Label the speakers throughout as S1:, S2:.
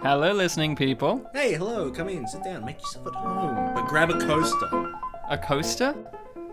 S1: Hello, listening people.
S2: Hey, hello, come in, sit down, make yourself at home. But grab a coaster.
S1: A coaster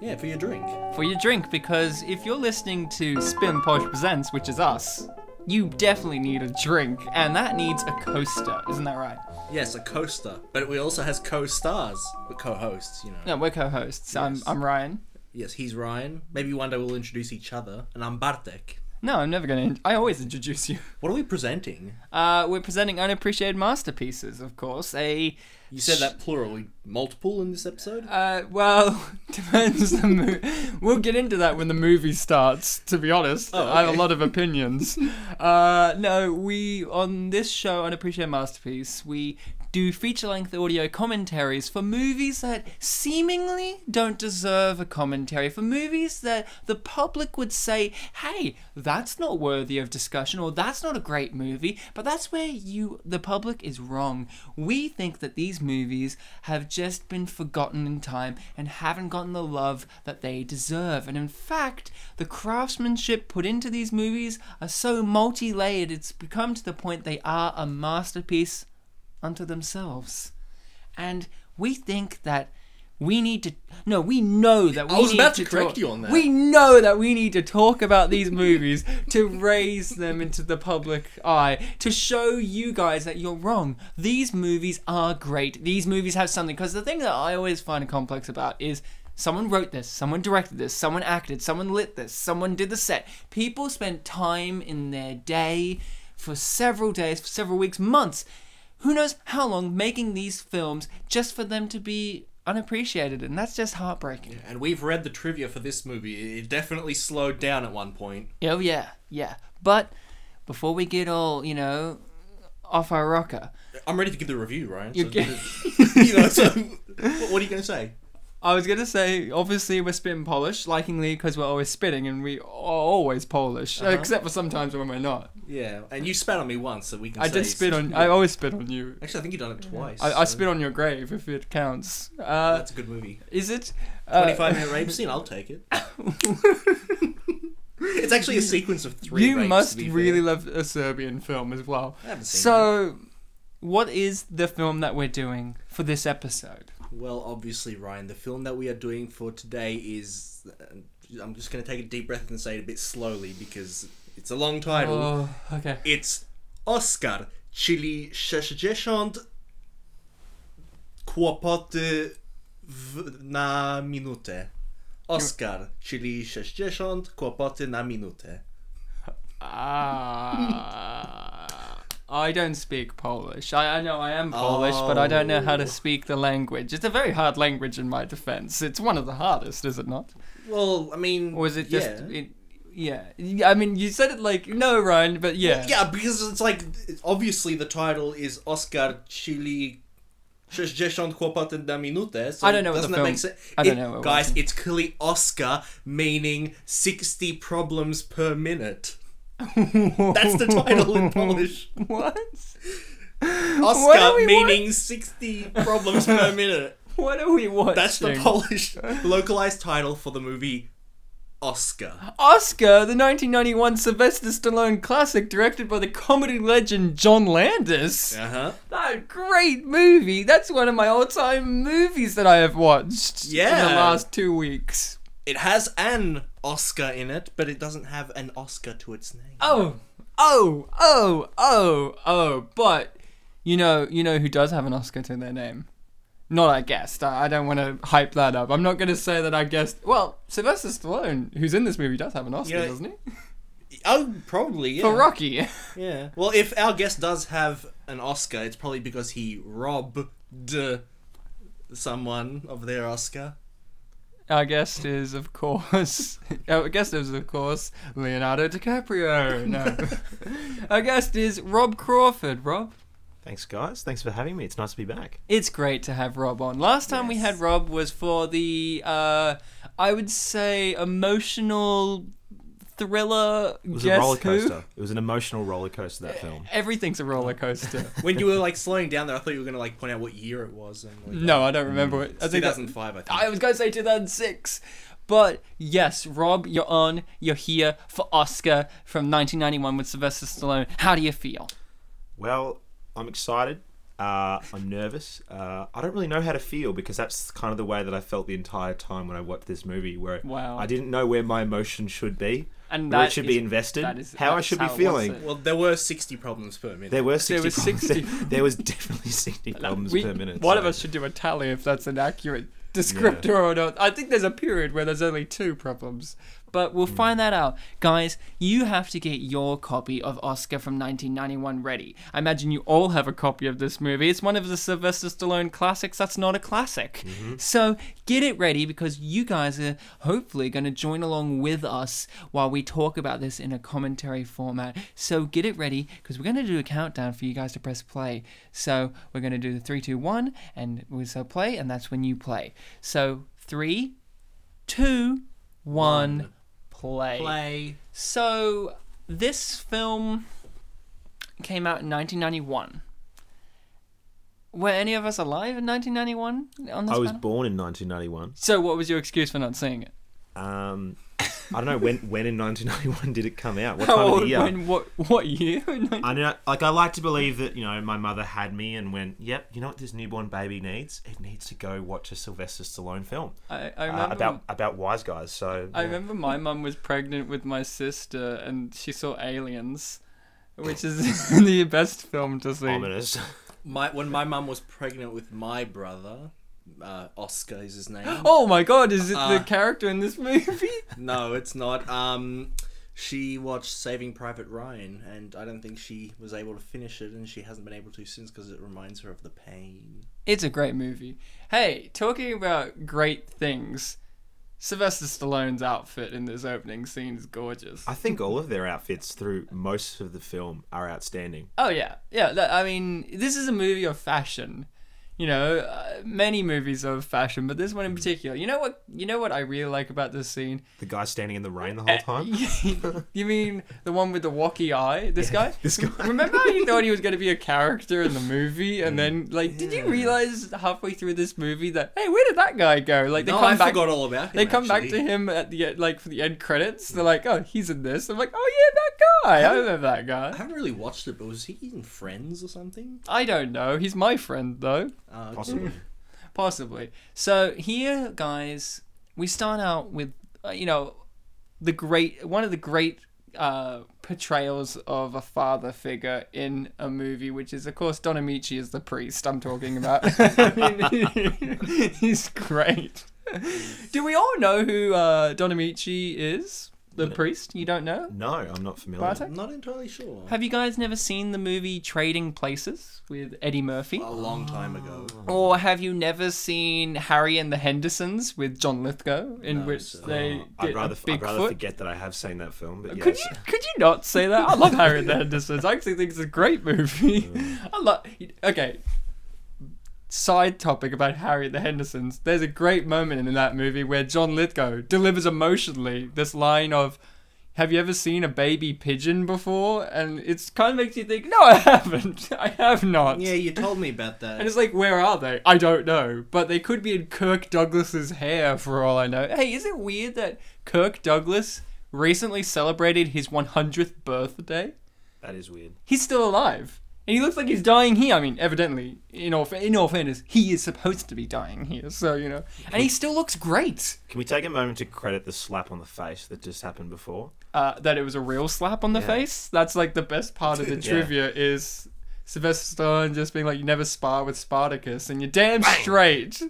S2: Yeah, for your drink.
S1: for your drink because if you're listening to Spin Posh Presents, which is us, you definitely need a drink, and that needs a coaster, isn't that right?
S2: Yes, a coaster. But we also has co-stars. We're co-hosts, you know.
S1: No, we're co-hosts. I'm
S2: Yes.
S1: I'm Ryan.
S2: Yes, he's Ryan. Maybe one day we'll introduce each other. And I'm Bartek.
S1: No, I'm never gonna. I always introduce you.
S2: What are we presenting?
S1: Uh, we're presenting unappreciated masterpieces, of course. A
S2: You said that plurally multiple in this episode?
S1: Uh, well, depends. the mo- we'll get into that when the movie starts. To be honest,
S2: Oh,
S1: I have a
S2: okay.
S1: lot of opinions. uh, no, we on this show on Appreciate Masterpiece, we do feature-length audio commentaries for movies that seemingly don't deserve a commentary. For movies that the public would say, "Hey, that's not worthy of discussion," or "That's not a great movie." But that's where you, the public, is wrong. We think that these movies have just been forgotten in time and haven't gotten the love that they deserve. And in fact, the craftsmanship put into these movies are so multi layered, it's become to the point they are a masterpiece unto themselves. And we think that. We need to no. We know that we
S2: was
S1: need
S2: about to correct
S1: talk-
S2: you on that.
S1: We know that we need to talk about these movies to raise them into the public eye, to show you guys that you're wrong. These movies are great. These movies have something. Because the thing that I always find complex about is someone wrote this, someone directed this, someone acted, someone lit this, someone did the set. People spent time in their day for several days, for several weeks, months. Who knows how long making these films just for them to be unappreciated, and that's just heartbreaking.
S2: and we've read the trivia for this movie. It definitely slowed down at one point.
S1: Oh yeah, yeah. But before we get all you know off our rocker,
S2: I'm ready to give the review, Ryan. so-
S1: get-
S2: you know, so what what are you going to say?
S1: I was gonna say obviously we're spitting Polish, likingly because we're always spitting and we are always Polish, except for sometimes when we're not.
S2: Yeah, and you spat on me once, so we can.
S1: I
S2: say
S1: did spit on. I always spit on you.
S2: Actually, I think you done it twice.
S1: I, I
S2: so
S1: spit on your grave if it counts. Uh,
S2: That's a good movie.
S1: is it? Uh,
S2: 25 minute rape scene, I'll take it. it's actually a sequence of three.
S1: You
S2: rapes,
S1: must
S2: to be
S1: really
S2: fair.
S1: love a Serbian film as well.
S2: I haven't seen
S1: So, what is the film that we're doing for this episode?
S2: Well, obviously, Ryan, the film that we are doing for today is. uh, I'm just going to take a deep breath and say it a bit slowly because it's a long title.
S1: Oh, okay.
S2: It's Oscar, czyli 60 kłopoty w, na minutę. Oscar, czyli 60 kłopoty na minutę.
S1: Ah, I don't speak Polish. I, I know I am Polish, but I don't know how to
S2: Oh.
S1: speak the language. It's a very hard language in my defense. It's one of the hardest, is it not?
S2: Well, I mean,
S1: Or is it just.
S2: yeah.
S1: It, yeah. Yeah, I mean, you said it like, no, Ryan, but yeah.
S2: yeah, because it's like obviously the title is Oscar, czyli 60 kłopoty na minutę. So
S1: I don't know what
S2: doesn't
S1: the
S2: that
S1: film-
S2: make sense?
S1: I don't know what it
S2: guys.
S1: was.
S2: It's clearly Oscar, meaning 60 problems per minute. That's the title in Polish.
S1: What? What are
S2: Oscar
S1: we
S2: meaning 60 problems per minute.
S1: What are we watching?
S2: That's the Polish localized title for the movie Oscar.
S1: Oscar, the 1991 Sylvester Stallone classic directed by the comedy legend John Landis.
S2: Uh huh.
S1: That great movie. That's one of my all-time movies that I have watched in the
S2: Yeah.
S1: last two weeks.
S2: It has an Oscar in it, but it doesn't have an Oscar to its name.
S1: Oh, oh, oh, oh, oh. But you know, you know who does have an Oscar to their name? Not our guest. I, I don't want to hype that up. I'm not going to say that our guest. Well, Sylvester Stallone, who's in this movie, does have an Oscar,
S2: Yeah.
S1: doesn't he?
S2: Oh, probably yeah.
S1: For Rocky.
S2: Yeah. Well, if our guest does have an Oscar, it's probably because he robbed someone of their Oscar.
S1: Our guest is, of course, our guest is, of course, Leonardo DiCaprio. No, our guest is Rob Crawford. Rob,
S3: Thanks, guys. Thanks for having me. It's nice to be back.
S1: It's great to have Rob on. Last time we had
S2: Yes.
S1: Rob was for the, uh, I would say, emotional thriller.
S3: It was
S1: Guess
S3: a roller
S1: Who?
S3: coaster. It was an emotional roller coaster. That film.
S1: Everything's a roller coaster.
S2: When you were like slowing down there, I thought you were gonna like point out what year it was. And, like,
S1: no, I don't remember it. I
S2: it's
S1: think that-
S2: 2005. I think.
S1: I was going to say 2006. But yes, Rob, you're on. You're here for Oscar from 1991 with Sylvester Stallone. How do you feel?
S3: Well, I'm excited. Uh, I'm nervous. Uh, I don't really know how to feel because that's kind of the way that I felt the entire time when I watched this movie, where
S1: Wow.
S3: I didn't know where my emotion should be,
S1: And
S3: where
S1: that
S3: it should be
S1: is-
S3: invested,
S1: that is-
S3: how I
S1: that's
S3: should
S1: how
S3: be
S1: it
S3: feeling.
S1: was it.
S2: Well, there were 60 problems per minute.
S3: There were 60
S1: There was
S3: problems.
S1: 60.
S3: There, there was definitely 60 problems
S1: We-
S3: per minute.
S1: One of
S3: so-
S1: us should do a tally if that's an accurate descriptor or not. I think there's a period where there's only two problems, but we'll
S3: Hmm.
S1: find that out. Guys, you have to get your copy of Oscar from 1991 ready. I imagine you all have a copy of this movie. It's one of the Sylvester Stallone classics that's not a classic.
S3: Mm-hmm.
S1: So get it ready because you guys are hopefully going to join along with us while we talk about this in a commentary format. So get it ready because we're going to do a countdown for you guys to press play. So we're going to do the three, two, one, and we so play, and that's when you play. So three, two, one, play.
S2: Play.
S1: So this film came out in 1991. Were any of us alive in 1991 on this
S3: I was
S1: panel?
S3: born in 1991.
S1: So what was your excuse for not seeing it?
S3: Um, I don't know when. When in 1991 did it come out? What
S1: How
S3: time of
S1: old?
S3: the year?
S1: When? What? What year?
S3: I know, like I like to believe that you know my mother had me and went, "Yep, you know what this newborn baby needs? It needs to go watch a Sylvester Stallone film
S1: I, I
S3: uh,
S1: remember.
S3: about about wise guys." So
S1: I
S3: yeah.
S1: remember my mum was pregnant with my sister, and she saw Aliens, which is the best film to see.
S3: ominous.
S2: My, when my mum was pregnant with my brother, uh, Oscar is his name.
S1: Oh my god! Is it the
S2: Uh,
S1: character in this movie?
S2: No, it's not. Um, she watched Saving Private Ryan, and I don't think she was able to finish it, and she hasn't been able to since because it reminds her of the pain.
S1: It's a great movie. Hey, talking about great things, Sylvester Stallone's outfit in this opening scene is gorgeous.
S3: I think all of their outfits through most of the film are outstanding.
S1: Oh yeah, yeah. that- I mean, this is a movie of fashion. You know, uh, many movies are of fashion, but this one
S2: Mm-hmm.
S1: in particular. You know what? You know what I really like about this scene.
S3: The guy standing in the rain the
S1: Uh,
S3: whole time.
S1: you mean the one with the walkie eye? This guy?
S3: this guy.
S1: Remember how you thought he was going to be a character in the movie, and then like, did you
S2: Mm. Yeah.
S1: realize halfway through this movie that hey, where did that guy go? Like, they
S2: no,
S1: come
S2: I
S1: back.
S2: forgot all about him.
S1: They come back to
S2: actually.
S1: him at the end, like for the end credits. They're like, "Oh, he's in this." I'm like, "Oh yeah, that guy. I remember that
S2: I
S1: guy."
S2: haven't really watched it, but was he in Friends or something?
S1: I don't know. He's my friend though,
S2: Uh,
S3: Possibly.
S1: possibly. So here, guys, we start out with uh, you know the great one of the great uh, portrayals of a father figure in a movie, which is of course Don Amici is the priest I'm talking about. I mean, he's great. Do we all know who uh, Don Amici is? The priest? You don't know?
S3: No, I'm not familiar.
S1: Bartek?
S2: I'm not entirely sure.
S1: Have you guys never seen the movie Trading Places with Eddie Murphy?
S2: A long time ago.
S1: Or have you never seen Harry and the Hendersons with John Lithgow, in
S2: No,
S1: which
S2: sir.
S1: they get
S3: I'd rather
S1: a
S3: I'd rather
S1: Bigfoot?
S3: forget that I have seen that film. But
S1: Could
S3: yes,
S1: you could you not say that? I love Harry and the Hendersons. I actually think it's a great movie. I love. Okay. Side topic about Harry and the Hendersons. There's a great moment in that movie where John Lithgow delivers emotionally this line of, "Have you ever seen a baby pigeon before?" And it's kind of makes you think, "No, I haven't. I have not."
S2: Yeah, you told me about
S1: Oh. And
S2: that.
S1: it's like, where are they? I don't know. But they could be in Kirk Douglas's hair for all I know. Hey, is it weird that Kirk Douglas recently celebrated his 100th birthday?
S3: that is weird.
S1: He's still alive. And he looks like he's dying here. I mean, evidently, in all, fa- in all fairness, he is supposed to be dying here. So, you know. And he still looks great.
S3: Can we take a moment to credit the slap on the face that just happened before?
S1: Uh, that it was a real slap on the
S3: Yeah.
S1: face. That's like the best part of the trivia is Sylvester Stallone just being like, you never spar with Spartacus. And you're damn straight.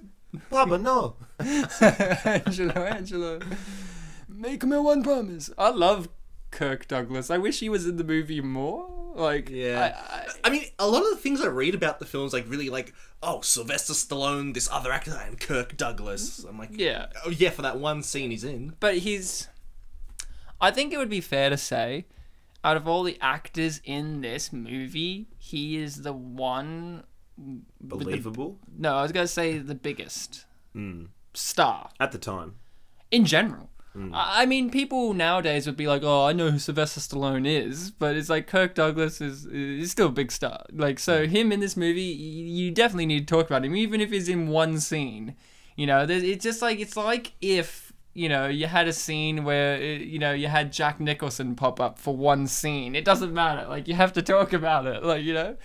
S3: Baba, no.
S1: Angelo, Angelo, make me one promise. I love Kirk Douglas. I wish he was in the movie more. Like,
S2: Yeah.
S1: I, I,
S2: I mean, a lot of the things I read about the films, like really, like oh, Sylvester Stallone, this other actor, and Kirk Douglas. I'm like,
S1: yeah.
S2: oh yeah, for that one scene he's in.
S1: But he's. I think it would be fair to say, out of all the actors in this movie, he is the one.
S3: Believable
S1: No, I was gonna say the biggest star
S3: at the time.
S1: in general.
S2: Hmm.
S1: I I mean, people nowadays would be like, "Oh, I know who Sylvester Stallone is," but it's like Kirk Douglas is is still a big star. Like,
S2: Hmm.
S1: so him in this movie, y- you definitely need to talk about him, even if it's in one scene. You know, there's- it's just like it's like if you know you had a scene where uh, you know you had Jack Nicholson pop up for one scene. It doesn't matter. Like, you have to talk about it. Like, you know.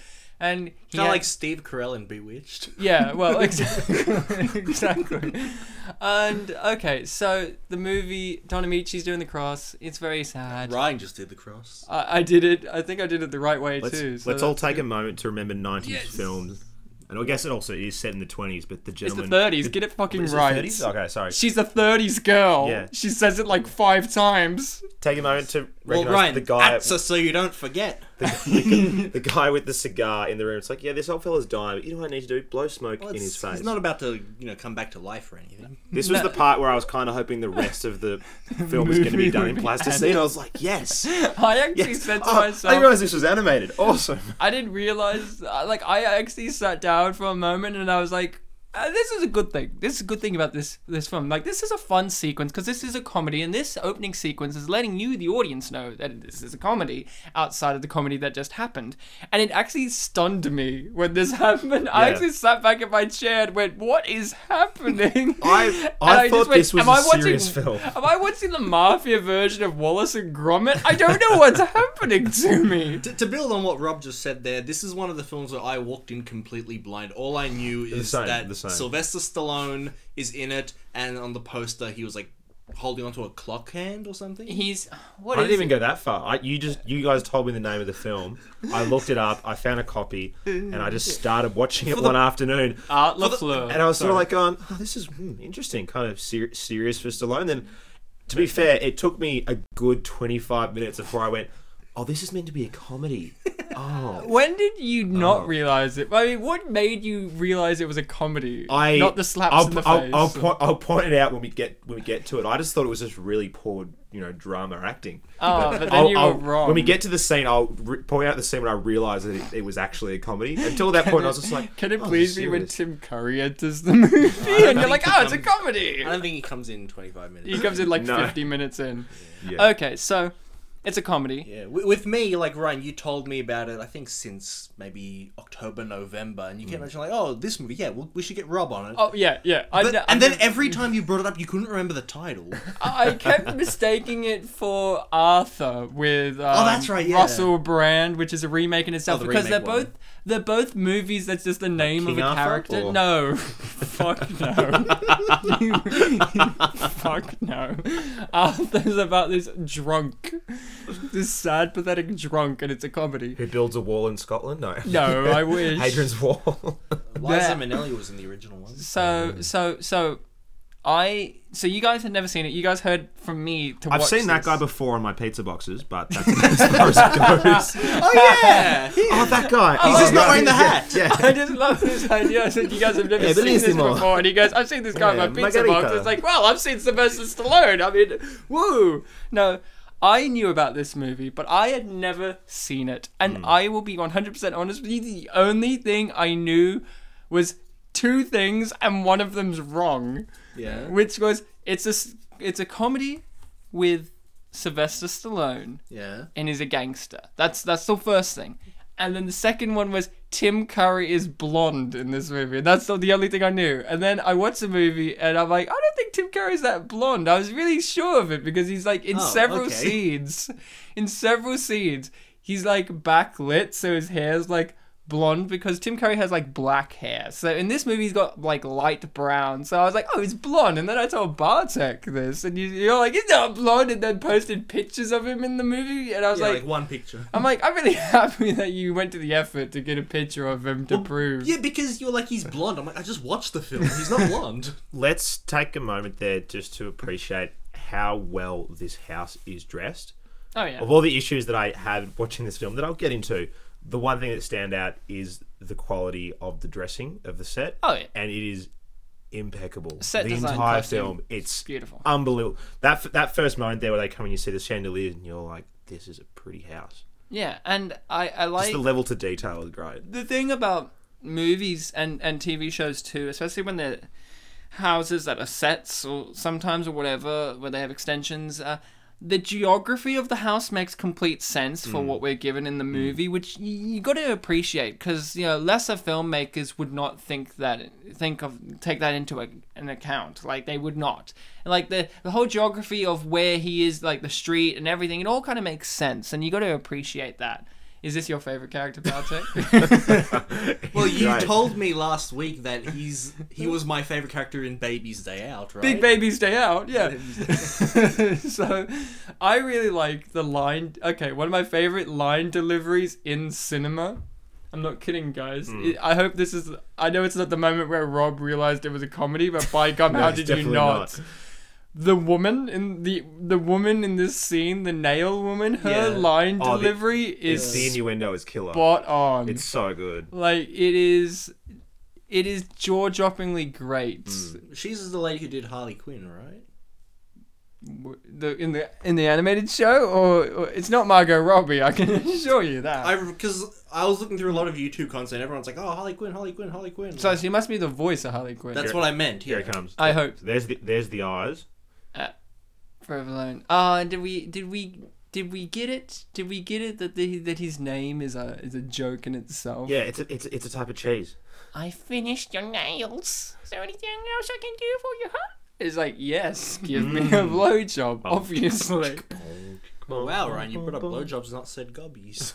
S1: and he
S2: It's not
S1: had-
S2: like Steve Carell in Bewitched.
S1: yeah, well, exactly, exactly. And okay, so the movie Don Ameche's doing the cross. It's very sad.
S2: Ryan just did the cross.
S1: I, I did it. I think I did it the right way
S3: Let's,
S1: too. so
S3: let's all
S1: that's
S3: take
S1: good.
S3: a moment to remember 90s
S1: Yes.
S3: films. And I guess it also is set in the 20s, but the
S1: It's the
S3: gentleman.
S1: 30s. Get it fucking
S3: Is it
S1: right.
S3: 30s? Okay, sorry.
S1: She's a 30s girl.
S3: Yeah.
S1: She says it like five times.
S3: Take a moment to
S2: Well,
S3: recognize
S2: Ryan,
S3: the guy.
S2: that's us so you don't forget.
S3: the, the guy with the cigar in the room. It's like, yeah, this old fella's dying. But you know what I need to do? Blow smoke
S2: Well,
S3: in
S2: it's-
S3: his face.
S2: He's not about to, you know, come back to life or anything.
S3: This was
S1: No.
S3: the part where I was kind of hoping the rest of the film was going to
S1: Movie
S3: be done in
S1: would be
S3: plasticine. I was like, yes.
S1: I actually
S3: yes.
S1: said to
S3: Oh, I
S1: myself,
S3: didn't realize this was animated. Awesome.
S1: I didn't realize, I- like, I actually sat down for a moment and I was like, uh, this is a good thing. This is a good thing about this this film. Like, this is a fun sequence because this is a comedy, and this opening sequence is letting you, the audience, know that this is a comedy outside of the comedy that just happened. And it actually stunned me when this happened. I
S3: Yeah.
S1: actually sat back in my chair and went, "What is happening?"
S3: I-
S1: And
S3: I
S1: just
S3: thought this was
S1: "Am
S3: a
S1: I watching-
S3: serious film."
S1: Am I watching the mafia version of Wallace and Gromit? I don't know what's happening to me.
S2: To, to build on what Rob just said there, this is one of the films where I walked in completely blind. All I knew is
S3: same,
S2: that
S3: the same.
S2: Sylvester Stallone is in it, and on the poster he was like holding onto a clock hand or something.
S1: He's what
S3: I
S1: is
S3: didn't even go that far. I, you just, you guys told me the name of the film. I looked it up. I found a copy, and I just started watching it one afternoon.
S1: Art
S2: the-
S1: LaFleur.
S3: And I was sort of like going, oh, this is hmm, interesting, kind of ser- serious for Stallone. Then, to be fair, it took me a good 25 minutes before I went, oh, this is meant to be a comedy. Oh.
S1: when did you not realize it? I mean, what made you realize it was a comedy?
S3: I
S1: not the slaps
S3: I'll,
S1: in the face.
S3: I'll, I'll, point, I'll point it out when we get when we get to it. I just thought it was just really poor, you know, drama acting.
S1: Oh, but then
S3: I'll-
S1: you were
S3: I'll-
S1: wrong.
S3: When we get to the scene, I'll re- point out the scene when I realised that it, it was actually a comedy. Until that point, I was just like,
S1: Can it
S3: "Oh,
S1: please
S3: this
S1: be
S3: is
S1: when
S3: serious."
S1: Tim Curry enters the movie and you're like, oh, it's a comedy?
S2: I don't think he comes in 25 minutes.
S1: He comes in like
S3: No.
S1: 50 minutes in.
S3: Yeah.
S1: Okay, so it's a comedy.
S2: Yeah, wi- with me, like Ryan, you told me about it. I think since maybe October, November, and you
S3: Hmm.
S2: kept mentioning like, "Oh, this movie, yeah, we'll, we should get Rob on it."
S1: Oh yeah, yeah. I,
S2: But-
S1: kn- I
S2: and then
S1: kn-
S2: every time you brought it up, you couldn't remember the title.
S1: I kept mistaking it for Arthur with um,
S2: Oh, that's right, yeah.
S1: Russell Brand, which is a remake in itself
S2: Oh, the
S1: because they're
S2: remake one.
S1: both they're both movies that's just the name of
S3: King
S1: a
S3: Arthur,
S1: character.
S3: or-
S1: No, fuck no, fuck no. Arthur's about this drunk, this sad, pathetic drunk, and it's a comedy.
S3: Who builds a wall in Scotland? No.
S1: No, I wish.
S3: Hadrian's Wall.
S2: Liza
S1: That-
S2: Minnelli was in the original one.
S1: So so so. I so you guys had never seen it. You guys heard from me to
S3: I've
S1: watch
S3: seen that
S1: this.
S3: guy before on my pizza boxes, but that's as far as it goes.
S2: Oh yeah, he's
S3: Oh, that guy. He's
S2: just not wearing the hat.
S3: Yeah.
S1: I just love this idea. I said, "You guys have never
S3: Yeah,
S1: seen this
S3: bellissimo.
S1: before," and he goes, "I've seen this guy
S3: Yeah,
S1: on my pizza box."
S3: Margarita.
S1: It's like, well, I've seen Sylvester Stallone. I mean, woo! No, I knew about this movie, but I had never seen it, and
S3: Hmm.
S1: I will be one hundred percent honest with you. The only thing I knew was two things, and one of them's wrong,
S2: yeah.
S1: which was it's a s- it's a comedy with Sylvester Stallone
S2: Yeah.
S1: and he's a gangster. That's that's the first thing. And then the second one was Tim Curry is blonde in this movie. And that's the only thing I knew. And then I watched the movie and I'm like, I don't think Tim Curry's that blonde. I was really sure of it because he's like in
S2: Oh,
S1: several
S2: okay.
S1: scenes. In several scenes, he's like backlit, so his hair's like blonde because Tim Curry has like black hair. So in this movie he's got like light brown. So I was like, oh, he's blonde. And then I told Bartek this, and you, you're like, he's not blonde. And then posted pictures of him in the movie, and I was
S2: Yeah,
S1: like,
S2: like one picture.
S1: I'm like, I'm really happy that you went to the effort to get a picture of him to prove.
S2: Yeah, because you're like he's blonde. I'm like, I just watched the film. He's not blonde.
S3: Let's take a moment there just to appreciate how well this house is dressed.
S1: Oh yeah.
S3: Of all the issues that I had watching this film that I'll get into, the one thing that stand out is the quality of the dressing of the set.
S1: Oh, yeah.
S3: And it is impeccable.
S1: Set
S3: the
S1: design,
S3: entire
S1: costume,
S3: film, it's
S1: beautiful.
S3: unbelievable. That f- that first moment there where they come and you see the chandeliers and you're like, this is a pretty house.
S1: Yeah, and I I like
S3: Just the level to detail is great.
S1: the thing about movies and and TV shows too, especially when they're houses that are sets or sometimes or whatever where they have extensions. Uh, the geography of the house makes complete sense for what we're given in the movie, which y- you got to appreciate because you know lesser filmmakers would not think that think of take that into a, an account. Like they would not. And, like the the whole geography of where he is, like the street and everything, it all kind of makes sense, and you got to appreciate that. Is this your favorite character, Bartek?
S2: Well, you
S3: Right.
S2: told me last week that he's he was my favorite character in Baby's Day Out, right?
S1: Big babies day out, yeah. so I really like the line. Okay, one of my favorite line deliveries in cinema. I'm not kidding, guys.
S3: Hmm.
S1: I I hope this is. I know it's not the moment where Rob realized it was a comedy, but by gum, how
S3: it's
S1: did you
S3: definitely
S1: not?
S3: not.
S1: The woman in the the woman in this scene, the nail woman, her
S2: Yeah.
S1: line
S3: Oh, the-
S1: delivery
S3: It's the
S1: is
S3: innuendo is killer.
S1: spot on.
S3: It's so good.
S1: like it is, it is jaw droppingly great.
S3: Hmm.
S2: She's the lady who did Harley Quinn, right?
S1: W- the in the in the animated show, or, or it's not Margot Robbie. I can assure you that.
S2: I because I was looking through a lot of YouTube content. Everyone's like, "Oh, Harley Quinn, Harley Quinn, Harley Quinn."
S1: so she must be the voice of Harley Quinn.
S2: That's what I meant.
S3: Here
S2: Yeah.
S3: it comes.
S1: I hope.
S3: So there's the there's the eyes.
S1: Forever alone. Ah, and did we did we did we get it? Did we get it that the, that his name is a is a joke in itself?
S3: Yeah, it's a, it's a, it's a type of cheese.
S1: I finished your nails. Is there anything else I can do for you, huh? It's like yes, give me a blowjob,
S3: Oh.
S1: obviously.
S2: Wow, Ryan, you brought up blowjobs, not said gobbies.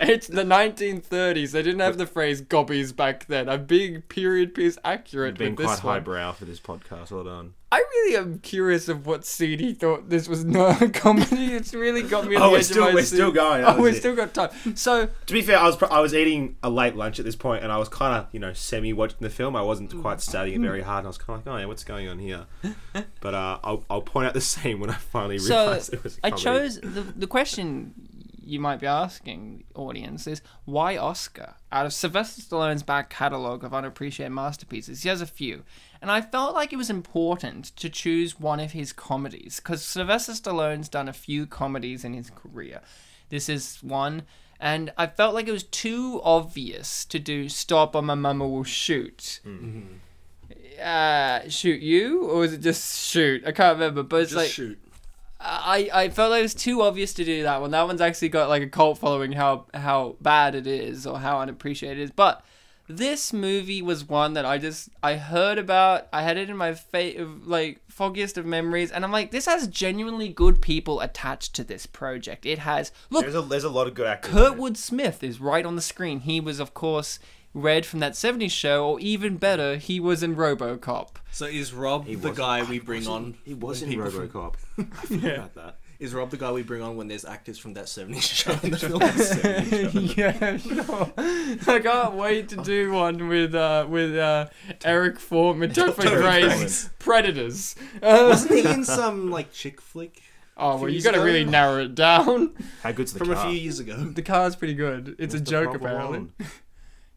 S1: it's the 1930s. They didn't have the phrase "gobbies" back then. I'm being period piece accurate
S3: Being
S1: with
S3: quite
S1: this one.
S3: highbrow for this podcast. Well done.
S1: I really am curious of what scene he thought this was not a comedy. It's really got me. On
S3: Oh,
S1: the
S3: we're
S1: edge
S3: still-
S1: of my
S3: we're still
S1: seat.
S3: going,
S1: Oh,
S3: that was
S1: we've
S3: it.
S1: still got time. So
S3: To be fair, I was pro- I was eating a late lunch at this point, and I was kind of you know semi watching the film. I wasn't quite studying it very hard, and I was kind of like, oh yeah, what's going on here? But uh, I'll I'll point out the scene when I finally
S1: so
S3: realized it was. a
S1: I
S3: comedy.
S1: chose the the question you might be asking the audience is why Oscar? Out of Sylvester Stallone's back catalogue of unappreciated masterpieces, he has a few, and I felt like it was important to choose one of his comedies because Sylvester Stallone's done a few comedies in his career. This is one. And I felt like it was too obvious to do "Stop or My Mama Will Shoot." Uh, shoot you, or was it just shoot? I can't remember. But it's
S2: Just
S1: like
S2: shoot.
S1: I, I felt like it was too obvious to do that one. That one's actually got like a cult following how how bad it is or how unappreciated it is. But this movie was one that I just I heard about. I had it in my fa- like foggiest of memories, and I'm like, this has genuinely good people attached to this project. It has look
S3: There's a there's a lot of good actors. in it.
S1: Kurtwood Smith is right on the screen. He was of course read from that 70s show, or even better, he was in RoboCop.
S2: So is Rob the
S3: was-
S2: guy we bring on?
S3: He was
S2: when
S3: in
S2: people-
S3: RoboCop. I forgot about that.
S2: Is Rob the guy we bring on when there's actors from that 70s show in the film?
S1: yeah, sure. I can't wait to do one with uh, with uh, Eric Form and Topher Grace Predators. Uh,
S2: Wasn't he in some like chick flick
S1: oh well, you
S2: Fees
S1: got to
S2: go.
S1: really narrow it down.
S3: How good's the
S2: from
S3: car?
S2: a few years ago?
S1: The car's pretty good. It's
S3: What's
S1: a
S3: the
S1: joke
S3: problem?
S1: apparently.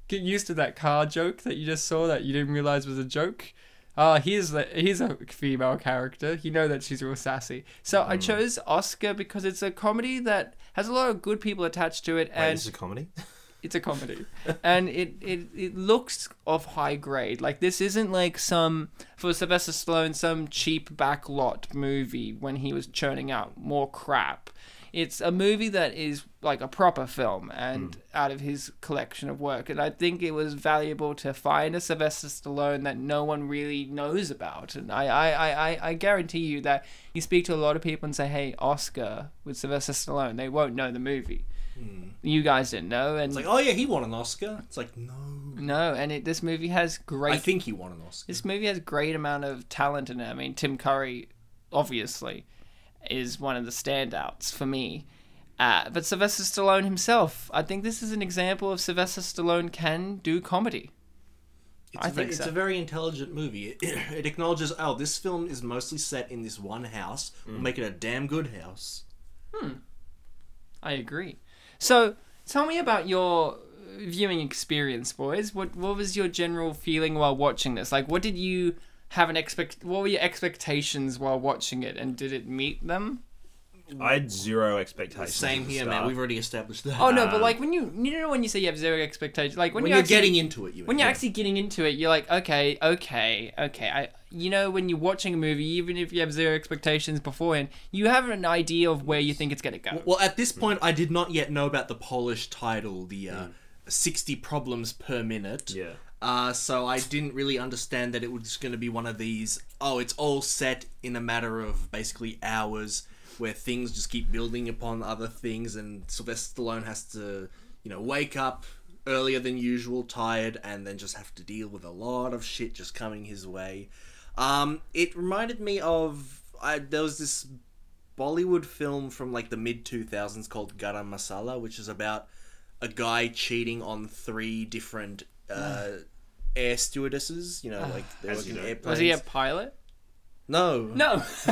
S1: Get used to that car joke that you just saw that you didn't realize was a joke. Ah, here's the, here's a female character. You know that she's real sassy. So I chose Oscar because it's a comedy that has a lot of good people attached to it,
S3: Wait,
S1: and
S3: this is a comedy.
S1: it's a comedy and it, it it looks of high grade like this isn't like some for sylvester stallone some cheap backlot movie when he was churning out more crap it's a movie that is like a proper film and out of his collection of work and i think it was valuable to find a sylvester stallone that no one really knows about and i i i, I- I guarantee you that you speak to a lot of people and say hey oscar with sylvester stallone they won't know the movie you guys didn't know and
S2: It's like, oh yeah, he won an Oscar. It's like, no.
S1: no, and it, this movie has great.
S2: I think he won an Oscar.
S1: this movie has great amount of talent in it. I mean, Tim Curry, obviously, is one of the standouts for me. Uh, but Sylvester Stallone himself, I think this is an example of Sylvester Stallone can do comedy.
S2: It's,
S1: I
S2: a ve-
S1: think
S2: it's
S1: so.
S2: a very intelligent movie. It, it acknowledges, oh, this film is mostly set in this one house.
S3: Mm.
S2: We'll make it a damn good house.
S1: I agree. So tell me about your uh, viewing experience, boys. What what was your general feeling while watching this? Like, what did you have an expect? What were your expectations while watching it, and did it meet them?
S3: I had zero expectations.
S2: Same
S3: at the
S2: here,
S3: start.
S2: man. We've already established that.
S1: Oh no, but like when you you know when you say you have zero expectations, like when,
S2: Um, when
S1: you're,
S2: you're
S1: actually,
S2: getting into it, you
S1: when you're actually getting into it, you're like, okay, okay, okay. I you know when you're watching a movie, even if you have zero expectations beforehand, you have an idea of where you think it's gonna go.
S2: Well, at this point, I did not yet know about the Polish title, the uh, 60 problems per minute.
S3: Yeah.
S2: Uh, so I didn't really understand that it was going to be one of these, oh, it's all set in a matter of basically hours. where things just keep building upon other things, and Sylvester Stallone has to, you know, wake up earlier than usual, tired, and then just have to deal with a lot of shit just coming his way. Um, it reminded me of I, there was this Bollywood film from like the mid 2000s called Garam Masala, which is about a guy cheating on three different uh, air stewardesses. You know, like they
S3: As
S2: work
S3: you
S2: in
S3: do.
S2: airplanes.
S1: Was he a pilot?
S2: no,
S1: No.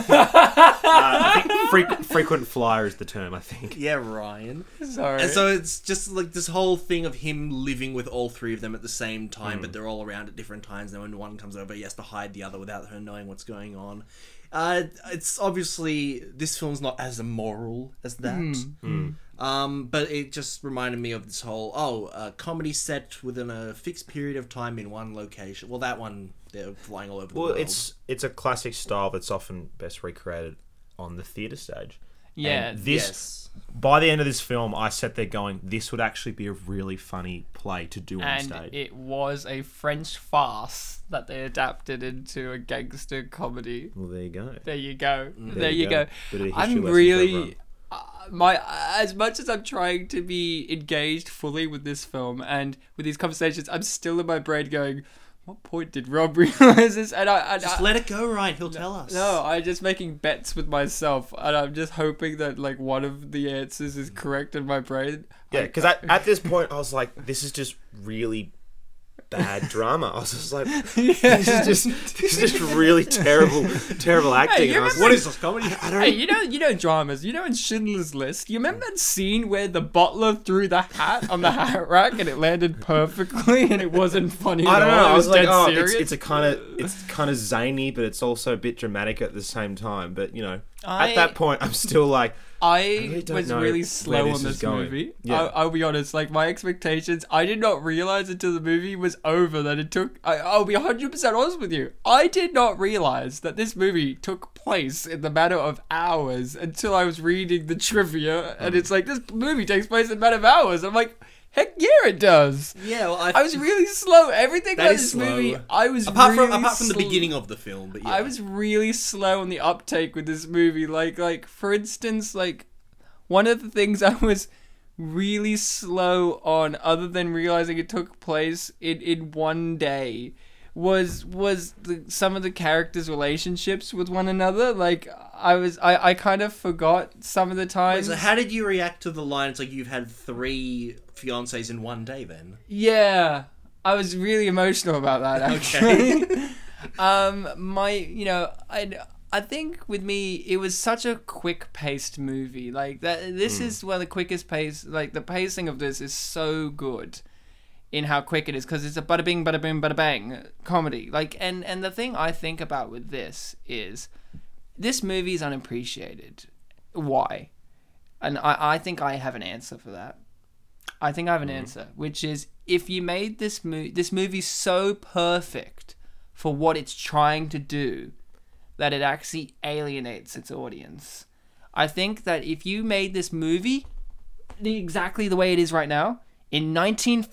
S3: I think frequent, frequent flyer is the term, I think.
S2: Yeah, Ryan.
S1: Sorry.
S2: And so it's just like this whole thing of him living with all three of them at the same time, but they're all around at different times. And when one comes over, he has to hide the other without her knowing what's going on. Uh, it's obviously this film's not as immoral as that, um, but it just reminded me of this whole oh a comedy set within a fixed period of time in one location. Well, that one they're flying all over the
S3: Well,
S2: world.
S3: it's it's a classic style that's often best recreated on the theatre stage.
S1: yeah.
S3: And this
S2: yes.
S3: by the end of this film, I sat there going, "This would actually be a really funny play to do on
S1: and
S3: stage."
S1: it was a French farce that they adapted into a gangster comedy.
S3: well, there you go.
S1: There you go. There,
S3: Mm. you
S1: you
S3: go.
S1: go.
S3: Bit of a history lesson
S1: I'm
S3: for
S1: really
S3: everyone.
S1: uh, my as much as I'm trying to be engaged fully with this film and with these conversations, I'm still in my brain going, "What point did Rob realize this?" And I, and
S2: Just
S1: I
S2: let it go, Ryan. He'll tell us.
S1: Ah. no, I'm just making bets with myself, and I'm just hoping that like one of the answers is correct in my brain.
S3: Yeah, because at, at this point, I was like, "This is just really bad drama." I was just like, "This is just this is just really terrible, terrible acting."
S1: you
S3: and I was
S2: What
S3: like,
S2: is this comedy?
S3: I don't.
S1: Hey, you know, you know dramas. You know, in Schindler's List, you remember that scene where the butler threw the hat on the hat rack and it landed perfectly, and it wasn't funny.
S3: I
S1: at
S3: don't know.
S1: all. It
S3: I was like,
S1: dead
S3: oh,
S1: serious.
S3: it's, it's a kind of it's kind of zany, but it's also a bit dramatic at the same time. But you know,
S1: I-
S3: at that point, I'm still like,
S1: I
S3: really don't
S1: was
S3: know
S1: really
S3: where
S1: slow
S3: this
S1: on
S3: is
S1: this
S3: going.
S1: movie.
S3: Yeah.
S1: I, I'll be honest. Like my expectations, I did not realize until the movie was over that it took. I, I'll be hundred percent honest with you. I did not realize that this movie took place in the matter of hours until I was reading the trivia, and it's like this movie takes place in a matter of hours. I'm like, heck yeah, it does.
S2: Yeah, well, I,
S1: I was really slow. Everything
S2: That
S1: about
S2: is
S1: this movie,
S2: slow.
S1: I was
S2: apart from
S1: really
S2: apart from the
S1: sl-
S2: beginning of the film, but yeah,
S1: I was really slow on the uptake with this movie. Like, like for instance, like one of the things I was really slow on, other than realizing it took place in in one day, was was the, some of the characters' relationships with one another. Like, I was I I kind of forgot some of the times.
S2: So how did you react to the line? It's like you've had three fiancés in one day. Then
S1: Yeah, I was really emotional about that. Actually, um, my you know I I think with me it was such a quick paced movie like that. This is one of the quickest pace. Like the pacing of this is so good in how quick it is because it's a bada bing bada boom bada bang comedy like and and the thing i think about with this is this movie is unappreciated why and i i think i have an answer for that i think i have an answer which is if you made this movie this movie so perfect for what it's trying to do that it actually alienates its audience i think that if you made this movie the exactly the way it is right now in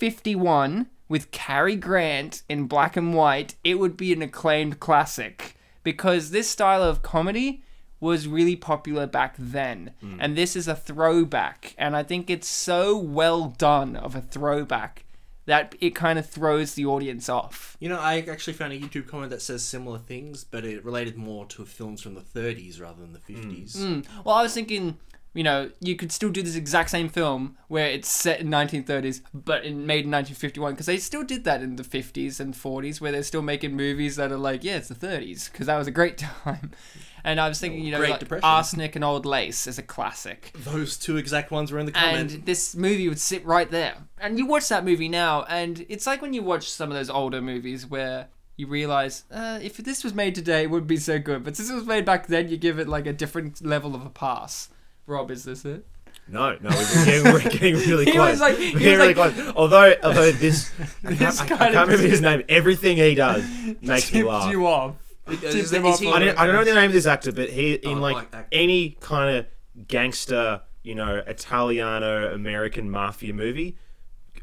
S1: 1951 with Cary Grant in black and white, it would be an acclaimed classic because this style of comedy was really popular back then and this is a throwback and I think it's so well done of a throwback that it kind of throws the audience off.
S2: you know, I actually found a YouTube comment that says similar things, but it related more to films from the 30s rather than the 50s.
S3: Hmm.
S1: Well, I was thinking you know, you could still do this exact same film where it's set in 1930s, but in, made in 1951, because they still did that in the 50s and 40s, where they're still making movies that are like, yeah, it's the 30s, because that was a great time. And I was thinking, you know,
S2: Oh, Great
S1: like
S2: Depression.
S1: Arsenic and Old Lace is a classic,
S2: Those two exact ones were in the
S1: and
S2: comment.
S1: this movie would sit right there. And you watch that movie now, and it's like when you watch some of those older movies where. You realize uh, if this was made today, it wouldn't be so good. But since it was made back then, you give it like a different level of a pass. Rob, is this it?
S3: no, no, we're getting, we're getting really
S1: He
S3: close.
S1: was like-
S3: we're
S1: he
S3: getting
S1: was
S3: really close. Although, although this, I can't,
S1: This
S3: I- I
S1: kind
S3: can't
S1: of-
S3: remember his name. Everything he does makes me
S1: tipped
S3: laugh.
S1: you off.
S2: is-
S1: tipped
S2: is
S1: him
S2: he-
S1: off.
S3: I
S1: on
S3: don't,
S1: it.
S3: I don't know the name of this actor, but he in
S2: Oh,
S3: like
S2: like actor.
S3: any kind of gangster, you know, Italiano American mafia movie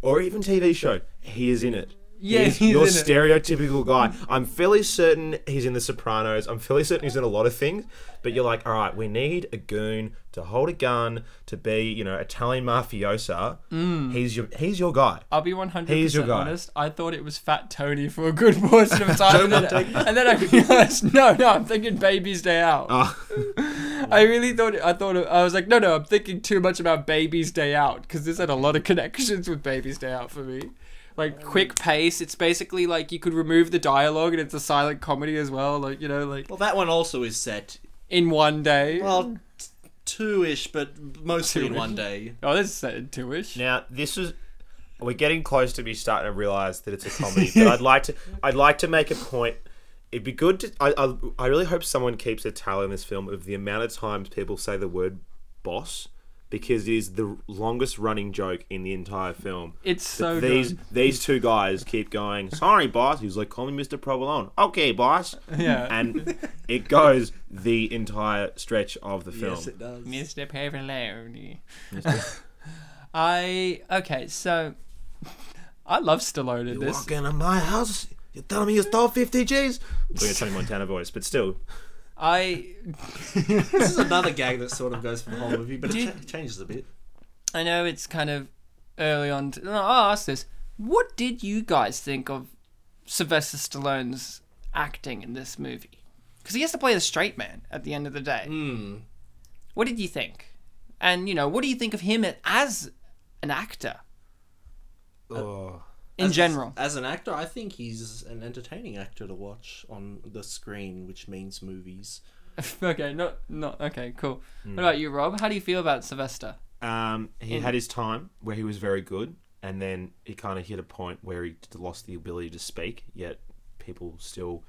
S3: or even TV show, he is in it.
S1: Yeah,
S3: he's
S1: he's
S3: your
S1: in it.
S3: stereotypical guy. I'm fairly certain he's in The Sopranos. I'm fairly certain he's in a lot of things. But you're like, all right, we need a goon to hold a gun to be, you know, Italian mafiosa.
S1: Mm.
S3: He's your he's your guy.
S1: I'll be 100%
S3: He's your guy.
S1: honest. I thought it was Fat Tony for a good portion of time. and,
S3: Don't
S1: then, and then I realized, no, no, I'm thinking Baby's Day Out.
S3: Ah.
S1: I really thought, I thought, I was like, no, no, I'm thinking too much about Baby's Day Out because this had a lot of connections with Baby's Day Out for me. Like, quick pace. It's basically like you could remove the dialogue and it's a silent comedy as well. Like, you know, like
S2: Well, that one also is set
S1: in one day.
S2: well t- two-ish, but mostly in one day.
S1: oh, this is set in two ish.
S3: Now this is we're getting close to me starting to realise that it's a comedy, but I'd like to I'd like to make a point. It'd be good to I, I I really hope someone keeps a tally in this film of the amount of times people say the word boss because it is the longest running joke in the entire film.
S1: It's so good.
S3: these these two guys keep going. Sorry, boss. He's like, call me Mr. Provolone. Okay, boss.
S1: Yeah.
S3: And it goes the entire stretch of the film.
S2: Yes, it does.
S1: Mr. Pavoloni. I okay, so I love Stallone in this.
S3: Walking in my house, you're telling me you stole 50 G's? I'm doing a Tony Montana voice, but still.
S1: I
S2: This is another gag that sort of goes for the whole movie, but
S1: Do-
S2: it ch- changes a bit.
S1: I know it's kind of early on. To, no, I'll ask this: What did you guys think of Sylvester Stallone's acting in this movie? Because he has to play the straight man at the end of the day. What did you think? And you know, what do you think of him as an actor
S3: Oh.
S1: in
S2: As-
S1: general?
S2: As an actor, I think he's an entertaining actor to watch on the screen, which means movies.
S1: okay, not not okay, cool. What about you, Rob? How do you feel about Sylvester?
S3: Um, he had his time where he was very good, and then he kind of hit a point where he d- lost the ability to speak. Yet people still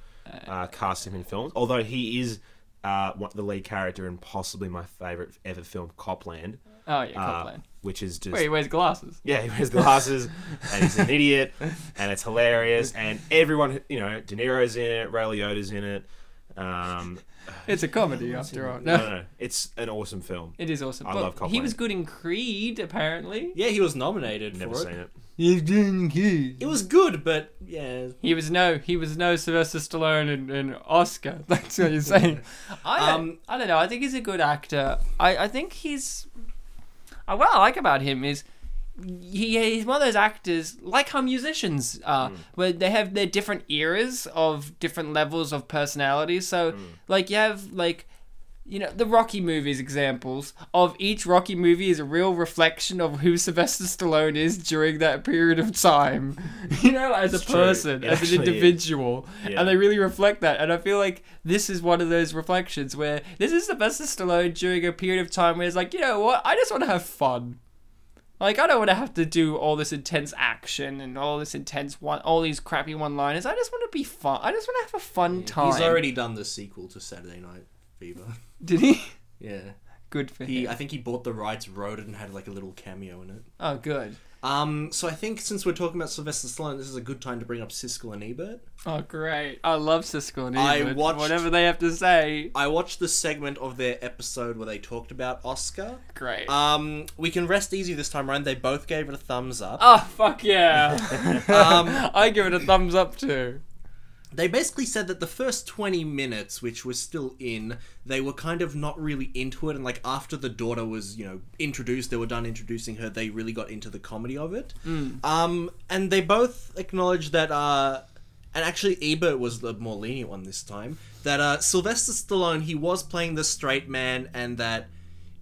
S3: uh, cast him in films, although he is uh, one- the lead character in possibly my favorite ever film, Copland,
S1: Oh yeah,
S3: uh,
S1: Copland.
S3: which is just
S1: Wait, he wears glasses.
S3: Yeah, he wears glasses and he's an idiot and it's hilarious and everyone you know, De Niro's in it, Ray Liotta's in it. Um,
S1: It's a comedy after all.
S3: I
S1: No,
S3: don't know. It's an awesome film.
S1: it is awesome.
S3: I
S1: But
S3: love
S1: He was
S3: Copland.
S1: good in Creed, apparently.
S2: Yeah, he was nominated
S3: Never
S2: for
S3: seen it.
S1: He's doing good.
S2: It was good, but yeah,
S1: He was no, he was no Sylvester Stallone and, and Oscar. That's what you're saying. I don't,
S2: Um,
S1: I don't know. I think he's a good actor. I, I think he's. Uh, what I like about him is he, he's one of those actors, like how musicians are,
S3: Mm.
S1: where they have their different eras of different levels of personality. So,
S3: Mm.
S1: like, you have, like, you know, the Rocky movies examples of each Rocky movie is a real reflection of who Sylvester Stallone is during that period of time, you know, as a
S3: It's true.
S1: person,
S3: It
S1: as an
S3: actually is.
S1: individual.
S3: Yeah.
S1: And they really reflect that. And I feel like this is one of those reflections where this is Sylvester Stallone during a period of time where it's like, you know what, I just want to have fun. Like I don't want to have to do all this intense action and all this intense one, all these crappy one-liners. I just want to be fun. I just want to have a fun time.
S2: he's already done the sequel to Saturday Night Fever.
S1: did he?
S2: Yeah,
S1: Good for
S2: he.
S1: him.
S2: I think he bought the rights, wrote it, and had like a little cameo in it.
S1: Oh, good.
S2: Um, so I think since we're talking about Sylvester Stallone, this is a good time to bring up Siskel and Ebert.
S1: Oh, great. I love Siskel and
S2: I
S1: Ebert.
S2: watched-
S1: Whatever they have to say,
S2: I watched the segment of their episode where they talked about Oscar.
S1: great.
S2: Um, we can rest easy this time around. They both gave it a thumbs up.
S1: oh, fuck yeah.
S2: Um,
S1: I give it a thumbs up, too.
S2: They basically said that the first 20 minutes, which was still in, they were kind of not really into it. And like after the daughter was, you know, introduced, they were done introducing her, they really got into the comedy of it. Um, and they both acknowledged that, uh, and actually Ebert was the more lenient one this time, that uh, Sylvester Stallone, he was playing the straight man and that,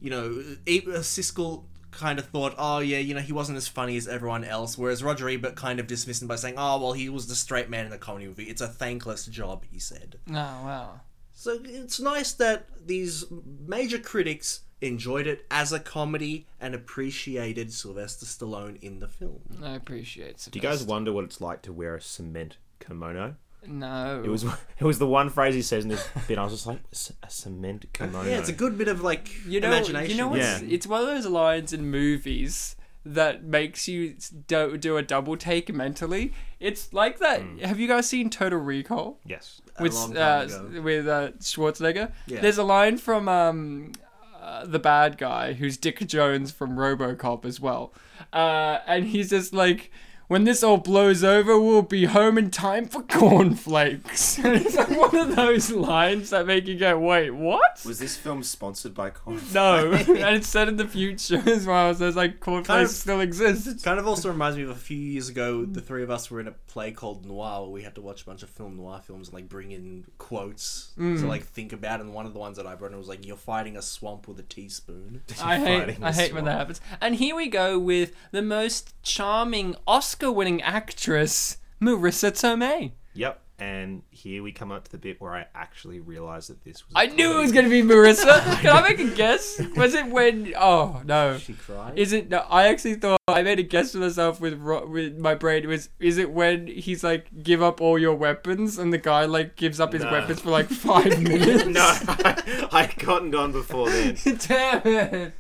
S2: you know, E- uh, Siskel kind of thought, oh yeah, you know, he wasn't as funny as everyone else, whereas Roger Ebert kind of dismissed him by saying, oh well, he was the straight man in the comedy movie. It's a thankless job, he said.
S1: Oh, wow.
S2: So it's nice that these major critics enjoyed it as a comedy and appreciated Sylvester Stallone in the film.
S1: I appreciate Sylvester.
S3: Do you guys wonder what it's like to wear a cement kimono?
S1: No.
S3: It was it was the one phrase he says in this bit. I was just like, "C- a cement kimono.
S2: Yeah, it's a good bit of like
S1: you know,
S2: imagination.
S1: You know what's,
S3: Yeah.
S1: It's one of those lines in movies that makes you s- do, do a double take mentally. It's like that. Have you guys seen Total Recall?
S3: yes.
S1: with
S2: long
S1: uh,
S2: time ago.
S1: s- with uh, Schwarzenegger.
S2: Yeah.
S1: There's a line from um, uh, the bad guy who's Dick Jones from RoboCop as well, uh, and he's just like. when this all blows over, we'll be home in time for cornflakes. it's like one of those lines that make you go, wait, what?
S4: Was this film sponsored by Corn?
S1: No. and it's set in the future as well, so it's like cornflakes
S2: Kind of-
S1: still exist.
S2: Kind of also reminds me of a few years ago, the three of us were in a play called Noir, where we had to watch a bunch of film noir films and like bring in quotes
S1: Mm.
S2: to like think about. And one of the ones that I brought in was like, "You're fighting a swamp with a teaspoon."
S1: I hate,
S3: fighting
S1: I
S3: this
S1: hate when that
S3: one.
S1: happens. And here we go with the most charming Oscar-winning actress, Marissa Tomei.
S3: Yep. And here we come up to the bit where I actually realized that this was. a
S1: I knew it
S3: comedy.
S1: was going to be Marissa. Can I make a guess? Was it when? Oh no.
S2: She cried.
S1: Is it? No, I actually thought I made a guess to myself with ro- with my brain. It was is it when he's like give up all your weapons and the guy like gives up his
S3: No.
S1: weapons for like five minutes?
S3: No, I, I'd gotten gone before then.
S1: Damn it.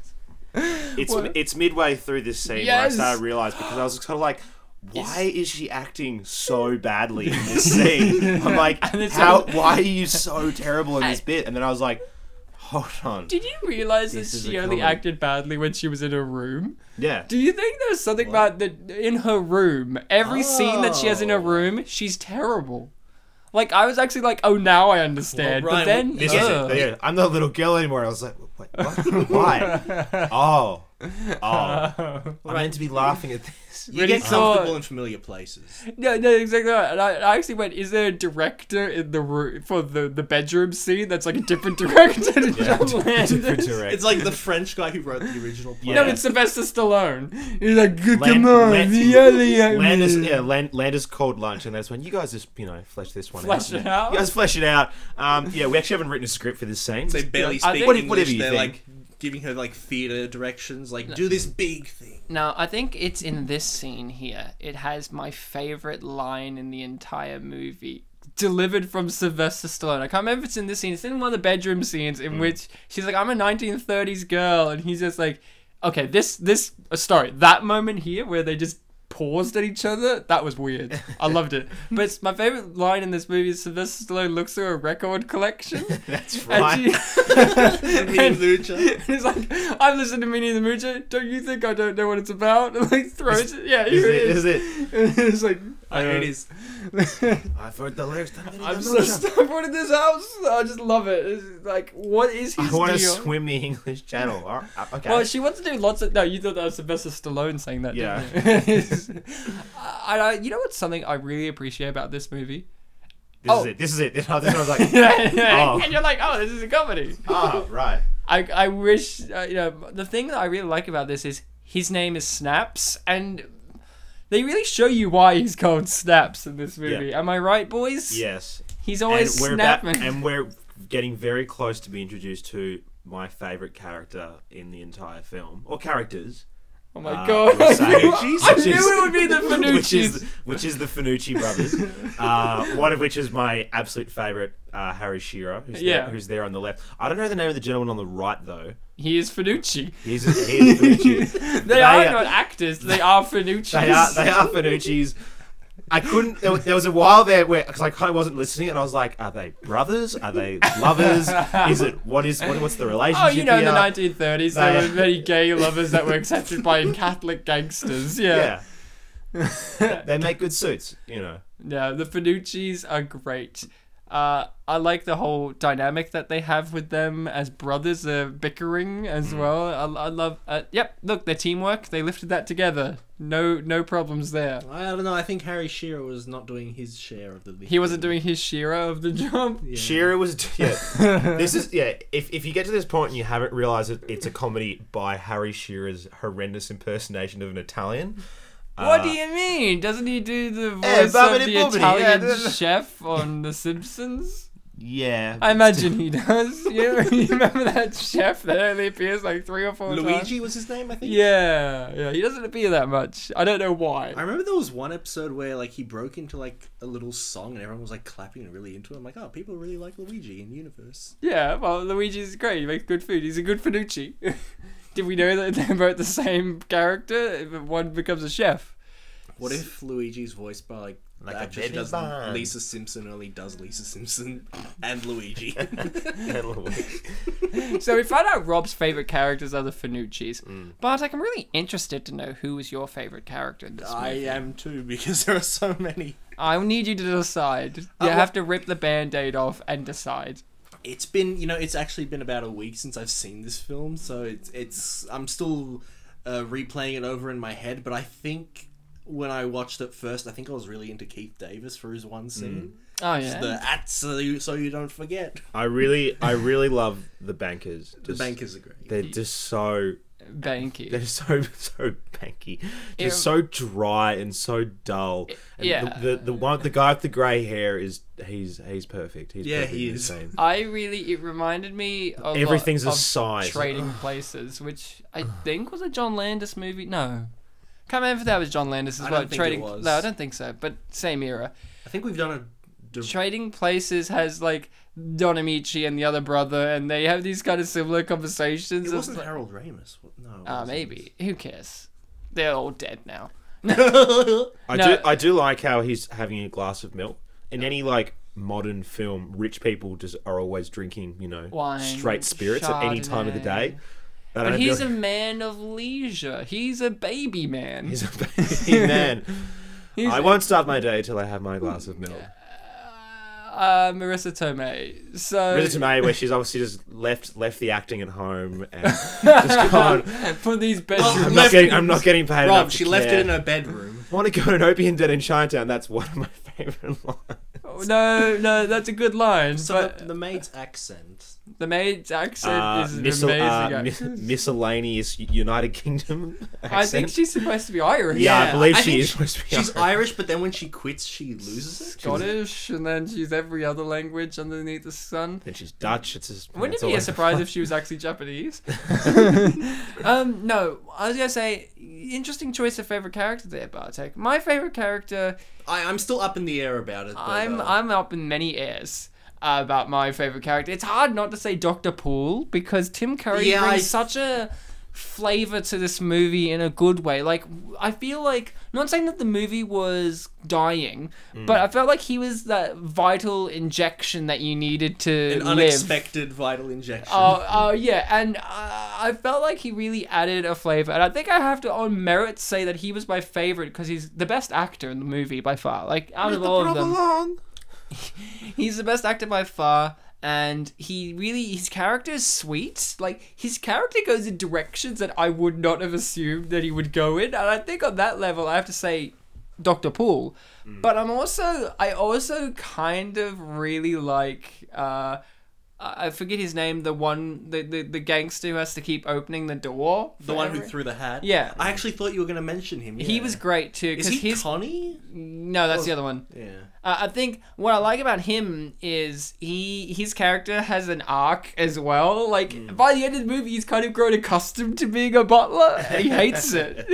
S3: It's
S1: What?
S3: it's midway through this scene where I
S1: Yes.
S3: started to realize because I was kind of like, why is she acting so badly in this scene? I'm like,
S1: And it's
S3: how?
S1: all-
S3: Why are you so terrible in this bit? And then I was like, hold on,
S1: Did you realize that
S4: This is
S1: she
S4: a
S1: only
S4: comedy.
S1: acted badly when she was in her room?
S3: yeah.
S1: Do you think there's something about the in her room? Every scene that she has in her
S2: Oh.
S1: room, she's terrible. Like I was actually like, oh, now I understand.
S2: Well,
S1: but
S2: Ryan,
S1: then,
S3: This
S1: Ugh.
S3: is it. Yeah, I'm not a little girl anymore. I was like, wait, what? why? Oh, oh. I'm meant to be laughing at this.
S2: you
S1: really
S2: get
S1: saw-
S2: comfortable in familiar places.
S1: No, no, exactly. Right. And I, I actually went, is there a director in the room for the, the bedroom scene that's like a different director to John Landis?
S3: Direct.
S2: It's like the French guy who wrote the original play.
S1: No, it's Sylvester Stallone. He's like, "Good, come on,
S3: Land-
S1: the alien.
S3: Landis, yeah, Land, Landis called lunch, and that's when you guys just, you know, flesh this one out.
S1: Flesh it out?
S3: You guys flesh it out. Um, yeah, we actually haven't written a script for this scene.
S2: They barely
S1: I
S2: speak
S1: think-
S2: English.
S3: Whatever you
S2: They're
S3: think.
S2: like giving her like theater directions, like do this big thing.
S1: Now, I think it's in this scene here. It has my favorite line in the entire movie. Delivered from Sylvester Stallone. I can't remember if it's in this scene. It's in one of the bedroom scenes in which she's like, "I'm a 1930s girl," and he's just like, "Okay, this this uh, sorry that moment here where they just paused at each other. That was weird. I loved it. But it's my favorite line in this movie is Sylvester Stallone looks through a record collection.
S3: That's
S1: And
S3: right.
S1: she-
S2: Mini Lucha.
S1: And he's like, I've listened to Minnie the Moocher. Don't you think I don't know what it's about? And like throws it. Yeah,
S3: Is
S1: here
S3: it? Is
S1: it is.
S3: it?
S1: it's like,
S2: I
S1: uh,
S2: it is.
S4: I've heard the lyrics. Don't really
S1: I'm
S4: know
S1: so
S4: them.
S1: stuck in this house. I just love it. It's like, what is
S3: I
S1: his
S3: want to
S1: deal?
S3: swim the English Channel. All right, uh, Okay.
S1: Well, she wants to do lots of. No, you thought that was Sylvester Stallone saying that.
S3: Yeah.
S1: Didn't you? I, I, you know what's something I really appreciate about this movie?
S3: this
S1: oh.
S3: is it. This is it. This, oh, this one I was like, Oh.
S1: And you're like, oh, this is a comedy.
S3: ah, right.
S1: I, I wish uh, you know the thing that I really like about this is his name is Snaps, and they really show you why he's called Snaps in this movie. Am I right, boys?
S3: Yes.
S1: He's
S3: And
S1: always
S3: we're about,
S1: Oh, snapping.
S3: and we're getting very close to be introduced to my favorite character in the entire film, or characters.
S1: oh my
S3: uh,
S1: god!
S3: we're saying-
S1: I knew I
S3: which
S1: knew
S3: is-
S1: it would be the
S3: which is
S1: Fanucci's.
S3: which is the Finucci brothers. uh, one of which is my absolute favorite, uh, Harry Shearer, who's,
S1: Yeah.
S3: there, who's there on the left. I don't know the name of the gentleman on the right though.
S1: He is Fanucci.
S3: He's he's Finucci.
S1: They, are
S3: are-
S1: not actors. They are Fanucci's.
S3: They are they are Finucci's. I couldn't. There was, there was a while there where because I kind of wasn't listening, and I was like, "Are they brothers? Are they lovers? Is it what is what, what's the relationship?"
S1: Oh, you know, in the
S3: here?
S1: 1930s,
S3: They-
S1: there were many gay lovers that were accepted by Catholic gangsters.
S3: Yeah. they make good suits, you know.
S1: Yeah, the Finucci's are great. Uh, I like the whole dynamic that they have with them as brothers, uh, bickering as
S2: Hmm.
S1: well. I, I love. Uh, yep, look, their teamwork. They lifted that together. No, no problems there.
S2: I don't know. I think Harry Shearer was not doing his share of the.
S1: He wasn't doing his Shira of the job.
S2: Yeah.
S3: Shearer was yeah. this is yeah. If, if you get to this point and you haven't realised that it's a comedy by Harry Shearer's horrendous impersonation of an Italian,
S1: what
S3: uh,
S1: do you mean? Doesn't he do the
S3: Hey,
S1: voice of
S3: bobbity
S1: the
S3: bobbity,
S1: Italian
S3: yeah, da- da-
S1: chef on The Simpsons?
S3: uh, Yeah,
S1: I imagine he does. You, you remember that chef that only appears like three or four times?
S2: Luigi was his name, I think.
S1: Yeah, yeah. He doesn't appear that much. I don't know why.
S2: I remember there was one episode where like he broke into like a little song and everyone was like clapping and really into it. I'm like, oh, people really like Luigi in Universe.
S1: Yeah, well, Luigi's great. He makes good food. He's a good Finucci. Did we know that they're both the same character? If One becomes a chef.
S2: What if Luigi's voiced by like,
S3: Like
S2: the
S3: a
S2: actress who
S3: baby
S2: does
S3: barn.
S2: Lisa Simpson only does Lisa Simpson and Luigi?
S3: And Luigi.
S1: so we found out Rob's favorite characters are the Finucci's.
S2: Mm.
S1: Bartek, I'm really interested to know who was your favorite character in this
S2: I
S1: movie.
S2: am too because there are so many.
S1: I need you to decide. You
S2: Uh,
S1: have to rip the band-aid off and decide.
S2: It's been you know it's actually been about a week since I've seen this film, so it's it's I'm still uh, replaying it over in my head. But I think when I watched it first, I think I was really into Keith Davis for his one scene.
S3: Mm.
S1: Oh yeah.
S2: The at so you, so you don't forget.
S3: I really, I really love the bankers.
S2: The
S3: Just,
S2: bankers are great.
S3: They're just so
S1: Banky.
S3: they're so so banky, just
S1: It-
S3: so dry and so dull. And
S1: yeah.
S3: The, the the one the guy with the grey hair is he's he's perfect. He's
S2: Yeah,
S3: perfect
S2: he
S3: in this
S2: is.
S3: scene.
S1: I really it reminded me of
S3: Everything's a
S1: of
S3: size.
S1: Trading Places, which I think was a John Landis movie. No. Can't remember if that was John Landis as
S2: I
S1: well.
S2: don't think it
S1: Trading
S2: was.
S1: No, I don't think so, but same era.
S2: I think we've done a. div-
S1: Trading Places has like Don Amici and the other brother and they have these kind of similar conversations.
S2: It
S1: It's
S2: wasn't
S1: like-
S2: Harold Ramis. What- No. it
S1: Ah,
S2: wasn't.
S1: maybe. Who cares? They're all dead now.
S3: I
S1: No.
S3: do I do like how he's having a glass of milk. In any like modern film, rich people just are always drinking, you know,
S1: Wine,
S3: straight spirits at any time of the day.
S1: Chardonnay.
S3: And I
S1: But
S3: feel
S1: he's a
S3: like
S1: man of leisure. He's a baby man.
S3: he's a baby man.
S1: He's
S3: I
S1: a-
S3: won't start my day till I have my glass of milk.
S1: uh, Marissa Tomei. So
S3: Rita Tomei, where she's obviously just left left the acting at home and just gone.
S1: for these
S3: I'm
S1: bedrooms.
S3: not
S2: Left-
S3: getting. I'm not getting paid
S2: Rob,
S3: enough.
S2: she
S3: to
S2: left
S3: care.
S2: it in her bedroom.
S3: Want to go to an opium den in Chinatown? That's one of my favorite lines.
S1: no, no, that's a good line.
S2: So
S1: but
S2: the, the maid's accent.
S1: the maid's accent
S3: Uh,
S1: is an
S3: missile-
S1: amazing.
S3: uh,
S1: accent.
S3: mis- miscellaneous United Kingdom.
S1: I think
S3: accent.
S1: she's supposed to be Irish.
S3: Yeah, I believe she
S2: think
S3: is supposed to be
S2: She's
S3: Irish.
S2: Irish, but then when she quits, she loses it.
S1: Scottish, and then she's every other language underneath the sun.
S3: And she's Dutch. It's just.
S1: Wouldn't
S3: it's
S1: it be
S3: all-
S1: a surprise if she was actually Japanese? um, no, I was gonna say, interesting choice of favorite character there, Bartek. My favorite character
S2: I, I'm still up in the air about it. But,
S1: I'm
S2: uh,
S1: I'm up in many airs uh, about my favorite character. It's hard not to say Doctor Poole because Tim Curry
S2: Yeah,
S1: brings
S2: I-
S1: such a flavor to this movie in a good way. Like I feel like not saying that the movie was dying,
S2: Mm.
S1: but I felt like he was that vital injection that you needed to
S2: an
S1: live.
S2: unexpected vital injection.
S1: Oh, oh yeah, and uh, I felt like he really added a flavor, and I think I have to, on merit, say that he was my favorite because he's the best actor in the movie by far. Like out of all of them, he's the best actor by far and he really his character is sweet like his character goes in directions that i would not have assumed that he would go in and i think on that level i have to say dr poole
S2: Hmm.
S1: but i'm also i also kind of really like uh I I forget his name. The one, the, the the gangster who has to keep opening the door.
S2: the
S1: for
S2: one who
S1: every-
S2: threw the hat.
S1: Yeah.
S2: I actually thought you were going to mention him.
S1: He
S2: yeah.
S1: was great too.
S2: Is
S1: Because
S2: he Oh.
S1: his
S2: Connie?
S1: no, that's the other one.
S2: Yeah.
S1: Uh, I think what I like about him is he his character has an arc as well. Like
S2: Mm.
S1: by the end of the movie, he's kind of grown accustomed to being a butler. He hates it,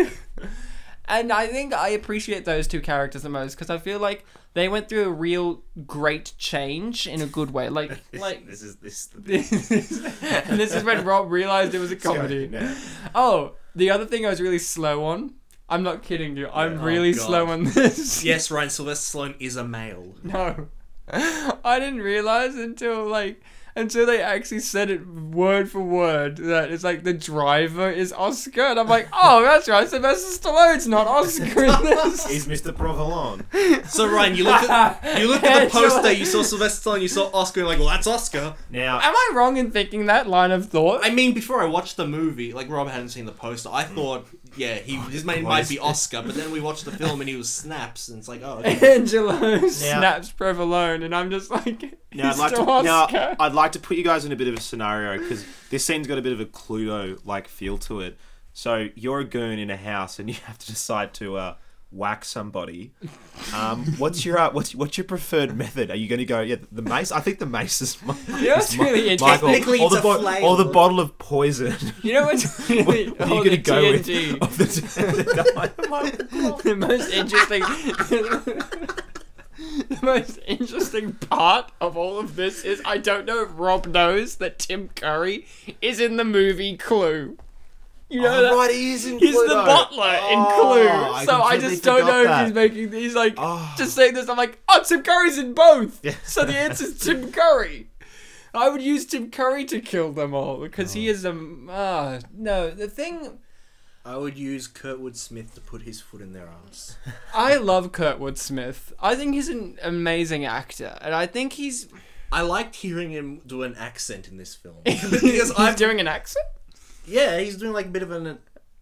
S1: and I think I appreciate those two characters the most because I feel like they went through a real great change in a good way. Like like.
S4: this is this. Is the bit.
S1: This is, and this is when Rob realized it was a comedy.
S4: Yeah.
S1: Oh, the other thing I was really slow on. I'm not kidding you. I'm
S2: Oh,
S1: really
S2: God.
S1: slow on this.
S2: Yes, Ryan Sylvester Sloan is a male.
S1: No. I didn't realize until like until they actually said it word for word that it's like the driver is Oscar and I'm like, oh that's right, Sylvester Stallone's not Oscar in this.
S4: He's Mr. Provolone.
S2: So Ryan, you look at you look at the
S1: Angela.
S2: poster. You saw Sylvester Stallone. You saw Oscar. You're like, well, that's Oscar.
S3: Now,
S1: Am I wrong in thinking that line of thought?
S2: I mean, before I watched the movie, like Rob hadn't seen the poster. I thought, yeah, he his name might be Oscar. But then we watched the film and he was Snaps, and it's like, oh, okay.
S1: Angelo snaps Provolone and I'm just like
S3: now, I'd
S1: he's
S3: like to,
S1: still Oscar.
S3: now I'd like to put you guys in a bit of a scenario because this scene's got a bit of a Cluedo like feel to it. So you're a goon in a house and you have to decide to uh, whack somebody. Um, what's your uh, what's what's your preferred method? Are you going to go yeah the mace? I think the mace is. My,
S1: You know what's really interesting?
S2: Technically,
S3: or the,
S2: it's a flail.
S3: or the bottle of poison.
S1: You know what's really
S3: what are
S1: oh,
S3: you
S1: the
S3: going to go
S1: TNG.
S3: with? Of the-
S1: the most interesting the most interesting part of all of this is I don't know if Rob knows that Tim Curry is in the movie Clue. You know
S3: Oh,
S1: that?
S3: right, he is in
S1: He's the
S3: Cluedo.
S1: butler
S3: Oh,
S1: in Clue.
S3: I
S1: So I,
S3: completely
S1: just don't know
S3: forgot
S1: if he's making. He's like
S3: Oh.
S1: just saying this. I'm like, oh, Tim Curry's in both. So the answer's Tim Curry. I would use Tim Curry to kill them all because
S3: Oh.
S1: he is a. ah no, the thing.
S2: I would use Kurtwood Smith to put his foot in their arms.
S1: I love Kurtwood Smith. I think he's an amazing actor, and I think he's
S2: I liked hearing him do an accent in this film. because
S1: he's
S2: I've,
S1: doing an accent.
S2: yeah, he's doing like a bit of an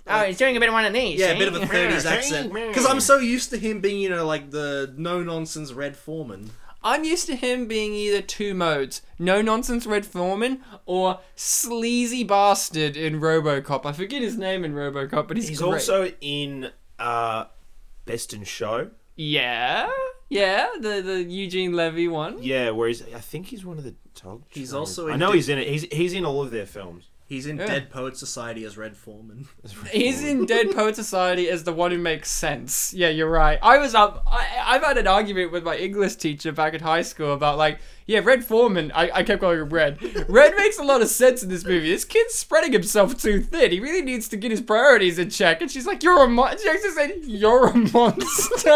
S1: Oh, he's doing a bit of one of these.
S2: yeah, a
S1: eh?
S2: bit of a 30s accent. Because I'm so used to him being, you know, like the no nonsense Red Foreman.
S1: I'm used to him being either two modes: no nonsense Red Foreman or sleazy bastard in RoboCop. I forget his name in RoboCop, but he's,
S3: He's
S1: great.
S3: also in uh, Best in Show.
S1: yeah, yeah, the the Eugene Levy one.
S3: Yeah, where he's I think he's one of the dog.
S2: He's
S3: trainers.
S2: also
S3: I
S2: in
S3: know
S2: Dick-
S3: he's in it. He's he's in all of their films.
S2: He's in
S1: Yeah.
S2: Dead Poet Society as Red Foreman.
S1: He's in Dead Poet Society as the one who makes sense. Yeah, you're right. I was up. I, I've had an argument with my English teacher back at high school about like, yeah, Red Foreman. I, I kept calling him Red. Red makes a lot of sense in this movie. This kid's spreading himself too thin. He really needs to get his priorities in check. And she's like, you're a mon. She actually said, you're a monster.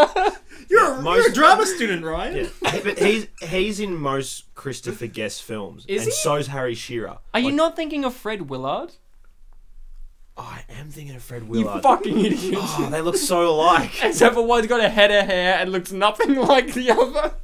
S2: You're, a,
S3: most-
S2: you're a drama student, Ryan.
S3: Yeah, but he's he's in most Christopher Guest films,
S1: Is
S3: and
S1: he?
S3: so's Harry Shearer.
S1: Are you
S3: Like,
S1: not thinking of Fred Willard?
S3: Oh, I am thinking of Fred
S1: You
S3: Willard.
S1: fucking idiot.
S3: Oh, they look so alike.
S1: Except for one's got a head of hair and looks nothing like the other.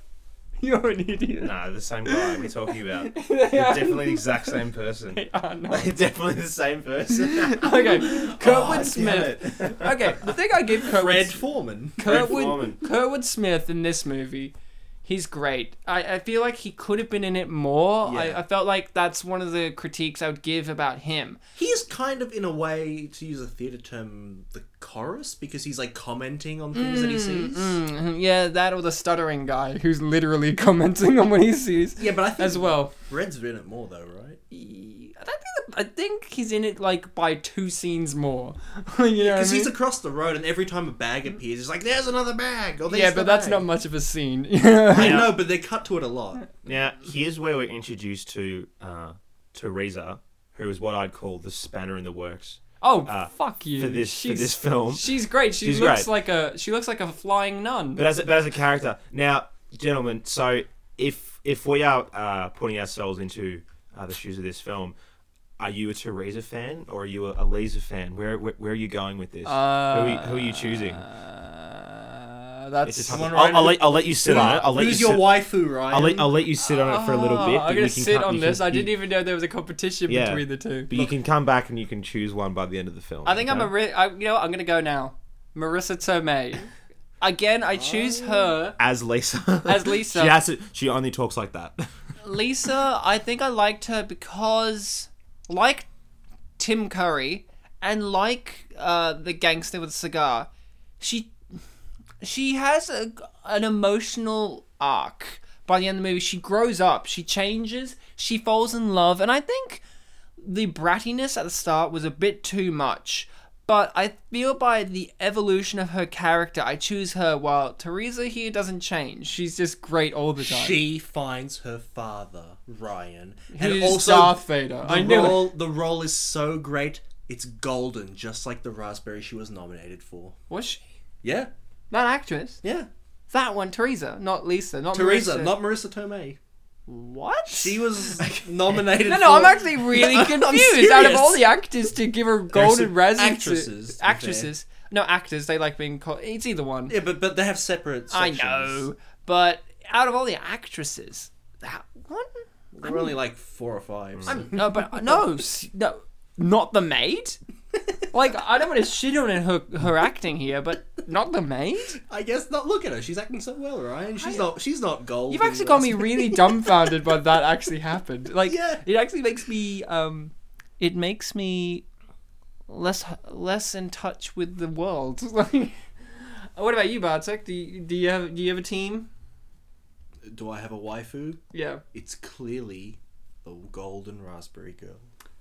S1: You're an idiot.
S3: nah, the same guy we're talking about.
S1: They
S3: They're
S1: are-
S3: definitely the exact same person.
S1: they are not.
S3: They're definitely the same person.
S1: Oh,
S3: Oh,
S1: Okay,
S2: Oh,
S1: Kurtwood
S3: damn
S1: Smith. Okay, the thing I give Kurtwood,
S2: Red Foreman.
S3: Fred
S1: Kurtwood,
S3: Foreman.
S1: Kurtwood Smith in this movie, he's great. I, I feel like he could have been in it more. I,
S2: Yeah.
S1: I felt like that's one of the critiques I would give about him.
S2: He is kind of, in a way, to use a theatre term, the chorus, because he's like commenting on things that he sees.
S1: Mm, yeah, that or the stuttering guy who's literally commenting on what he sees.
S2: Yeah, but I think
S1: As well,
S2: Red's been in it more, though, right?
S1: I think, I think he's in it like by two scenes more. you know, what I
S2: Because
S1: mean?
S2: he's across the road, and every time a bag appears, it's like, there's another bag. Or, "There's
S1: yeah,
S2: the
S1: but that's
S2: bag."
S1: not much of a scene.
S2: I
S3: Yeah.
S2: know, but they cut to it a lot.
S3: Now, here's where we're introduced to uh, Teresa, who is what I'd call the spanner in the works
S1: oh,
S3: Uh,
S1: fuck you!
S3: for this for
S1: She's-
S3: this film.
S1: She's great. She
S3: She's
S1: looks
S3: great.
S1: like a she looks like a flying nun.
S3: But as a, but as a character, now, gentlemen, so if if we are uh, putting ourselves into uh, the shoes of this film, are you a Teresa fan or are you a, a Lisa fan? Where, where where are you going with this? who, are you, who are you choosing?
S1: Uh,
S3: It's
S1: that's
S3: a tough-
S2: someone
S3: I'll, I'll
S2: right-
S3: let, I'll let you sit on it. I'll let
S2: Who's
S3: you
S2: your
S3: sit,
S2: waifu, Ryan?
S3: I'll let, I'll let you sit on it for a little bit.
S1: Ah,
S3: but
S1: I'm
S3: you
S1: gonna
S3: can
S1: sit
S3: come- you
S1: on
S3: can-
S1: this. I
S3: you-
S1: didn't even know there was a competition
S3: Yeah.
S1: between the two.
S3: But you can come back and you can choose one by the end of the film.
S1: I think I'm a
S3: okay?
S1: re- I, you know what, I'm gonna go now. Marissa Tomei. Again, I choose her.
S3: as Lisa.
S1: As Lisa.
S3: she has to, She only talks like that.
S1: Lisa, I think I liked her because, like Tim Curry and like uh, the gangster with a cigar, she she has a, an emotional arc. By the end of the movie, she grows up, she changes, she falls in love, and I think the brattiness at the start was a bit too much. But I feel by the evolution of her character, I choose her. While Teresa here doesn't change; she's just great all the time.
S2: She finds her father, Ryan,
S1: Who's Darth Vader.
S2: The
S1: I knew it.
S2: role, The role is so great; it's golden, just like the raspberry she was nominated for.
S1: Was she?
S2: Yeah,
S1: That actress?
S2: yeah.
S1: That one, Teresa, not Lisa, not
S2: Teresa,
S1: Marissa.
S2: not Marissa Tomei.
S1: what?
S2: She was nominated.
S1: No, no, I'm
S2: for-
S1: actually really
S2: I'm
S1: confused. Out of all the
S2: serious.
S1: actors to give her golden
S2: some
S1: residency,
S2: actresses, to be fair.
S1: actresses, no actors. They like being called. It's either one.
S2: Yeah, but but they have separate.
S1: I
S2: Sections.
S1: know, but out of all the actresses, that one.
S2: There were only like four or 5
S1: No, but no, s- no, not the maid. Like I don't want to shit on her her acting here, but not the maid.
S2: I guess not. Look at her; she's acting so well, Ryan. She's not. She's not gold.
S1: You've actually got me really dumbfounded by that actually happened. Like
S2: Yeah.
S1: it actually makes me um it makes me less less in touch with the world. Like what about you, Bartek? Do you, do you have do you have a team?
S2: Do I have a waifu?
S1: Yeah.
S2: It's clearly the golden raspberry girl.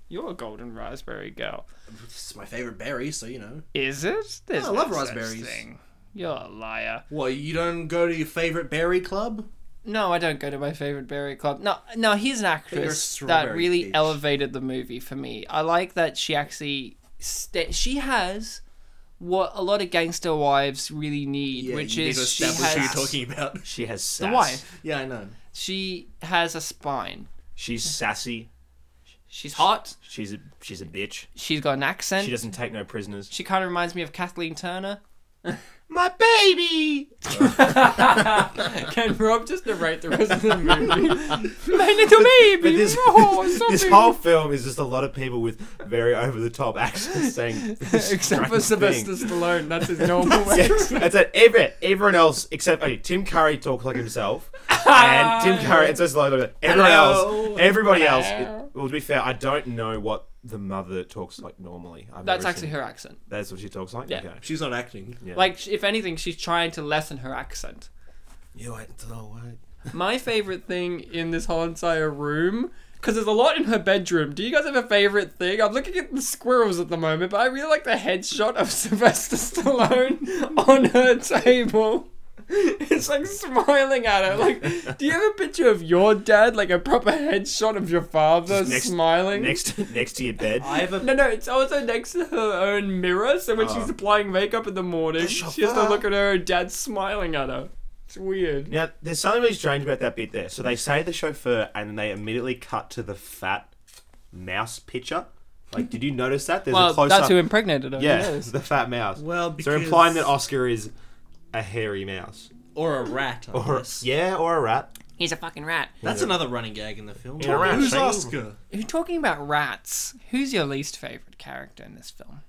S1: You're a golden raspberry girl.
S2: It's my favorite berry, so you know.
S1: Is it? There's
S2: Oh, I love
S1: no such
S2: raspberries.
S1: thing. You're a liar.
S2: What, you don't go to your favorite berry club?
S1: No, I don't go to my favorite berry club. No, no, he's an
S2: you're a
S1: actress that
S2: strawberry
S1: really
S2: peach.
S1: elevated the movie for me. I like that she actually sta she has what a lot of gangster wives really need,
S2: Yeah,
S1: which
S2: you need to
S1: is she
S2: establish
S1: has
S2: who you're talking about.
S5: She has sass.
S1: the wife.
S2: Yeah, I know.
S1: She has a spine.
S5: She's sassy.
S1: She's hot.
S5: She's a she's a bitch.
S1: She's got an accent.
S5: She
S1: She,
S5: doesn't take no prisoners.
S1: kind of reminds me of Kathleen Turner.
S5: My baby.
S1: Can Rob just narrate the rest of the movie? My little baby.
S3: But this,
S1: oh, so
S3: this
S1: big.
S3: whole film is just a lot of people with very over the top accents saying. this
S1: Except for
S3: strange
S1: Sylvester
S3: thing.
S1: Stallone, that's his normal way.
S3: Yes, that's it. Everyone, everyone else except okay, Tim Curry talks like himself, and Tim Curry. It's just like everyone
S1: Hello.
S3: else. Everybody else.
S1: Hello.
S3: well, to be fair, I don't know what the mother talks like normally. I've
S1: That's
S3: never
S1: actually
S3: seen-
S1: her accent.
S3: That's what she talks like.
S1: Yeah.
S3: Okay.
S2: She's not acting.
S3: Yeah.
S1: Like, sh- if anything, she's trying to lessen her accent.
S3: you wait until I wait.
S1: My favorite thing in this whole entire room, because there's a lot in her bedroom. Do you guys have a favorite thing? I'm looking at the squirrels at the moment, but I really like the headshot of Sylvester Stallone on her table. It's like smiling at her. Like, do you have a picture of your dad, like a proper headshot of your father
S3: Just next-
S1: smiling?
S3: Next, next to your bed.
S2: I have a
S1: No, no, it's also next to her own mirror, so when
S3: Oh.
S1: she's applying makeup in the morning, she has to look at her own dad smiling at her. It's weird.
S3: Now, there's something really strange about that bit there. So they say the chauffeur, and then they immediately cut to the fat mouse picture. Like, did you notice that? There's a
S1: Well,
S3: close
S1: that's
S3: up.
S1: who impregnated her.
S3: yeah,
S1: Yes.
S3: the fat mouse.
S2: Well, because
S3: so they're implying that Oscar is a hairy mouse,
S2: or a rat. I
S3: or
S2: guess.
S3: yeah, or a rat.
S1: He's a fucking rat.
S2: That's another running gag in the film.
S3: a rat,
S2: Who's
S3: sure.
S2: Oscar?
S1: You're talking about rats. Who's your least favorite character in this film?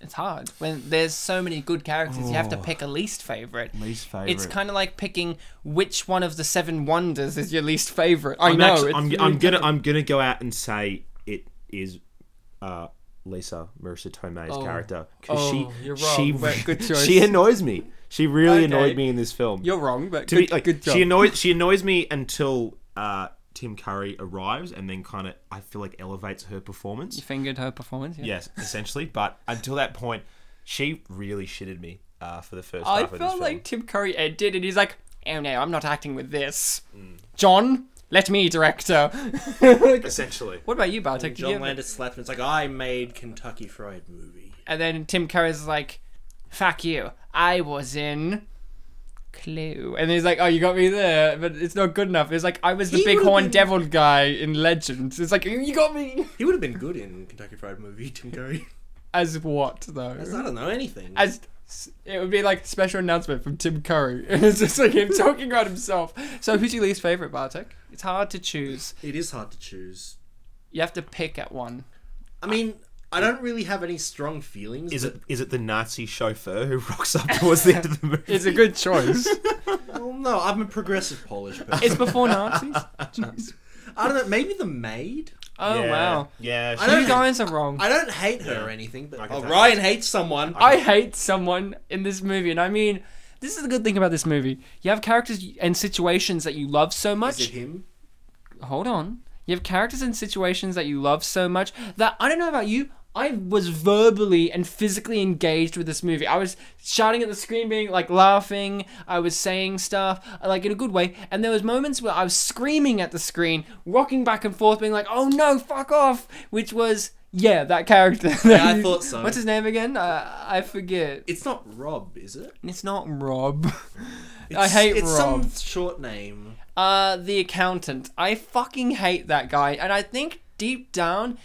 S1: It's hard when there's so many good characters. You have to pick a least favorite.
S3: Oh. Least favorite.
S1: It's kind of like picking which one of the seven wonders is your least favorite. I
S3: I'm
S1: know.
S3: actu-
S1: it's
S3: I'm,
S1: really
S3: I'm gonna
S1: difficult.
S3: I'm gonna go out and say it is uh, Lisa Marissa Tomei's character because
S1: Oh,
S3: she
S1: you're
S3: she
S1: wrong, but good choice.
S3: she annoys me. She really
S1: Okay.
S3: annoyed me in this film.
S1: You're wrong, but
S3: to
S1: good,
S3: be like
S1: good job.
S3: she annoys she annoys me until uh, Tim Curry arrives and then kind of I feel like elevates her performance.
S1: you fingered her performance. Yeah.
S3: Yes, essentially, but until that point, she really shitted me uh, for the first
S1: I
S3: half of this
S1: felt
S3: film.
S1: like Tim Curry ended, and he's like, "Oh no, I'm not acting with this." John, let me direct her. Like,
S3: essentially.
S1: what about you, Bartek? Did you
S2: John
S1: have-
S2: Landis slapped him. It's like I made Kentucky Fried Movie.
S1: And then Tim Curry's like, fuck you. I was in Clue. And he's like, oh, you got me there, but it's not good enough. It's like, I was the
S2: He
S1: big
S2: would've
S1: horn
S2: been-
S1: devil guy in Legends. It's like, you got me.
S2: He would have been good in Kentucky Fried Movie, Tim Curry.
S1: As what, though?
S2: I don't know anything.
S1: As. It would be like special announcement from Tim Curry. it's just like him talking about himself. So, who's your least favorite, Bartek? It's hard to choose.
S2: it is hard to choose.
S1: You have to pick at one.
S2: I mean, I don't really have any strong feelings.
S3: Is it is it the Nazi chauffeur who rocks up towards the end of the movie?
S1: It's a good choice.
S2: but- Well, no, I'm a progressive Polish person.
S1: it's before Nazis. Jeez.
S2: I don't know. Maybe the maid.
S1: Oh
S3: yeah.
S1: wow,
S3: Yeah,
S2: I
S3: she-
S1: you
S2: don't-
S1: guys are wrong.
S2: I don't hate her or anything, but
S3: I can
S2: oh,
S3: take
S2: Ryan hates someone.
S1: I hate someone in this movie, and I mean, this is the good thing about this movie. You have characters and situations that you love so
S2: Is it
S1: much.
S2: him?
S1: Hold on. You have characters and situations that you love so much that I don't know about you. I was verbally and physically engaged with this movie. I was shouting at the screen, being like laughing. I was saying stuff like in a good way, and there was moments where I was screaming at the screen, rocking back and forth, being like, "Oh no, fuck off!" Which was yeah, that character.
S2: Yeah, I thought so.
S1: What's his name again? Uh, I forget.
S2: It's not Rob, is it?
S1: It's not Rob. I
S2: It's-
S1: hate
S2: it's
S1: Rob.
S2: some short name.
S1: Uh, the accountant. I fucking hate that guy, and I think deep down,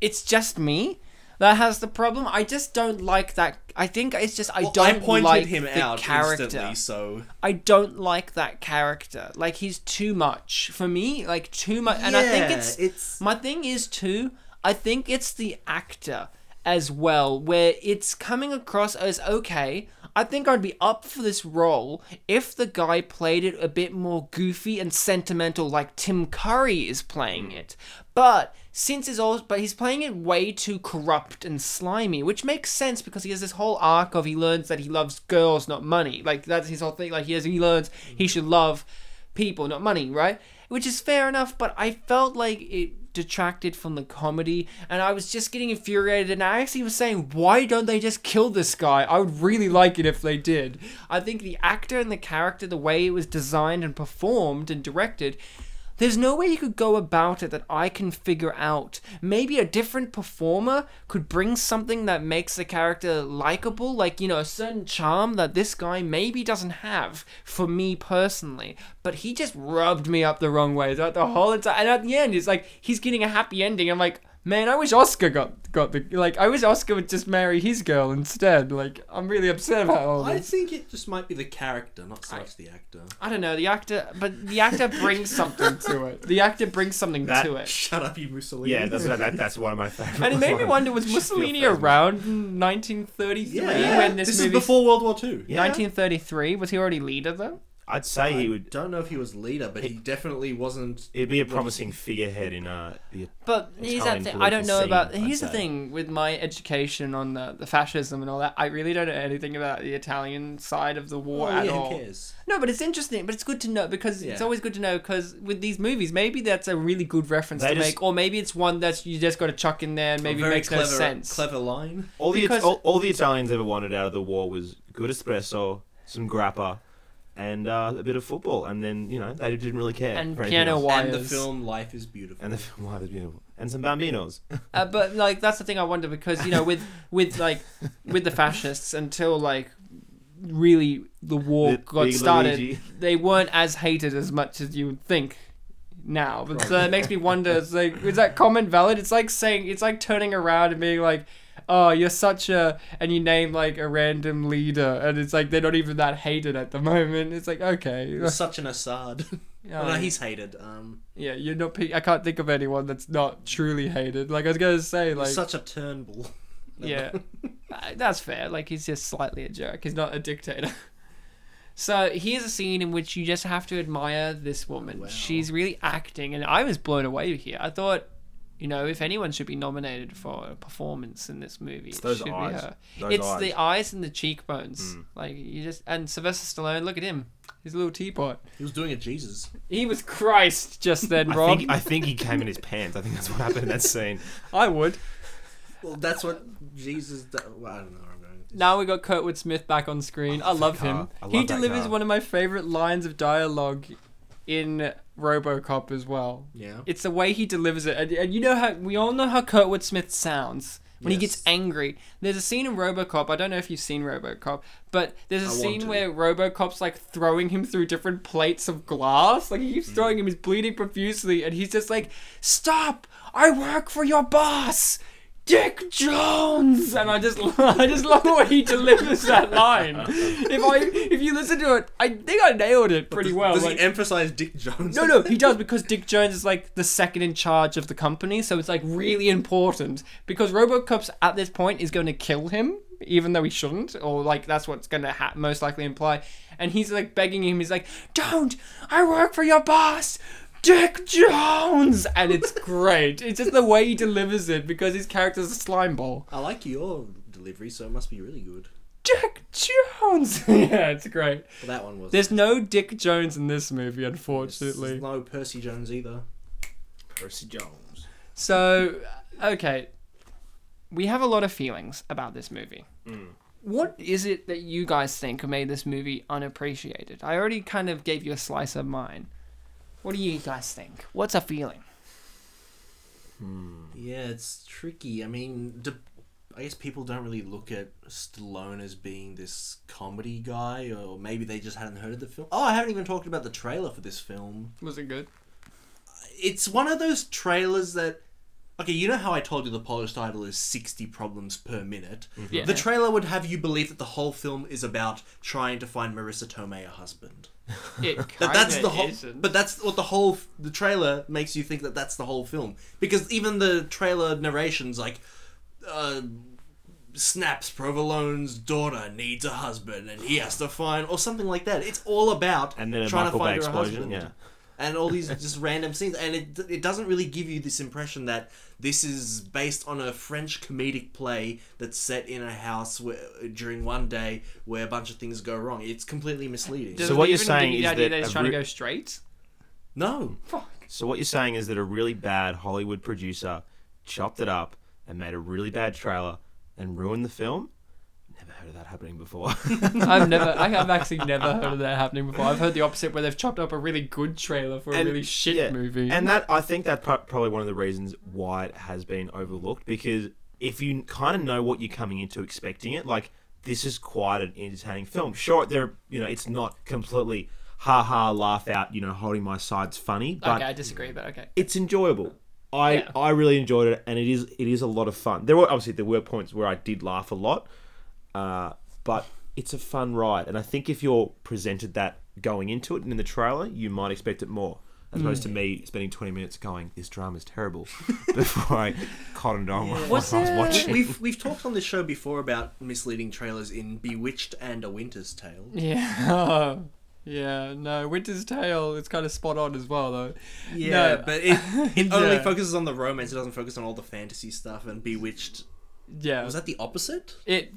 S1: it's just me that has the problem. I just don't like that. I think it's just I
S2: Well,
S1: don't
S2: I pointed
S1: like
S2: him
S1: the
S2: out
S1: character.
S2: instantly, so
S1: I don't like that character. Like he's too much for me. Like too much, and I think
S2: Yeah,
S1: it's,
S2: it's-
S1: my thing is too. I think it's the actor as well, where it's coming across as okay. I think I'd be up for this role if the guy played it a bit more goofy and sentimental, like Tim Curry is playing it. But since it's all, but he's playing it way too corrupt and slimy, which makes sense because he has this whole arc of he learns that he loves girls, not money. Like that's his whole thing. Like he has, he learns he should love people, not money, right? Which is fair enough. But I felt like it detracted from the comedy, and I was just getting infuriated. And I actually was saying, why don't they just kill this guy? I would really like it if they did. I think the actor and the character, the way it was designed and performed and directed There's no way you could go about it that I can figure out. Maybe a different performer could bring something that makes the character likable, like, you know, a certain charm that this guy maybe doesn't have for me personally. But he just rubbed me up the wrong way throughout the whole entire. And at the end, it's like he's getting a happy ending. I'm like, man, I wish Oscar got got the like. I wish Oscar would just marry his girl instead. Like, I'm really upset about all
S2: I
S1: this.
S2: think it just might be the character, not so much the actor.
S1: I don't know the actor, but the actor brings something to it. The actor brings something
S5: That-
S1: to it.
S2: Shut up, you Mussolini.
S5: Yeah, that's that, that's one of my favorites.
S1: And it made me wonder: was Mussolini around in 1933
S2: Yeah.
S1: when this,
S2: this
S1: movie?
S2: is before World War Two.
S5: Yeah.
S1: 1933 was he already leader though?
S5: I'd say he would.
S2: Don't know if he was leader, but he definitely wasn't.
S5: It'd be a promising figurehead in uh, the
S1: But here's that
S5: Italian
S1: thing. I don't
S5: political
S1: know
S5: scene,
S1: about.
S5: I'd
S1: Here's the
S5: say.
S1: thing with my education on the, the fascism and all that. I really don't know anything about the Italian side of the war
S2: Oh,
S1: at
S2: yeah,
S1: all.
S2: who cares?
S1: No, but it's interesting. But it's good to know because it's
S2: Yeah.
S1: always good to know because with these movies, maybe that's a really good reference
S5: They
S1: to
S5: just-
S1: make, or maybe it's one that's you just got to chuck in there and maybe
S2: Very
S1: makes
S2: clever,
S1: no sense.
S2: Clever line.
S3: All the
S1: Because-
S3: all, all the Italians ever wanted out of the war was good espresso, some grappa, and uh, a bit of football, and then you know they didn't really care.
S1: And
S3: for anything
S1: piano
S3: else.
S1: wires.
S2: And the film Life is Beautiful.
S3: and the film was beautiful, and some bambinos.
S1: Uh, but like that's the thing I wonder because you know with with like with the fascists until like really the war
S3: The
S1: got
S3: big
S1: started,
S3: Luigi.
S1: they weren't as hated as much as you would think now. But so it makes me wonder. It's like is that comment valid? It's like saying it's like turning around and being like. Oh, you're such a, and you name like a random leader, and it's like they're not even that hated at the moment. It's like okay,
S2: It's such an Assad.
S1: Oh, Yeah.
S2: no, he's hated. Um,
S1: yeah, you're not. pe- I can't think of anyone that's not truly hated. Like I was gonna say, like
S2: such a Turnbull.
S1: Yeah, Uh, that's fair. Like he's just slightly a jerk. He's not a dictator. So here's a scene in which you just have to admire this woman.
S2: Wow.
S1: She's really acting, and I was blown away here. I thought, you know, if anyone should be nominated for a performance in this movie, it's
S3: those
S1: it should
S3: eyes.
S1: be her.
S3: Those
S1: it's
S3: eyes. Hmm.
S1: the eyes and the cheekbones. Like you just and Sylvester Stallone. Look at him. He's a little teapot.
S2: He was doing a Jesus.
S1: He was Christ just then,
S3: I
S1: Rob.
S3: think, I think he came in his pants. I think that's what happened in that scene.
S1: I would.
S2: Well, that's what Jesus. Do- well, I don't know where I'm going. with this.
S1: Now we got Kurtwood Smith back on screen. I love him.
S3: car. I
S1: he
S3: love that
S1: delivers
S3: car.
S1: one of my favorite lines of dialogue in RoboCop as well.
S2: Yeah.
S1: It's the way he delivers it, and, and you know how we all know how Kurtwood Smith sounds when he gets
S2: Yes.
S1: angry. There's a scene in RoboCop. I don't know if you've seen RoboCop, but there's a
S2: I want
S1: scene
S2: to.
S1: where RoboCop's like throwing him through different plates of glass. Like he
S2: Mm.
S1: keeps throwing him. He's bleeding profusely, and he's just like, "Stop! I work for your boss." Dick Jones, and I just I just love the way he delivers that line. If I if you listen to it, I think I nailed it pretty well.
S2: Does
S1: like-
S2: he emphasize Dick Jones?
S1: no, no, he does because Dick Jones is like the second in charge of the company, so it's like really important because RoboCop's at this point is going to kill him, even though he shouldn't, or like that's what's going to ha- most likely imply. And he's like begging him, he's like, "Don't! I work for your boss." Dick Jones, and it's great. It's just the way he delivers it because his character's a slime ball.
S2: I like your delivery, so it must be really good.
S1: Dick Jones. yeah, it's great.
S2: Well, that one was.
S1: There's no Dick Jones in this movie,
S2: there's
S1: unfortunately.
S2: no Percy Jones either.
S5: Percy Jones.
S1: So, okay, we have a lot of feelings about this movie. What is it that you guys think made this movie unappreciated? I already kind of gave you a slice of mine. What do you guys think? What's a feeling?
S2: Yeah, it's tricky. I mean, d I I guess people don't really look at Stallone as being this comedy guy, or maybe they just hadn't heard of the film. Oh, I haven't even talked about the trailer for this film.
S1: Was it good?
S2: It's one of those trailers that. Okay, you know how I told you the Polish title is 60 problems per minute?
S1: Yeah.
S2: The trailer would have you believe that the whole film is about trying to find Marissa Tomei a husband.
S1: It
S2: That,
S1: kind
S2: that's the
S1: of
S2: whole.
S1: isn't.
S2: But that's what the whole f- the trailer makes you think that that's the whole film because even the trailer narrations like. Uh, Snaps Provolone's daughter needs a husband, and he has to find, or something like that. It's all about
S3: And then a
S2: trying
S3: Michael
S2: to
S3: Bay
S2: find her a
S3: explosion,
S2: husband,
S3: yeah.
S2: and all these just random scenes, and it it doesn't really give you this impression that this is based on a French comedic play that's set in a house where during one day where a bunch of things go wrong. It's completely misleading.
S1: Does
S3: So
S1: it
S3: what you're
S1: even give
S3: saying
S1: you the
S3: is
S1: idea
S3: that
S1: that it's
S3: a
S1: trying to
S3: re-
S1: go straight?
S2: no,
S3: So what you're saying is that a really bad Hollywood producer chopped it up and made a really bad trailer and ruined the film. Never never heard of that happening before.
S1: I've never, I- I've actually never heard of that happening before. I've heard the opposite, where they've chopped up a really good trailer for a
S3: And-
S1: really shit
S3: yeah.
S1: movie.
S3: And that I think that's pro- probably one of the reasons why it has been overlooked because if you kind of know what you're coming into expecting it, like this is quite an entertaining film. Sure, there you know it's not completely ha ha laugh out. You know, holding my sides funny, but
S1: okay, I disagree, but okay.
S3: it's enjoyable. I,
S1: Yeah.
S3: I really enjoyed it, and it is it is a lot of fun. There were obviously there were points where I did laugh a lot, uh, but it's a fun ride, and I think if you're presented that going into it and in the trailer, you might expect it more. As opposed
S1: Mm.
S3: to me spending 20 minutes going, this drama's terrible, before I cottoned on while I was
S1: What's it-
S3: watching.
S2: We've we've talked on this show before about misleading trailers in Bewitched and A Winter's Tale.
S1: Yeah. yeah, no, Winter's Tale is kind of spot on as well, though.
S2: Yeah,
S1: No.
S2: but it, it only
S1: Yeah.
S2: focuses on the romance. It doesn't focus on all the fantasy stuff. And Bewitched
S1: Yeah.
S2: was that the opposite?
S1: it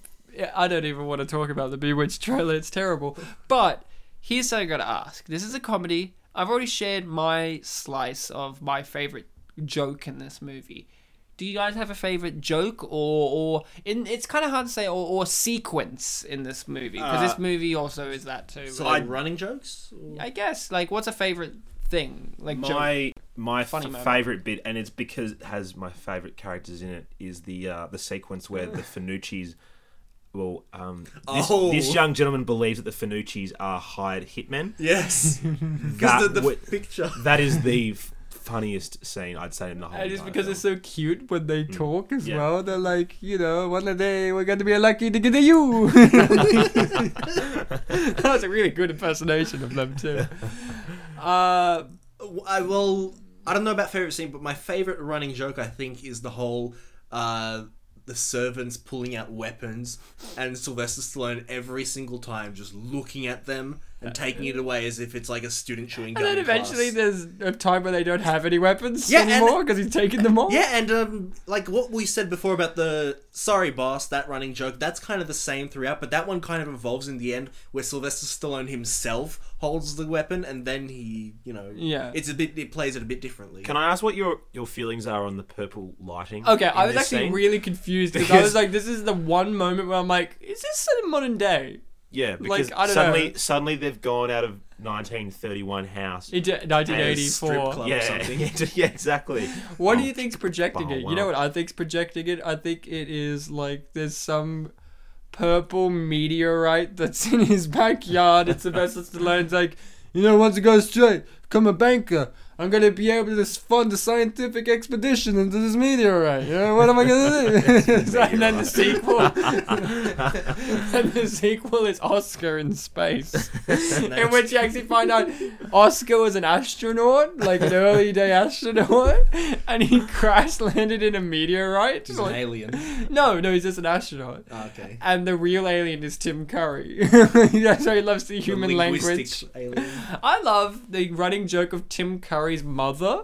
S1: I don't even want to talk about the Bewitched trailer. It's terrible. But here's something I gotta ask. This is a comedy. I've already shared my slice of my favorite joke in this movie. Do you guys have a favorite joke or or in, it's kind of hard to say or, or sequence in this movie because this movie also is that too.
S2: Uh, So
S1: but
S2: like running jokes.
S1: I guess like what's a favorite thing like joke?
S3: my my
S1: Funny moment.
S3: favorite bit, and it's because it has my favorite characters in it, is the uh, the sequence where the Finucci's. Well, um, this,
S2: Oh.
S3: this young gentleman believes that the Finucci's are hired hitmen.
S2: Yes,
S3: That
S2: because the, the
S3: would-
S2: picture.
S3: that is the f- funniest scene I'd say in the
S2: Oh
S3: whole.
S1: And it's
S3: entire
S1: because
S3: film.
S1: it's so cute when
S2: Mm.
S1: they talk as
S3: Yeah.
S1: well. They're like, you know, one day we're gonna be lucky to get to you. that was a really good impersonation of them too. Uh,
S2: I will. I don't know about favorite scene, but my favorite running joke I think is the whole uh, the servants pulling out weapons and Sylvester Stallone every single time just looking at them and taking it away as if it's like a student chewing gum.
S1: and then
S2: in
S1: eventually
S2: class.
S1: there's a time where they don't have any weapons
S2: Yeah, and-
S1: anymore because he's taken them all.
S2: Yeah, and um, like what we said before about the sorry boss, that running joke, that's kind of the same throughout, but that one kind of evolves in the end where Sylvester Stallone himself holds the weapon and then he, you know,
S1: Yeah.
S2: it's a bit, it plays it a bit differently.
S3: Can I ask what your your feelings are on the purple lighting?
S1: Okay, I
S3: in
S1: was
S3: this
S1: actually
S3: scene?
S1: really confused because I
S3: Because-
S1: was like, this is the one moment where I'm like, is this in a modern day?
S3: yeah because
S1: I don't
S3: suddenly
S1: know.
S3: suddenly they've gone out of 1931 house.
S1: Into
S2: Strip
S1: 1984.
S2: club or
S3: yeah,
S2: something.
S3: yeah, exactly.
S1: What do you think's projecting
S3: Bow
S1: it? You know
S3: wow.
S1: what I think's projecting it? I think it is like there's some purple meteorite that's in his backyard. It's Sylvester Stallone's like, you know, once it goes straight, become a banker. I'm gonna be able to s- fund a scientific expedition into this meteorite. You know, what am I gonna do? and then the sequel, and the sequel is Oscar in space, in which you actually find out Oscar was an astronaut, like an early day astronaut, and he crash landed in a meteorite.
S2: He's an
S1: Like-
S2: alien.
S1: no, no, he's just an astronaut.
S2: Ah, okay.
S1: And the real alien is Tim Curry. That's why he loves the
S2: The
S1: human language.
S2: linguistic Alien.
S1: I love the running joke of Tim Curry's mother.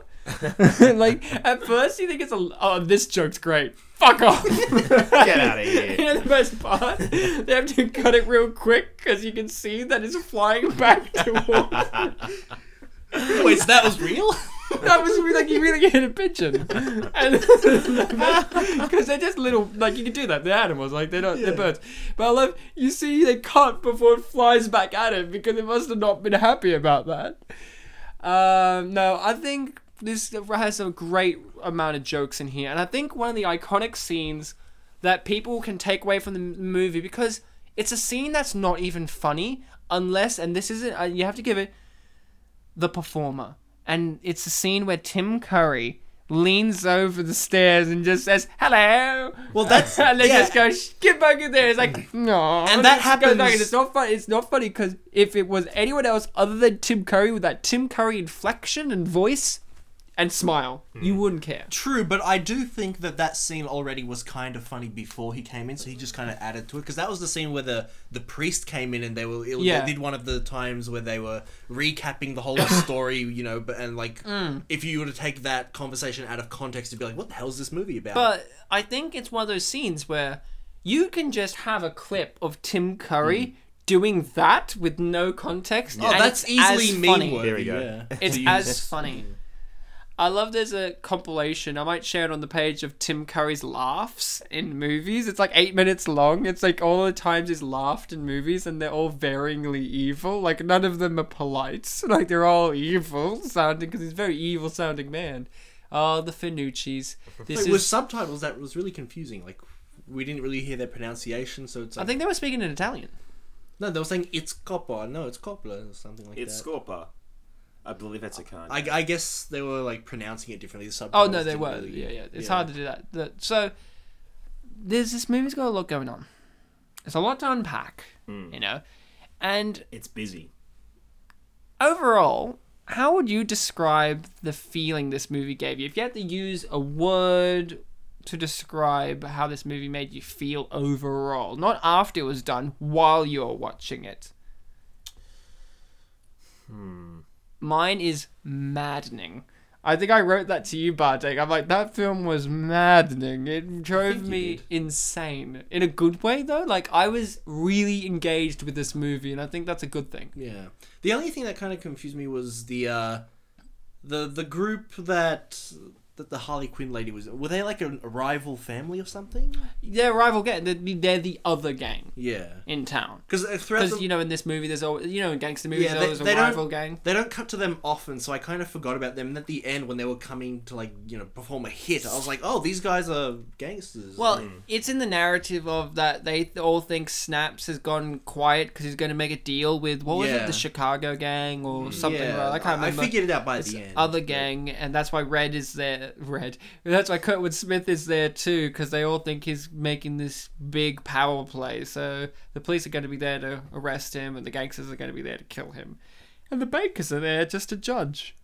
S1: like at first you think it's a oh this joke's great. Fuck off.
S3: Get out of
S1: You
S3: here.
S1: know the best part? They have to cut it real quick because you can see that it's flying back towards.
S2: Wait, so that was real?
S1: that was really, like you really hit a pigeon, and because they're just little like you can do that. They're animals, like they're not they're birds. But I love you see they cut before it flies back at him because it must have not been happy about that. Um, no, I think this has a great amount of jokes in here, and I think one of the iconic scenes that people can take away from the m- movie because it's a scene that's not even funny unless and this isn't uh, you have to give it the performer. And it's a scene where Tim Curry leans over the stairs and just says, hello.
S2: Well, that's-
S1: and they
S2: yeah.
S1: just go, "Shh, get back in there. It's like, no.
S2: And that
S1: it just goes back
S2: happens-
S1: and It's not funny. It's not funny because if it was anyone else other than Tim Curry with that Tim Curry inflection and voice and smile, you wouldn't care.
S2: True, but I do think that that scene already was kind of funny before he came in, so he just kind of added to it because that was the scene where the, the priest came in and they were it,
S1: Yeah.
S2: they did one of the times where they were recapping the whole story, you know, but and like if you were to take that conversation out of context, you'd be like, what the hell is this movie about?
S1: But I think it's one of those scenes where you can just have a clip of Tim Curry doing that with no context.
S2: Hmm. oh,
S1: and
S2: that's
S1: it's as
S2: easily
S1: funny.
S2: mean worthy.
S3: There we go.
S2: Yeah.
S1: It's
S2: To use-
S1: as funny. I love there's a compilation. I might share it on the page of Tim Curry's laughs in movies. It's like eight minutes long. It's like all the times he's laughed in movies, and they're all varyingly evil. Like none of them are polite. Like they're all evil sounding because he's a very evil sounding man. Oh, the Finucci's. This
S2: Like,
S1: is
S2: with subtitles, that was really confusing. Like, we didn't really hear their pronunciation, so it's
S1: I
S2: like,
S1: think they were speaking in Italian.
S2: no, they were saying it's copper, no, it's coppola, or something like
S4: It's
S2: that.
S4: Scorpa. I believe that's a kind.
S2: I, I guess they were like pronouncing it differently.
S1: Oh
S2: The subtitles
S1: no, they
S2: didn't
S1: were.
S2: really-
S1: Yeah, yeah. It's hard to do that. The- so there's this movie's got a lot going on. It's a lot to unpack, you know. And
S4: It's busy.
S1: overall, how would you describe the feeling this movie gave you? If you had to use a word to describe how this movie made you feel overall, not after it was done, while you were watching it. Hmm. Mine is maddening. I think I wrote that to you, Bartek. I'm like, that film was maddening. It drove me insane. In a good way, though. Like, I was really engaged with this movie, and I think that's a good thing.
S2: Yeah. The only thing that kind of confused me was the uh, the the group that that the Harley Quinn lady was. Were they like a, a rival family or something?
S1: They're a rival gang. They're, they're the other gang
S2: Yeah.
S1: in town.
S2: Because throughout
S1: Because
S2: the,
S1: you know, in this movie, there's always you know, in gangster movies,
S2: Yeah, they-
S1: there's always
S2: they
S1: a
S2: don't-
S1: rival gang.
S2: they don't cut to them often, so I kind of forgot about them. And at the end, when they were coming to like you know perform a hit, I was like, oh, these guys are gangsters.
S1: Well, it's in the narrative of that they all think Snaps has gone quiet because he's going to make a deal with what was it,
S2: Yeah.
S1: the Chicago gang or something?
S2: yeah,
S1: right? I can't remember.
S2: I figured it out by
S1: It's
S2: the end.
S1: other
S2: but-
S1: gang, and that's why Red is there. Red. That's why Kurtwood Smith is there too, because they all think he's making this big power play. So the police are going to be there to arrest him, and the gangsters are going to be there to kill him, and the bakers are there just to judge.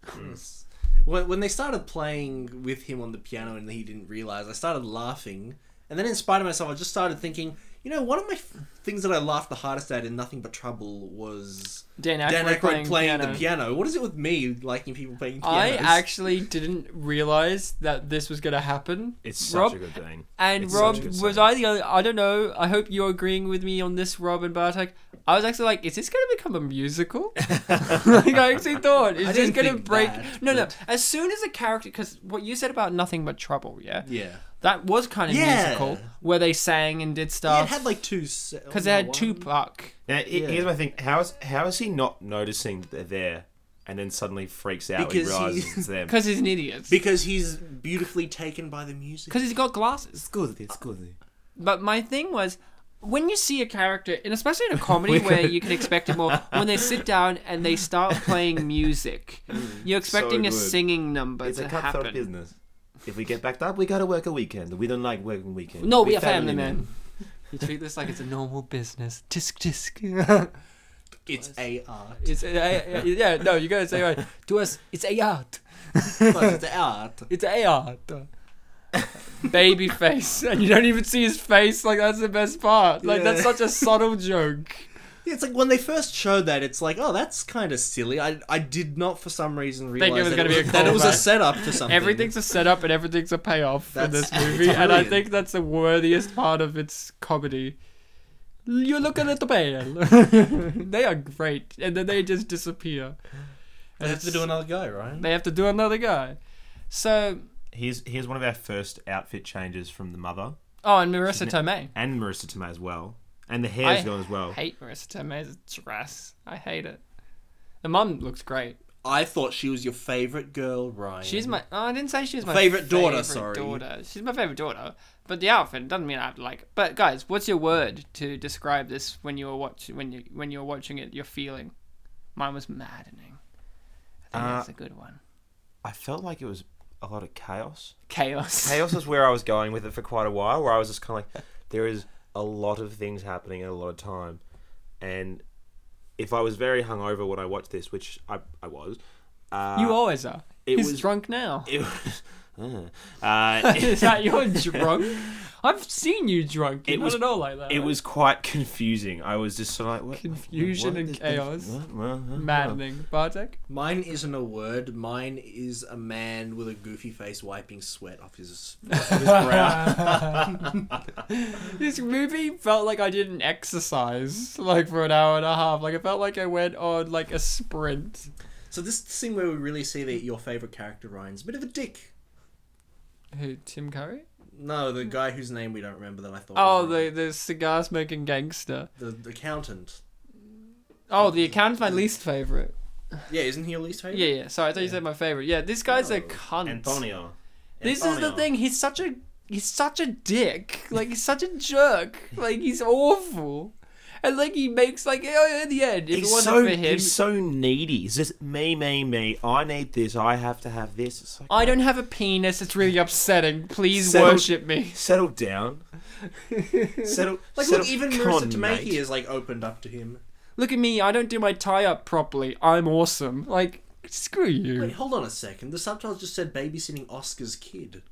S2: When, when they started playing with him on the piano and he didn't realize, I started laughing. And then, in spite of myself, I just started thinking, you know, one of my f- things that I laughed the hardest at in Nothing But Trouble was
S1: Dan Aykroyd,
S2: Dan Aykroyd
S1: playing,
S2: playing, the piano. What is it with me liking people playing pianos?
S1: I actually didn't realize that this was going to happen.
S5: It's such
S1: Rob,
S5: a good thing.
S1: And
S5: It's
S1: Rob,
S5: such a good
S1: was
S5: song.
S1: I the only? I don't know. I hope you're agreeing with me on this, Rob and Bartek. I was actually like, is this going to become a musical? like I actually thought, is
S2: I
S1: this
S2: didn't
S1: going to
S2: think
S1: break?
S2: that,
S1: no, no. As soon as a character, because what you said about nothing but trouble, yeah,
S2: Yeah.
S1: that was kind of
S2: Yeah.
S1: musical where they sang and did
S2: Yeah,
S1: stuff.
S2: it had like two. oh, Because
S1: because they had Tupac.
S5: Now, i
S2: Yeah.
S5: here's my thing: how is how is he not noticing that they're there, and then suddenly freaks out
S2: Because he-
S5: when he realizes it's them?
S1: Because he's an idiot.
S2: Because he's beautifully taken by the music.
S1: Because he's got glasses.
S4: Good, it's good.
S1: But my thing was when you see a character, and especially in a comedy where you can expect it more, when they sit down and they start playing music, you're expecting a
S5: Mm. good.
S1: singing number
S5: It's
S1: to
S5: a cutthroat
S1: happen.
S5: business. If we get backed up, we gotta work a weekend. We don't like working weekends.
S1: No, we are family men. You treat this like it's a normal business. Tisk tisk.
S2: It's a art.
S1: it's a, a- yeah. No, you gotta say right to us. It's a art.
S2: it's a art.
S1: It's a art. Baby face, and you don't even see his face. Like that's the best part. Like that's
S2: Yeah.
S1: such a subtle joke.
S2: Yeah, it's like when they first showed that, it's like, oh, that's kind of silly. I, I did not for some reason
S1: it
S2: realize
S1: was
S2: that,
S1: gonna be
S2: it,
S1: a
S2: was, that it was a
S1: callback.
S2: setup to something.
S1: Everything's a setup and everything's a payoff in
S2: That's-
S1: this movie,
S2: it's
S1: and I
S2: brilliant.
S1: think that's the worthiest part of its comedy. You're looking at the band. they are great, and then they just disappear.
S2: They have to do another go, right?
S1: They have to do another guy. So,
S5: Here's here's one of our first outfit changes from the mother
S1: oh, and Marissa Tomei.
S5: and Marissa Tomei as well, and the
S1: I
S5: hair's gone as well.
S1: hate Marissa Tomei's dress. I hate it. The mum looks great.
S2: I thought she was your favorite girl, Ryan.
S1: She's my. Oh, I didn't say she was my
S2: Favorite
S1: favorite
S2: daughter, sorry.
S1: daughter. She's my favorite daughter. But the outfit doesn't mean I have to like. It. But guys, what's your word to describe this when you were watching when you when you were watching it? Your feeling. Mine was maddening. I think
S5: Uh,
S1: that's a good one.
S5: I felt like it was a lot of chaos.
S1: Chaos.
S5: Chaos is where I was going with it for quite a while, where I was just kind of like, there is a lot of things happening at a lot of time. And if I was very hungover when I watched this, which I, I was, uh,
S1: you always are.
S5: it
S1: He's
S5: was-
S1: drunk now.
S5: it was. Uh,
S1: Is that you're drunk? I've seen you drunk. You're
S5: It
S1: not
S5: was-
S1: at all like that.
S5: it was quite confusing. I was just sort of like, what?
S1: Confusion and
S5: is this?
S1: chaos.
S5: What? What? What?
S1: maddening. Bartek.
S2: Mine isn't a word. Mine is a man with a goofy face wiping sweat off his.
S1: This movie felt like I did an exercise, like for an hour and a half. Like I felt like I went on like a sprint.
S2: So this is the scene where we really see that your favorite character Ryan's a bit of a dick.
S1: Who? Tim Curry?
S2: No, the guy whose name we don't remember that I thought.
S1: Oh,
S2: was
S1: the the cigar smoking gangster.
S2: the the accountant.
S1: Oh, the accountant's my least favorite.
S2: Yeah, isn't he your least favorite?
S1: Yeah, yeah. Sorry, I thought you said my favorite. Yeah, this guy's a
S2: No.
S1: cunt.
S4: Antonio.
S1: This is the
S4: Antonio.
S1: thing. He's such a he's such a dick. Like he's such a jerk. Like he's awful. And like he makes like oh, in the end, if it
S5: He's
S1: wasn't
S5: so,
S1: for him,
S5: he's so needy. He's just me, me, me. I need this. I have to have this. It's like,
S1: I don't have a penis. It's really upsetting. Please
S5: Settle-
S1: worship me.
S5: settle down. settle.
S2: Like
S5: settle,
S2: look, even
S5: come
S2: Marissa
S5: on,
S2: Tomei
S5: mate.
S2: is like opened up to him.
S1: Look at me. I don't do my tie up properly. I'm awesome. Like screw you.
S2: Wait, hold on a second. The subtitles just said babysitting Oscar's kid.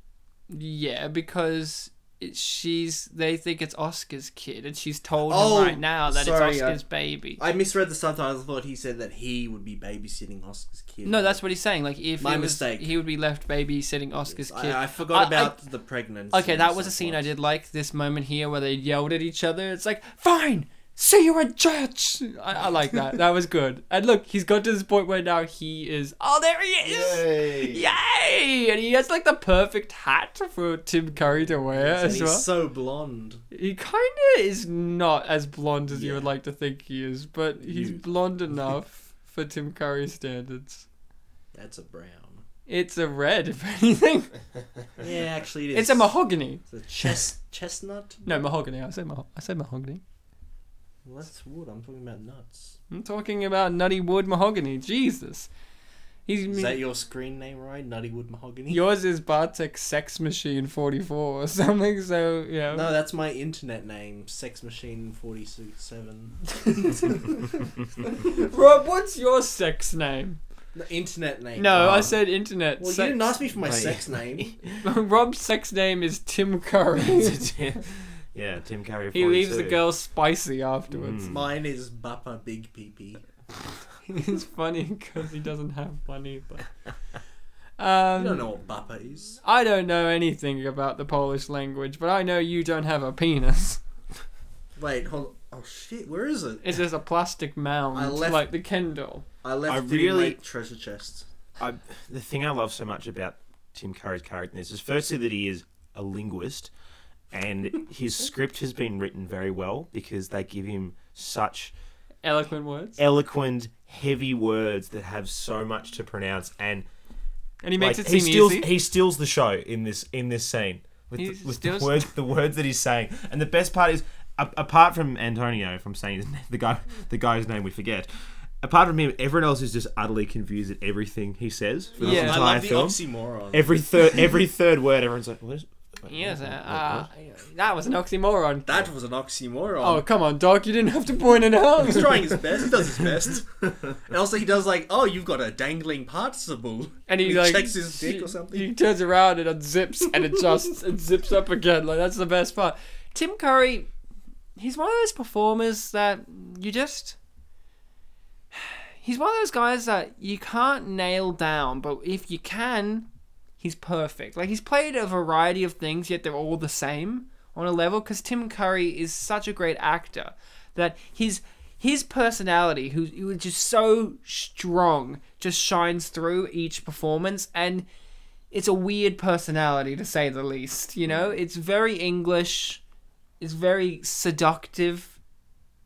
S1: Yeah, because it, she's they think it's Oscar's kid, and she's told
S2: Oh,
S1: him right now that
S2: sorry,
S1: it's
S2: I-
S1: Oscar's baby.
S2: I misread the subtitles. I thought he said that he would be babysitting Oscar's kid.
S1: no, that's what he's saying. Like if
S2: My
S1: it was-
S2: mistake.
S1: he would be left babysitting Oscar's kid.
S2: I, I forgot
S1: I-
S2: about the pregnancy.
S1: Okay, that was a scene I did like. This moment here where they yelled at each other. It's like, fine, see you in church. I, I like that. that was good. And look, he's got to this point where now he is. Oh, there he is! Yay! And he has like the perfect hat for Tim Curry to wear
S2: And
S1: as
S2: he's
S1: well.
S2: so blonde.
S1: He kind of is not as blonde as you would like to think he is, but he's
S2: You-
S1: blonde enough for Tim Curry standards.
S2: That's a brown.
S1: It's a red, if anything.
S2: Yeah, actually, it is.
S1: It's a mahogany.
S2: It's a chest chestnut.
S1: No, mahogany. I say maho- I say mahogany.
S2: Well, that's wood. I'm talking about nuts.
S1: I'm talking about nutty wood mahogany. Jesus. He's
S2: Is that your screen name, right? Nutty wood mahogany.
S1: yours is Bartek Sex Machine 44 or something. So yeah.
S2: no, that's my internet name, Sex Machine Forty Six Seven.
S1: Rob, what's your sex name?
S2: Internet name.
S1: No, I said internet.
S2: Well,
S1: sex-
S2: you didn't ask me for my
S5: Mate.
S2: sex name.
S1: Rob's sex name is Tim Curry.
S5: yeah, Tim Curry.
S1: He leaves the
S5: 42.
S1: girl spicy afterwards.
S5: Hmm.
S2: Mine is Bappa Big Pee Pee.
S1: it's funny because he doesn't have one either.
S2: You
S1: Um,
S2: don't know what Bappa is.
S1: I don't know anything about the Polish language, but I know you don't have a penis.
S2: Wait, hold. Oh shit, where is it?
S1: It's just a plastic mound,
S2: I left-
S1: like the Kendall.
S2: I left
S5: I
S2: it in
S5: really-
S2: my treasure chest.
S5: I, the thing I love so much about Tim Curry's character is, is firstly that he is a linguist, and his script has been written very well because they give him such
S1: Eloquent words.
S5: eloquent, heavy words that have so much to pronounce, and
S1: And he makes
S5: like,
S1: it seem
S5: he steals
S1: easy.
S5: he steals the show in this in this scene with,
S1: He
S5: the, with the
S1: steals-
S5: words the words that he's saying. And the best part is, a- apart from Antonio, from saying his name, the guy the guy whose name we forget. Apart from him, everyone else is just utterly confused at everything he says for this
S1: Yeah. I
S5: entire
S2: I love the
S5: film.
S2: oxymoron.
S5: Every third, every third word, everyone's like, "What is?" Wait,
S1: Yes, uh,
S5: what- what-
S1: uh,
S5: what?
S1: that was an oxymoron.
S2: that was an oxymoron.
S1: Oh, come on, Doc, you didn't have to point it out.
S2: He's trying his best. He does his best. And also, he does like, oh, you've got a dangling participle.
S1: And he,
S2: he
S1: like
S2: checks his dick
S1: he-
S2: or something.
S1: He turns around and unzips and adjusts and zips up again. Like that's the best part. Tim Curry, he's one of those performers that you just. He's one of those guys that you can't nail down, but if you can, he's perfect. Like he's played a variety of things, yet they're all the same on a level. Because Tim Curry is such a great actor that his his personality, who who is just so strong, just shines through each performance, and it's a weird personality to say the least. You know, it's very English, it's very seductive,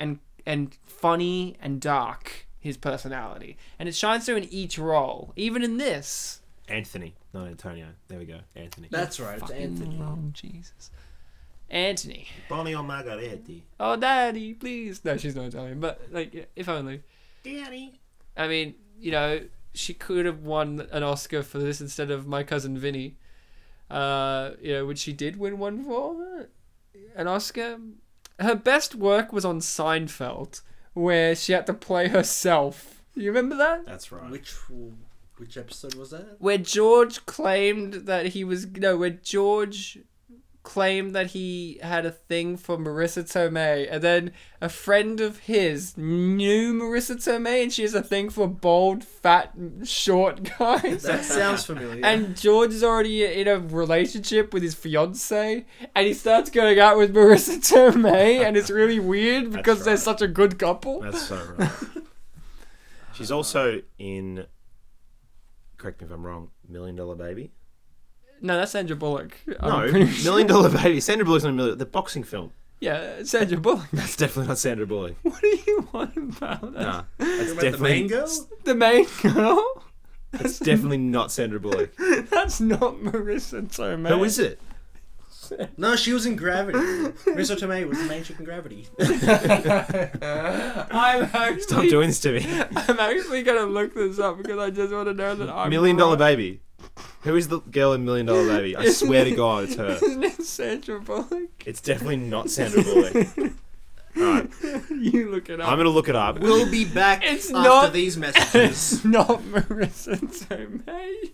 S1: and and funny and dark. His personality, and it shines through in each role, even in this.
S5: Anthony, not Antonio. There we go, Anthony.
S2: That's right. It's Anthony.
S1: wrong, Jesus. Anthony.
S5: Bonnie or Margaretti.
S1: Oh, daddy, please. No, she's not Italian, but like, if only.
S2: Daddy.
S1: I mean, you know, she could have won an Oscar for this instead of my cousin Vinny. Uh, you know, which she did win one for an Oscar. Her best work was on Seinfeld, where she had to play herself. You remember that?
S4: That's right.
S2: Which which episode was that?
S1: where George claimed that he was no, where George claimed that he had a thing for Marissa Tomei, and then a friend of his knew Marissa Tomei, and she has a thing for bald, fat, short guys.
S2: That sounds familiar.
S1: And George is already in a relationship with his fiance, and he starts going out with Marissa Tomei, and it's really weird because they're
S5: right.
S1: such a good couple.
S5: That's so right. She's also in correct me if I'm wrong, Million Dollar Baby.
S1: No, that's Sandra Bullock.
S5: No,
S1: I'm pretty sure-
S5: Million Dollar Baby. Sandra Bullock's not a million. The boxing film.
S1: Yeah, Sandra Bullock.
S5: That's definitely not Sandra Bullock.
S1: What do you want about? that?
S5: Nah, that's
S2: About the main girl?
S1: The main girl?
S5: It's definitely not Sandra Bullock.
S1: That's not Marissa Tomei.
S5: Who is it?
S2: No, she was in Gravity. Marissa Tomei was the main chick in Gravity.
S1: I'm actually,
S5: Stop doing this to me.
S1: I'm actually gonna look this up because I just want to know that I'm
S5: Million Dollar
S1: right.
S5: Baby. Who is the girl in Million Dollar Baby? I swear to God, it's her.
S1: Isn't it Sandra Bullock?
S5: It's definitely not Sandra Bullock. Alright,
S1: You look it up.
S5: I'm gonna look it up.
S2: We'll be back
S1: It's
S2: after
S1: not-
S2: these messages.
S1: It's not Marissa Tomei.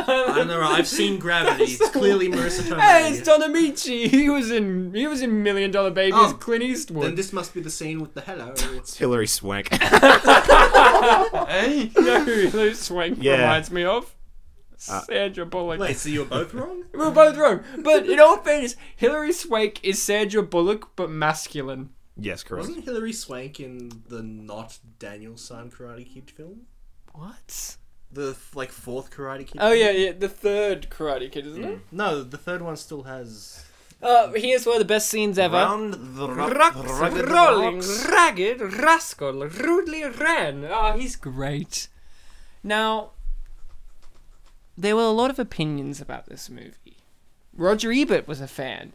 S2: I don't know. I've seen Gravity. It's clearly Marissa Tomei.
S1: Hey, it's Don Amici. He was in he was in Million Dollar Baby as
S2: Oh,
S1: Clint Eastwood.
S2: Then this must be the scene with the hello.
S5: Hillary Swank.
S1: you know who Lou Swank
S5: Yeah.
S1: reminds me of? Sandra Bullock.
S2: Wait, so you're both wrong?
S1: We Uh, We're both wrong. But in all fairness, Hilary Swank is Sandra Bullock, but masculine.
S5: yes, correct.
S2: Wasn't Hilary Swank in the not Daniel San Karate Kid film?
S1: What?
S2: The like fourth Karate Kid.
S1: Oh
S2: film?
S1: yeah, yeah, the third Karate Kid, isn't it?
S2: No, the third one still has.
S1: Uh, here's one of the best scenes ever.
S5: the
S1: Rocks rolling, ragged rascal, rudely ran. Ah, he's great. Now, there were a lot of opinions about this movie. Roger Ebert was a fan.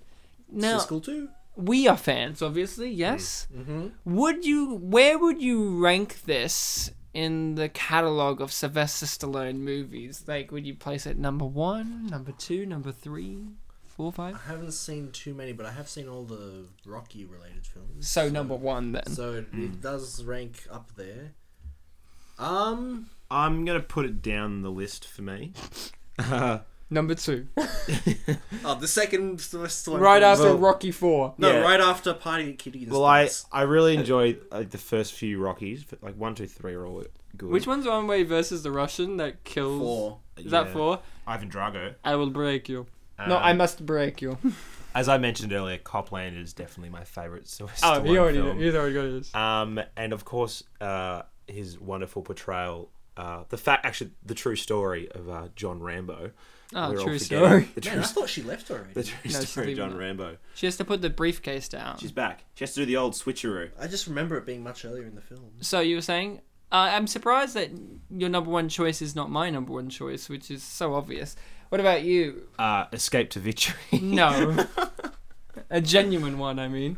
S1: Now,
S2: Siskel too.
S1: we are fans, obviously. Yes.
S2: Mm-hmm.
S1: Would you? Where would you rank this in the catalog of Sylvester Stallone movies? Like, would you place it number one, number two, number three, four, five?
S2: I haven't seen too many, but I have seen all the Rocky related films.
S1: So number one then.
S2: So it,
S5: Hmm.
S2: it does rank up there. Um,
S5: I'm gonna put it down the list for me.
S1: number two,
S2: oh, the second Sylvester Stallone
S1: right
S2: film.
S1: after
S5: Well-
S1: Rocky Four.
S2: No,
S5: Yeah.
S2: right after Party at Kitty.
S5: Well, I I really enjoyed like the first few Rockies, but, like one, two, three are all good.
S1: Which one's one way versus the Russian that kills?
S2: four.
S1: Is that
S5: Yeah.
S1: four?
S5: Ivan Drago.
S1: I will break you. no,
S5: Um,
S1: I must break you.
S5: As I mentioned earlier, Copland is definitely my favorite. So
S1: Oh, he already, he's already got his.
S5: Um, and of course, uh, his wonderful portrayal. Uh, the fact, actually, the true story of uh, John Rambo.
S1: Ah,
S5: We're all
S1: true
S5: forgetting
S1: story.
S5: The true,
S2: Man, I thought she left already.
S5: the true
S1: No, she's
S5: story of
S1: leaving
S5: John
S1: that. Oh.
S5: Rambo.
S1: She has to put the briefcase down.
S4: She's back. She has to do the old switcheroo.
S2: I just remember it being much earlier in the film.
S1: So you were saying, uh, I'm surprised that your number one choice is not my number one choice, which is so obvious. What about you?
S5: Uh, Escape to Victory.
S1: No, a genuine one, I mean.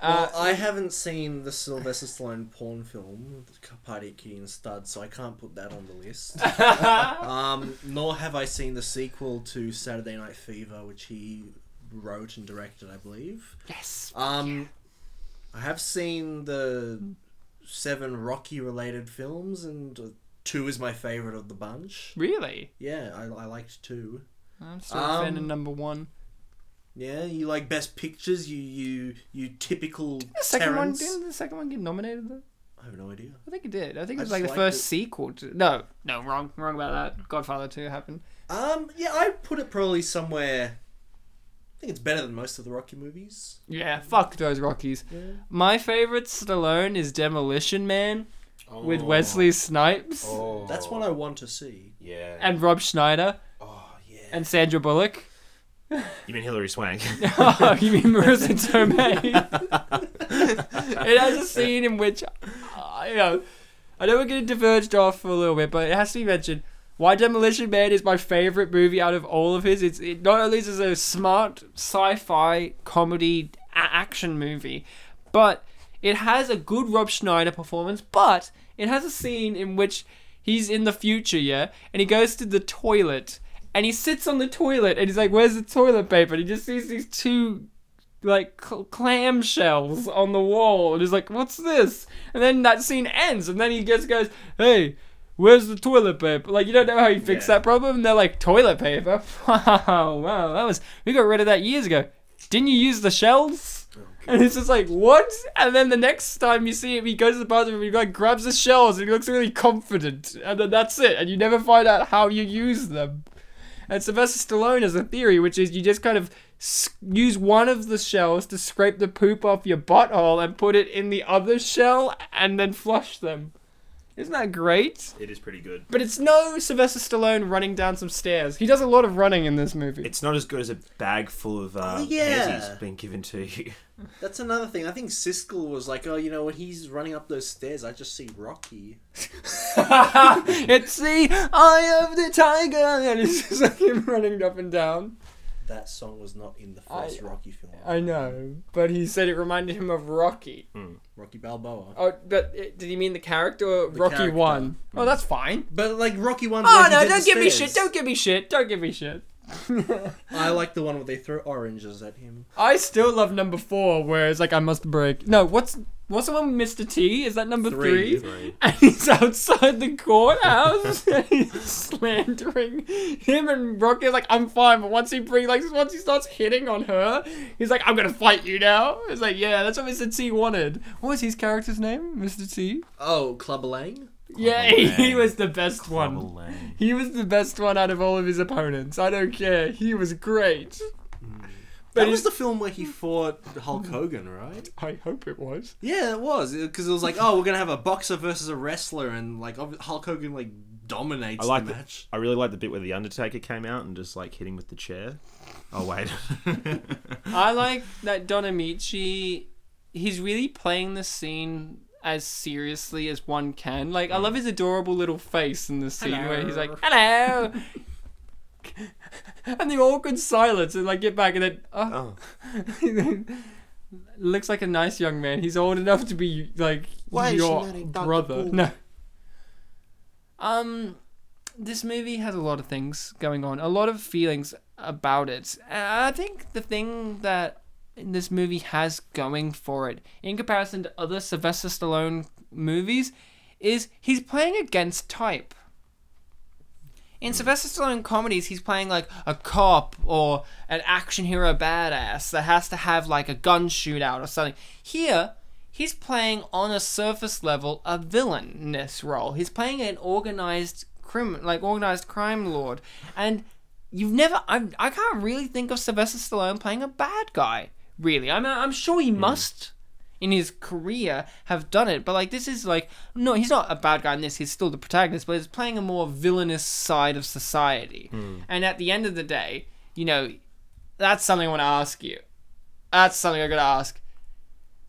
S1: Uh,
S2: well, I haven't seen the Sylvester Stallone porn film, Party at Kitty and Stud, so I can't put that on the list. um, nor have I seen the sequel to Saturday Night Fever, which he wrote and directed, I believe.
S1: yes.
S2: Um, I have seen the seven Rocky-related films, and uh, two is my favorite of the bunch.
S1: Really?
S2: Yeah, I, I liked two.
S1: I'm still a fan of
S2: Um,
S1: number one.
S2: Yeah, you like Best Pictures. You you you typical
S1: The second
S2: Terrence.
S1: one didn't the second one get nominated though?
S2: I have no idea.
S1: I think it did. I think it
S2: I
S1: was like the
S2: just liked
S1: first
S2: it.
S1: sequel to No, no, wrong, wrong about that. Godfather two happened.
S2: Um, yeah, I put it probably somewhere. I think it's better than most of the Rocky movies.
S1: Yeah, fuck those Rockies. My favorite Stallone is Demolition Man
S2: Oh.
S1: with Wesley Snipes
S3: Oh,
S2: That's one I want to see.
S3: Yeah.
S1: and Rob Schneider
S2: Oh yeah.
S1: and Sandra Bullock.
S5: you mean Hillary Swank?
S1: oh, you mean Marissa Tomei? it has a scene in which, uh, you know, I know we're getting diverged off for a little bit, but it has to be mentioned. Why Demolition Man is my favorite movie out of all of his. It's it not only is it a smart sci-fi comedy a- action movie, but it has a good Rob Schneider performance. But it has a scene in which he's in the future, yeah, and he goes to the toilet and he sits on the toilet and he's like, "Where's the toilet paper?" And he just sees these two like cl- clamshells on the wall and he's like, "What's this?" And then that scene ends, and then he just goes, "Hey." Where's the toilet paper? Like you don't know how you fix that problem. And they're like toilet paper. Wow, wow, that was we got rid of that years ago. Didn't you use the shells? and it's just like what? And then the next time you see him, he goes to the bathroom. And he like grabs the shells and he looks really confident. And then that's it. And you never find out how you use them. And Sylvester Stallone has a theory, which is you just kind of s- use one of the shells to scrape the poop off your butthole and put it in the other shell and then flush them. Isn't that great?
S4: It is pretty good.
S1: But it's no Sylvester Stallone running down some stairs. He does a lot of running in this movie.
S5: It's not as good as a bag full of uh,
S2: Oh, yeah.
S5: pansies being given to you.
S2: That's another thing. I think Siskel was like, oh, you know, when he's running up those stairs, I just see Rocky.
S1: it's the eye of the tiger, and it's just like him running up and down.
S2: That song was not in the first
S1: I-
S2: Rocky film.
S1: I know, but he said it reminded him of Rocky.
S2: Rocky Balboa.
S1: Oh, but uh, did he mean the character or
S2: The
S1: Rocky
S2: character.
S1: One? Oh, that's fine.
S2: But like Rocky one.
S1: Oh
S2: where he
S1: no!
S2: did the
S1: Don't give me
S2: stairs.
S1: shit! Don't give me shit! Don't give me shit!
S2: I like the one where they throw oranges at him.
S1: I still love number four, where it's like I must break. No, what's what's the one with Mr. T? Is that number three?
S2: Three.
S1: And he's outside the courthouse and he's slandering him and Rocky is like, I'm fine, but once he brings like once he starts hitting on her, he's like, I'm gonna fight you now. It's like, yeah, that's what Mr. T wanted. What was his character's name? Mr. T?
S2: Oh, Club Lang.
S1: yeah, he, he was the best one.
S5: Lane.
S1: He was the best one out of all of his opponents. I don't care. He was great. Mm. But Hmm.
S2: That was
S1: he-
S2: the film where he fought Hulk Hogan, right?
S1: I hope it was.
S2: Yeah, it was because it was like, oh, we're gonna have a boxer versus a wrestler, and like ob- Hulk Hogan like dominates
S5: I like
S2: the
S5: the,
S2: match.
S5: I really like the bit where the Undertaker came out and just like hit him with the chair. Oh wait,
S1: I like that Don Amici. He's really playing the scene as seriously as one can. Like, I love his adorable little face in the scene where he's like, "Hello," and the awkward silence, and like get back, and then oh. looks like a nice young man. He's old enough to be like
S5: Why is she
S1: your
S5: marrying Dr.
S1: brother.
S5: Paul?
S1: No. Um, this movie has a lot of things going on, a lot of feelings about it. And I think the thing that this movie has going for it, in comparison to other Sylvester Stallone movies, is he's playing against type. In Sylvester Stallone comedies, he's playing like a cop or an action hero badass that has to have like a gun shootout or something. Here, he's playing on a surface level a villainous role. He's playing an organized crim, like organized crime lord, and you've never. I I can't really think of Sylvester Stallone playing a bad guy. Really, I'm I'm sure he must in his career have done it. But like this is like no, he's not a bad guy in this. He's still the protagonist, but he's playing a more villainous side of society. And at the end of the day, you know, that's something I want to ask you. That's something I got to ask.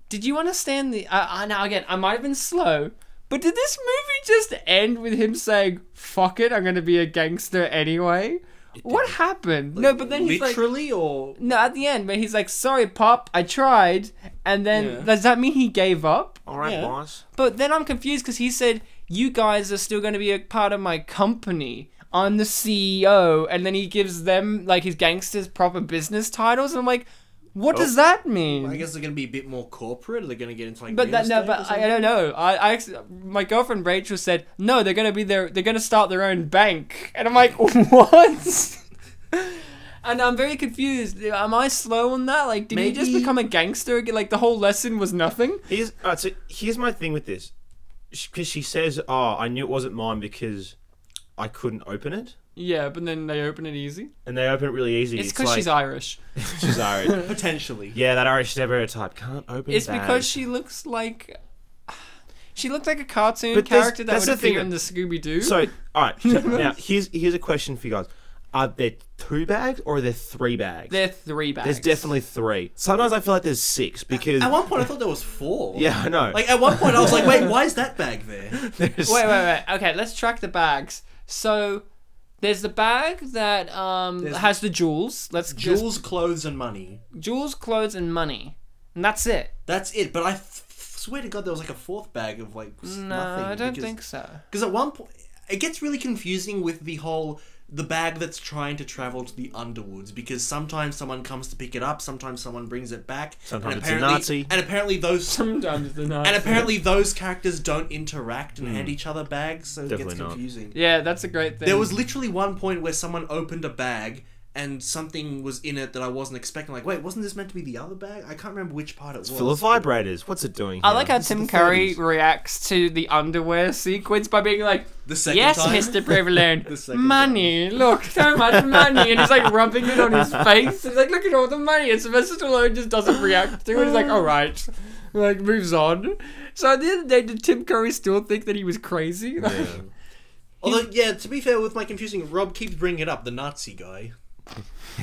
S1: Did you understand the? Uh, uh, now again, I might have been slow. But did this movie just end with him saying "fuck it"? I'm going to be a gangster anyway. What happened? no, but then he's like,
S2: Literally, or
S1: no, at the end, but he's like, "Sorry, pop, I tried." And then
S2: Yeah.
S1: does that mean he gave up?
S5: all right,
S2: Yeah.
S5: boss.
S1: But then I'm confused because he said, "You guys are still going to be a part of my company. I'm the CEO." And then he gives them like his gangsters proper business titles, and I'm like, "What does
S5: Oh.
S1: that mean?"
S2: I guess they're gonna be a bit more corporate. Or they're gonna get into like.
S1: But
S2: real
S1: that, no,
S2: estate or
S1: but I, I
S2: something?
S1: don't know. I, I actually, my girlfriend Rachel said no. They're gonna be their. They're gonna start their own bank, and I'm like, what? and I'm very confused. Am I slow on that? Like, did he just
S2: Maybe-
S1: become a gangster again? Like the whole lesson was nothing.
S5: Here's all right, so here's my thing with this, because she says, "Oh, I knew it wasn't mine because I couldn't open it,"
S1: Yeah, but then they open it easy.
S5: and they open it really easy.
S1: It's because
S5: like,
S1: she's Irish.
S5: she's Irish.
S2: potentially.
S5: yeah, that Irish stereotype can't open.
S1: It's
S5: that.
S1: because she looks like. She looked like a cartoon
S5: But there's-
S1: character that
S5: that's
S1: would
S5: the thing.
S1: appear in the Scooby Doo.
S5: So, all right. so now, here's here's a question for you guys: Are there two bags or are there three bags?
S1: they're three bags.
S5: there's definitely three. Sometimes I feel like there's six because
S2: At one point, I thought there was four.
S5: yeah, I know.
S2: Like at one point, I was like, wait, why is that bag there?
S5: There's-
S1: wait, wait, wait. Okay, let's track the bags. So there's the bag that um
S2: There's-
S1: has the jewels. Let's jewels,
S2: Jewels, clothes, and money.
S1: jewels, clothes, and money, and that's it.
S2: That's it. But I f- swear to God, there was like a fourth bag of like s-
S1: No,
S2: nothing.
S1: I don't
S2: because,
S1: think so.
S2: Because at one point, it gets really confusing with the whole the bag that's trying to travel to the Underwoods because sometimes someone comes to pick it up, sometimes someone brings it back.
S5: Sometimes
S2: and
S5: it's a
S2: apparently-
S5: Nazi.
S2: And apparently those.
S1: Sometimes the
S2: And apparently those characters don't interact and hand each other bags, so it gets
S5: Hmm. Definitely not.
S2: confusing.
S1: Yeah, that's a great thing.
S2: There was literally one point where someone opened a bag and something was in it that I wasn't expecting. Like, wait, wasn't this meant to be the other bag? I can't remember which part it was.
S5: Full of vibrators. What's it doing?
S1: I
S5: here?
S1: like how
S2: This is
S1: Tim
S2: the
S1: Curry
S2: 30s.
S1: reacts to the underwear sequence by being like,
S2: The second
S1: "Yes,
S2: time.
S1: Mr. Prevalent,
S2: The second
S1: money. Look, so much money," and he's like rubbing it on his face. He's like, "Look at all the money." And Sylvester Stallone just doesn't react to it. He's like, "All right." like moves on. So at the end of the day, did Tim Curry still think that he was crazy? Like,
S2: Although, yeah, to be fair, with my confusing, Rob keeps bringing up the Nazi guy.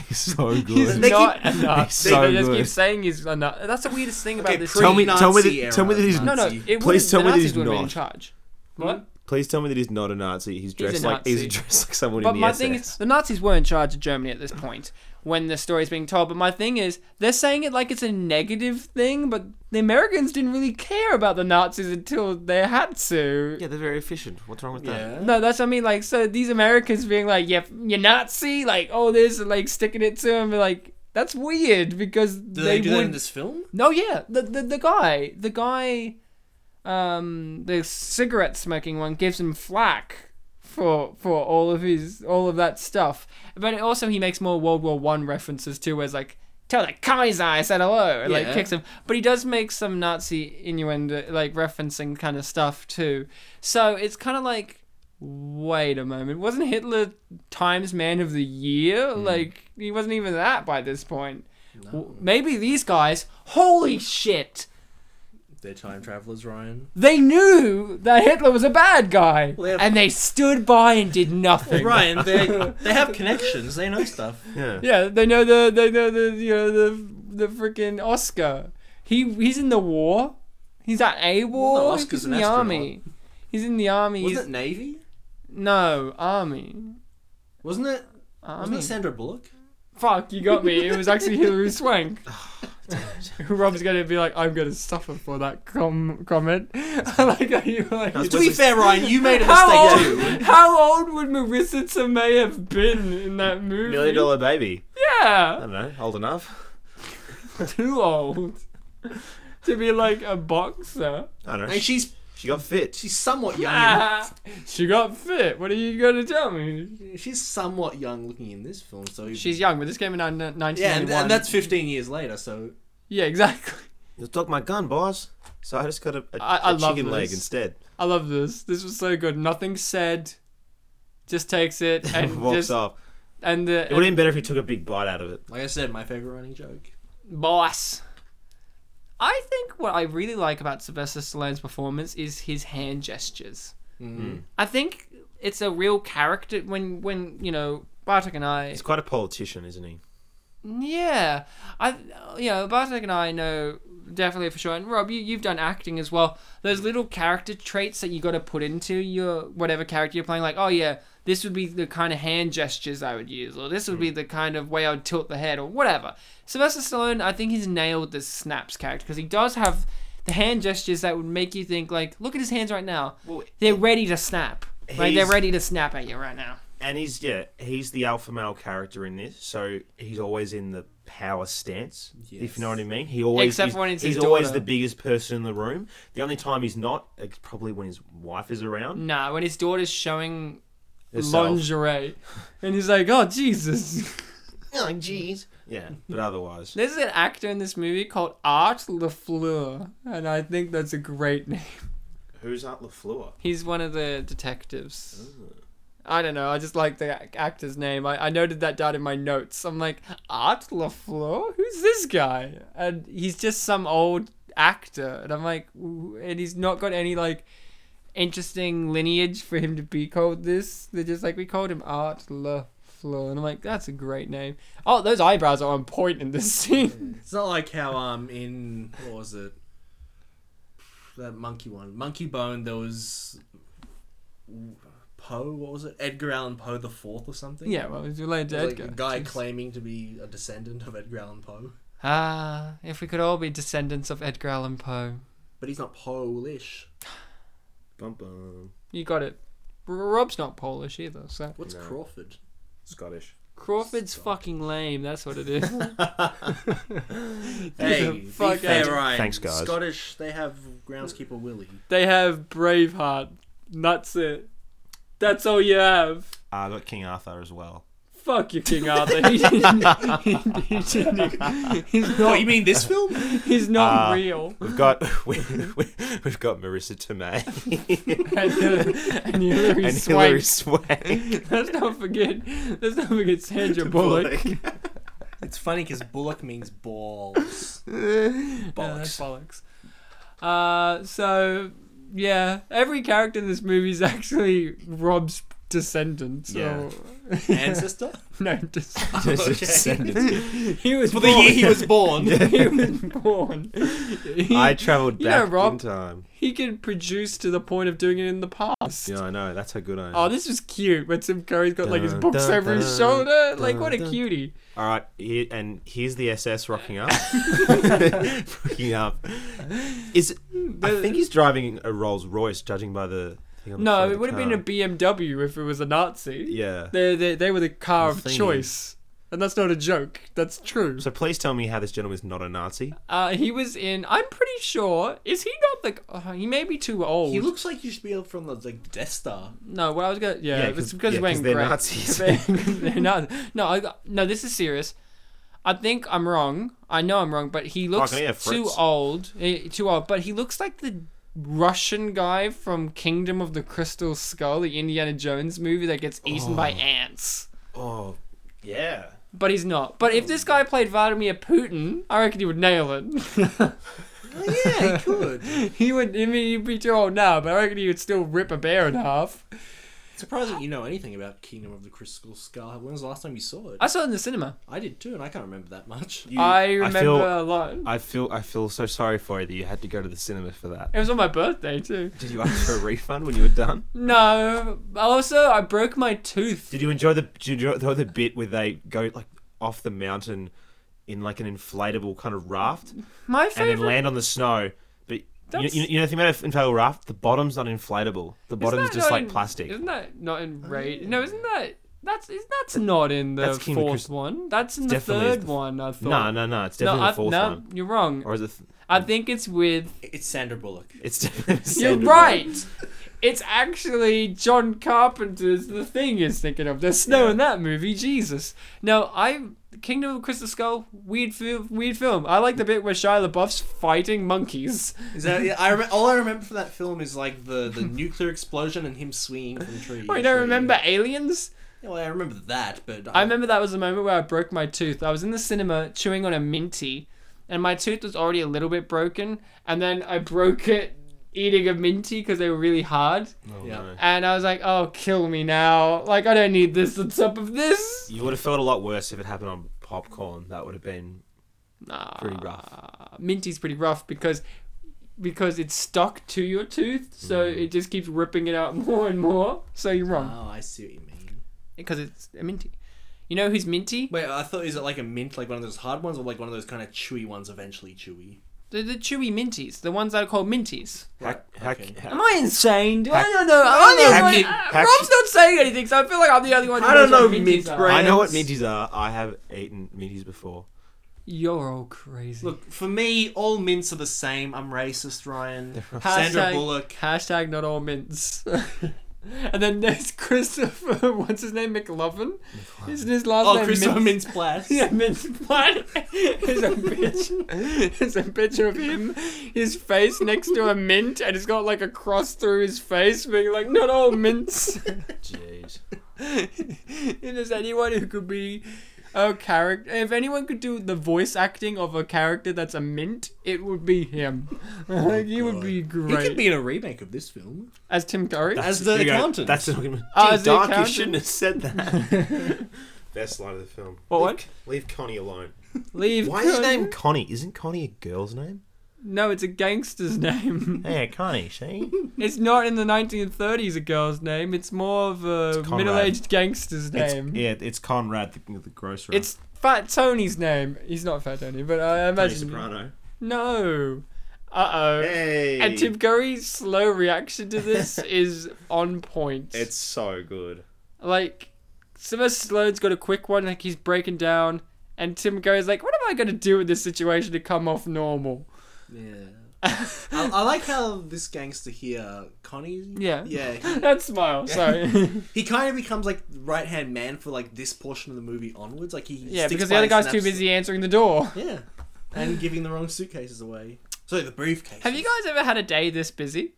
S5: He's so
S1: He's
S5: good.
S2: They
S1: not
S2: keep-
S1: a Nazi.
S5: so
S1: they just
S5: good.
S1: keep saying he's a Nazi. That's the weirdest thing about
S2: Okay,
S1: this.
S2: pre-
S5: tell
S1: team.
S5: me, tell me, that,
S2: Nazi
S5: tell me that he's
S2: era
S1: no, no.
S2: Nazi.
S5: Please
S1: It wouldn't-
S5: tell
S1: the
S5: me that
S1: Nazis
S5: he's
S1: would have been in
S5: not.
S1: charge. What?
S5: Please tell me that he's not a Nazi. He's dressed like
S1: Nazi.
S5: he's dressed like someone
S1: But
S5: in the
S1: my
S5: SS.
S1: thing is, the Nazis were in charge of Germany at this point when the story's being told. But my thing is, they're saying it like it's a negative thing, but the Americans didn't really care about the Nazis until they had to.
S5: yeah, they're very efficient. What's wrong with that?
S1: No, that's what I mean. Like, so these Americans being like, "Yeah, you're Nazi," like, "Oh, this," and like sticking it to him, like that's weird because
S2: Do they, do that in
S1: would.
S2: this film?
S1: No, yeah, the, the the guy, the guy, um, the cigarette smoking one gives him flack for for all of his all of that stuff. But it also, he makes more World War One references too, where it's like, "Tell the Kaiser I said hello," and like
S2: Yeah.
S1: kicks him. But he does make some Nazi innuendo, like referencing kind of stuff too. So it's kind of like. Wait a moment. Wasn't Hitler Times Man of the Year? Like he wasn't even that by this point. W- Maybe these guys, holy shit,
S2: They're time travelers, Ryan.
S1: they knew that Hitler was a bad guy
S2: Well, they have-
S1: and they stood by and did nothing.
S2: Ryan, they they have connections. They know stuff.
S5: Yeah.
S1: Yeah, they know the they know the you know the the freaking Oscar. He he's in the war. He's at a war.
S2: Well, no, Oscar's
S1: he's in
S2: an
S1: the army. He's in the army.
S2: Wasn't
S1: he's-
S2: it Navy?
S1: No, army.
S2: Wasn't it? Wasn't
S1: Army.
S2: it Sandra Bullock?
S1: Fuck, you got me. It was actually Hillary Swank.
S2: Oh,
S1: Rob's gonna be like, I'm gonna suffer for that com- comment. like, are you like?
S2: To be fair, Ryan, you made a
S1: How
S2: mistake too.
S1: old, how old would Marissa Tomei have been in that movie?
S5: Million dollar baby. I
S1: Yeah,
S5: don't know. Old enough.
S1: too old to be like a boxer.
S5: I don't know.
S2: And
S5: She,
S2: she's
S5: she got fit.
S2: she's somewhat young.
S1: Ah, she got fit. What are you gonna tell me?
S2: She's somewhat young looking in this film. So
S1: She's young, but this came in nine- nineteen ninety-one.
S2: yeah, and, and that's 15 years later. So
S1: yeah, exactly.
S5: You took my gun, boss. So I just got a, a,
S1: I- I
S5: a
S1: love
S5: chicken leg
S1: this.
S5: instead.
S1: I love this. This was so good. Nothing said. Just takes it and
S5: Walks
S1: just
S5: off.
S1: and the
S5: It would have been better if he took a big bite out of it.
S2: like I said, my favorite running joke.
S1: boss. I think what I really like about Sylvester Stallone's performance is his hand gestures.
S2: Mm.
S1: I think it's a real character when when you know Bartek and I.
S5: He's quite a politician, isn't he?
S1: Yeah, I you know Bartek and I know definitely for sure. And Rob, you you've done acting as well. Those little character traits that you got to put into your whatever character you're playing. Like oh yeah, this would be the kind of hand gestures I would use, or this would be the kind of way I would tilt the head, or whatever. Sylvester Stallone, I think he's nailed the snaps character because he does have the hand gestures that would make you think like, look at his hands right now. They're ready to snap. Like they're
S5: he's-
S1: ready to snap at you right now.
S5: And he's yeah, he's the alpha male character in this, so he's always in the power stance. If you know what I mean, he always
S1: Except
S5: he's,
S1: when it's his
S5: he's always
S1: daughter.
S5: the biggest person in the room. The only time he's not is probably when his wife is around.
S1: Nah, when his daughter's showing
S5: Herself.
S1: lingerie, and he's like, "Oh Jesus!"
S5: Oh, jeez. Yeah, but otherwise,
S1: There's an actor in this movie called Art Lafleur, and I think that's a great name.
S5: who's Art Lafleur?
S1: He's one of the detectives. I don't know. I just like the ac- actor's name. I, I noted that down in my notes. I'm like, Art Lafleur? Who's this guy? And he's just some old actor. And I'm like, "Ooh," and he's not got any like interesting lineage for him to be called this. They're just like, we called him Art Lafleur. And I'm like, that's a great name. Oh, those eyebrows are on point in this scene.
S2: It's not like how um in what was it that monkey one Monkey Bone there was Poe what was it Edgar Allan Poe the fourth or something
S1: yeah, well, it's related to
S2: There's, like,
S1: Edgar.
S2: a guy
S1: Jeez.
S2: claiming to be a descendant of Edgar Allan Poe
S1: Ah, if we could all be descendants of Edgar Allan Poe.
S2: but he's not Polish
S5: Bum bum.
S1: You got it. R- Rob's not Polish either, so
S2: what's
S5: No.
S2: Crawford
S5: Scottish.
S1: Crawford's fucking lame. That's what it is.
S2: hey
S1: the
S2: be
S1: fuck
S2: fair,
S1: out.
S2: Ryan.
S5: Thanks, guys.
S2: Scottish they have groundskeeper Willie
S1: they have Braveheart. That's it. That's all you have.
S5: Uh, I got King Arthur as well.
S1: Fuck you, King Arthur. He didn't- he didn't- he's
S2: oh
S1: not.
S2: you mean this film
S1: He's not
S5: Uh,
S1: real.
S5: We've got we, we, we've got Marissa Tomei
S1: And, Hil- and Hillary
S5: and
S1: Swank.
S5: Hilary Swank.
S1: Let's not forget. Let's not forget Sandra Bullock.
S2: it's funny because Bullock means balls
S1: Yeah,
S2: bollocks
S1: that's bollocks. Uh, so yeah, every character in this movie is actually Rob's descendant. So
S2: Ancestor?
S1: no, just,
S3: Descendants.
S1: he was
S2: For
S1: born.
S2: the year he was born.
S1: he was born. He,
S3: I travelled
S1: You know,
S3: back
S1: Rob-
S3: in time.
S1: he can produce to the point of doing it in the past.
S3: Yeah, I know. That's how good I am.
S1: Oh, this was cute. When Tim Curry's got like his
S3: Dun,
S1: books
S3: dun,
S1: over his
S3: dun,
S1: shoulder, like
S3: dun,
S1: what a
S3: dun.
S1: cutie.
S3: All right, here, and here's the SS rocking up. rocking up. Is I think he's driving a Rolls Royce, judging by the. Thing on the front
S1: No,
S3: of
S1: it
S3: the
S1: would have been a
S3: car.
S1: BMW if it was a Nazi.
S3: Yeah.
S1: They they they were the car of
S3: Thingy.
S1: choice, and that's not a joke. That's true.
S3: So please tell me how this gentleman is not a Nazi.
S1: Uh, he was in. I'm pretty sure. Is he not the? Uh, he may be too old.
S2: He looks like you should be up from the like Death Star.
S1: no, what I was gonna. Yeah,
S3: Yeah,
S1: it's
S3: 'cause-
S1: because
S3: yeah,
S1: he's wearing
S3: 'cause they're
S1: grey.
S3: Nazis.
S1: They're not. No, I, got- no. This is serious. I think I'm wrong. I know I'm wrong, but he looks
S3: Fucking yeah,
S1: too
S3: Fritz.
S1: old. eh, Too old, but he looks like the Russian guy from Kingdom of the Crystal Skull, the Indiana Jones movie that gets eaten by ants.
S3: Oh,
S6: Yeah.
S1: But he's not. But if this guy played Vladimir Putin, I reckon he would nail it.
S2: Oh, Yeah, he could.
S1: He would. I mean, he'd be too old now, but I reckon he would still rip a bear in half.
S2: Surprising you know anything about Kingdom of the Crystal Skull. When was the last time you saw it?
S1: I saw it in the cinema.
S2: I did too, and I can't remember that much.
S6: You,
S1: I remember
S3: feel-
S1: a lot.
S3: I feel I feel so sorry for you that you had to go to the cinema for that.
S1: It was on my birthday too.
S3: Did you ask for a refund when you were done?
S1: No. Also, I broke my tooth.
S3: Did you enjoy the did you enjoy the bit where they go like off the mountain in like an inflatable kind of raft
S1: My
S3: and then
S1: favorite.
S3: land on the snow? But you,
S1: That's-
S3: you, you know the thing about an inflatable raft, the bottom's not inflatable. The
S1: Isn't
S3: bottom's
S1: that
S3: just
S1: not
S3: like
S1: in-
S3: plastic.
S1: Isn't that not in Raid? No, isn't that that's is that's not in the
S3: That's King of the
S1: fourth
S3: Crystal-
S1: one. That's in the
S3: Definitely is
S1: third
S3: the-
S1: one. I thought.
S3: No, no, no. It's
S1: No,
S3: definitely
S1: I,
S3: the fourth
S1: no,
S3: one.
S1: you're wrong.
S3: Or is it? Th-
S1: I think it's with.
S2: It's Sandra Bullock.
S3: it's definitely.
S1: You're
S3: Sandra
S1: right. It's actually John Carpenter's The Thing is thinking of. There's snow in that movie. Jesus. No, I Kingdom of the Crystal Skull. Weird, fil- weird film. I like the bit where Shia LaBeouf's fighting monkeys.
S2: Is that, yeah, I rem- all I remember from that film is like the, the nuclear explosion and him swinging from tree.
S1: Oh,
S2: to
S1: you don't
S2: tree.
S1: remember Aliens?
S2: Yeah, well, I remember that, but
S1: I remember that was the moment where I broke my tooth. I was in the cinema chewing on a minty, and my tooth was already a little bit broken, and then I broke it eating a minty because they were really hard.
S3: Oh,
S2: Yeah.
S3: no.
S1: And I was like, oh, kill me now. Like, I don't need this on top of this.
S3: You would have felt a lot worse if it happened on popcorn. That would have been
S1: Nah.
S3: pretty rough.
S1: Minty's pretty rough because because it's stuck to your tooth, so it just keeps ripping it out more and more. So you're wrong
S2: Oh, I see what you mean.
S1: because it's a minty. You know who's minty?
S2: Wait, I thought is it like a mint, like one of those hard ones, or like one of those kind of chewy ones? Eventually, chewy.
S1: The, the chewy minties, the ones that are called minties.
S3: Hack, hack,
S2: okay.
S3: hack-
S1: Am I insane? Do I don't know. I'm the
S3: Hack-
S1: only one.
S3: hack-
S1: uh, Rob's not saying anything, so I feel like I'm the only one. who
S2: I don't
S1: knows what minties
S2: know mint
S1: are.
S2: brand.
S3: I know what minties are. I have eaten minties before.
S1: You're all crazy.
S2: Look, for me, all mints are the same. I'm racist, Ryan.
S1: Hashtag-
S2: Sandra Bullock.
S1: Hashtag not all mints. and then there's Christopher, what's his name, McLovin? Isn't his last
S2: Oh,
S1: name
S2: Christopher
S1: Mintz?
S2: Mintz Plasse.
S1: Yeah, Mintz Platt. There's a picture. There's a picture of him, his face next to a mint, and it's got like a cross through his face, being like, "Not all mints."
S3: Jeez.
S1: if there's anyone who could be a character, if anyone could do the voice acting of a character that's a mint, it would be him. Like, he would be
S2: He
S1: great
S2: could be in a remake of this film
S1: as Tim Curry.
S2: as the
S3: Here you go.
S2: accountant.
S3: That's not gonna.
S1: Oh,
S3: Gee,
S1: as the
S3: Doc, you
S1: accountant.
S3: shouldn't have said that. Best line of the film.
S1: What? what?
S3: Leave Connie alone.
S1: Leave.
S3: Why is her
S1: Curry.
S3: name Connie? Isn't Connie a girl's name?
S1: No, it's a gangster's name.
S3: Yeah, Connie. She.
S1: it's not in the 1930s a girl's name. It's more of a
S3: Conrad.
S1: middle-aged gangster's
S3: It's,
S1: name.
S3: yeah, it's Conrad, the, the grocer.
S1: It's Fat Tony's name. He's not Fat Tony, but I
S3: Tony
S1: imagine.
S3: Soprano.
S1: No. Uh oh.
S3: Hey.
S1: And Tim Curry's slow reaction to this is on point.
S3: It's so good.
S1: like Sylvester Stallone's got a quick one, like he's breaking down, and Tim Curry's like, "What am I gonna do in this situation to come off normal?"
S2: Yeah. I, I like how this gangster here, Connie.
S1: Yeah.
S2: Yeah. he-
S1: That smile. Sorry.
S2: He kind of becomes like right hand man for like this portion of the movie onwards. Like he.
S1: yeah,
S2: sticks
S1: because
S2: by
S1: the other
S2: and
S1: guy's too
S2: snaps-
S1: busy answering the door.
S2: Yeah. And giving the wrong suitcases away. Sorry, the briefcase.
S1: Have you guys ever had a day this busy?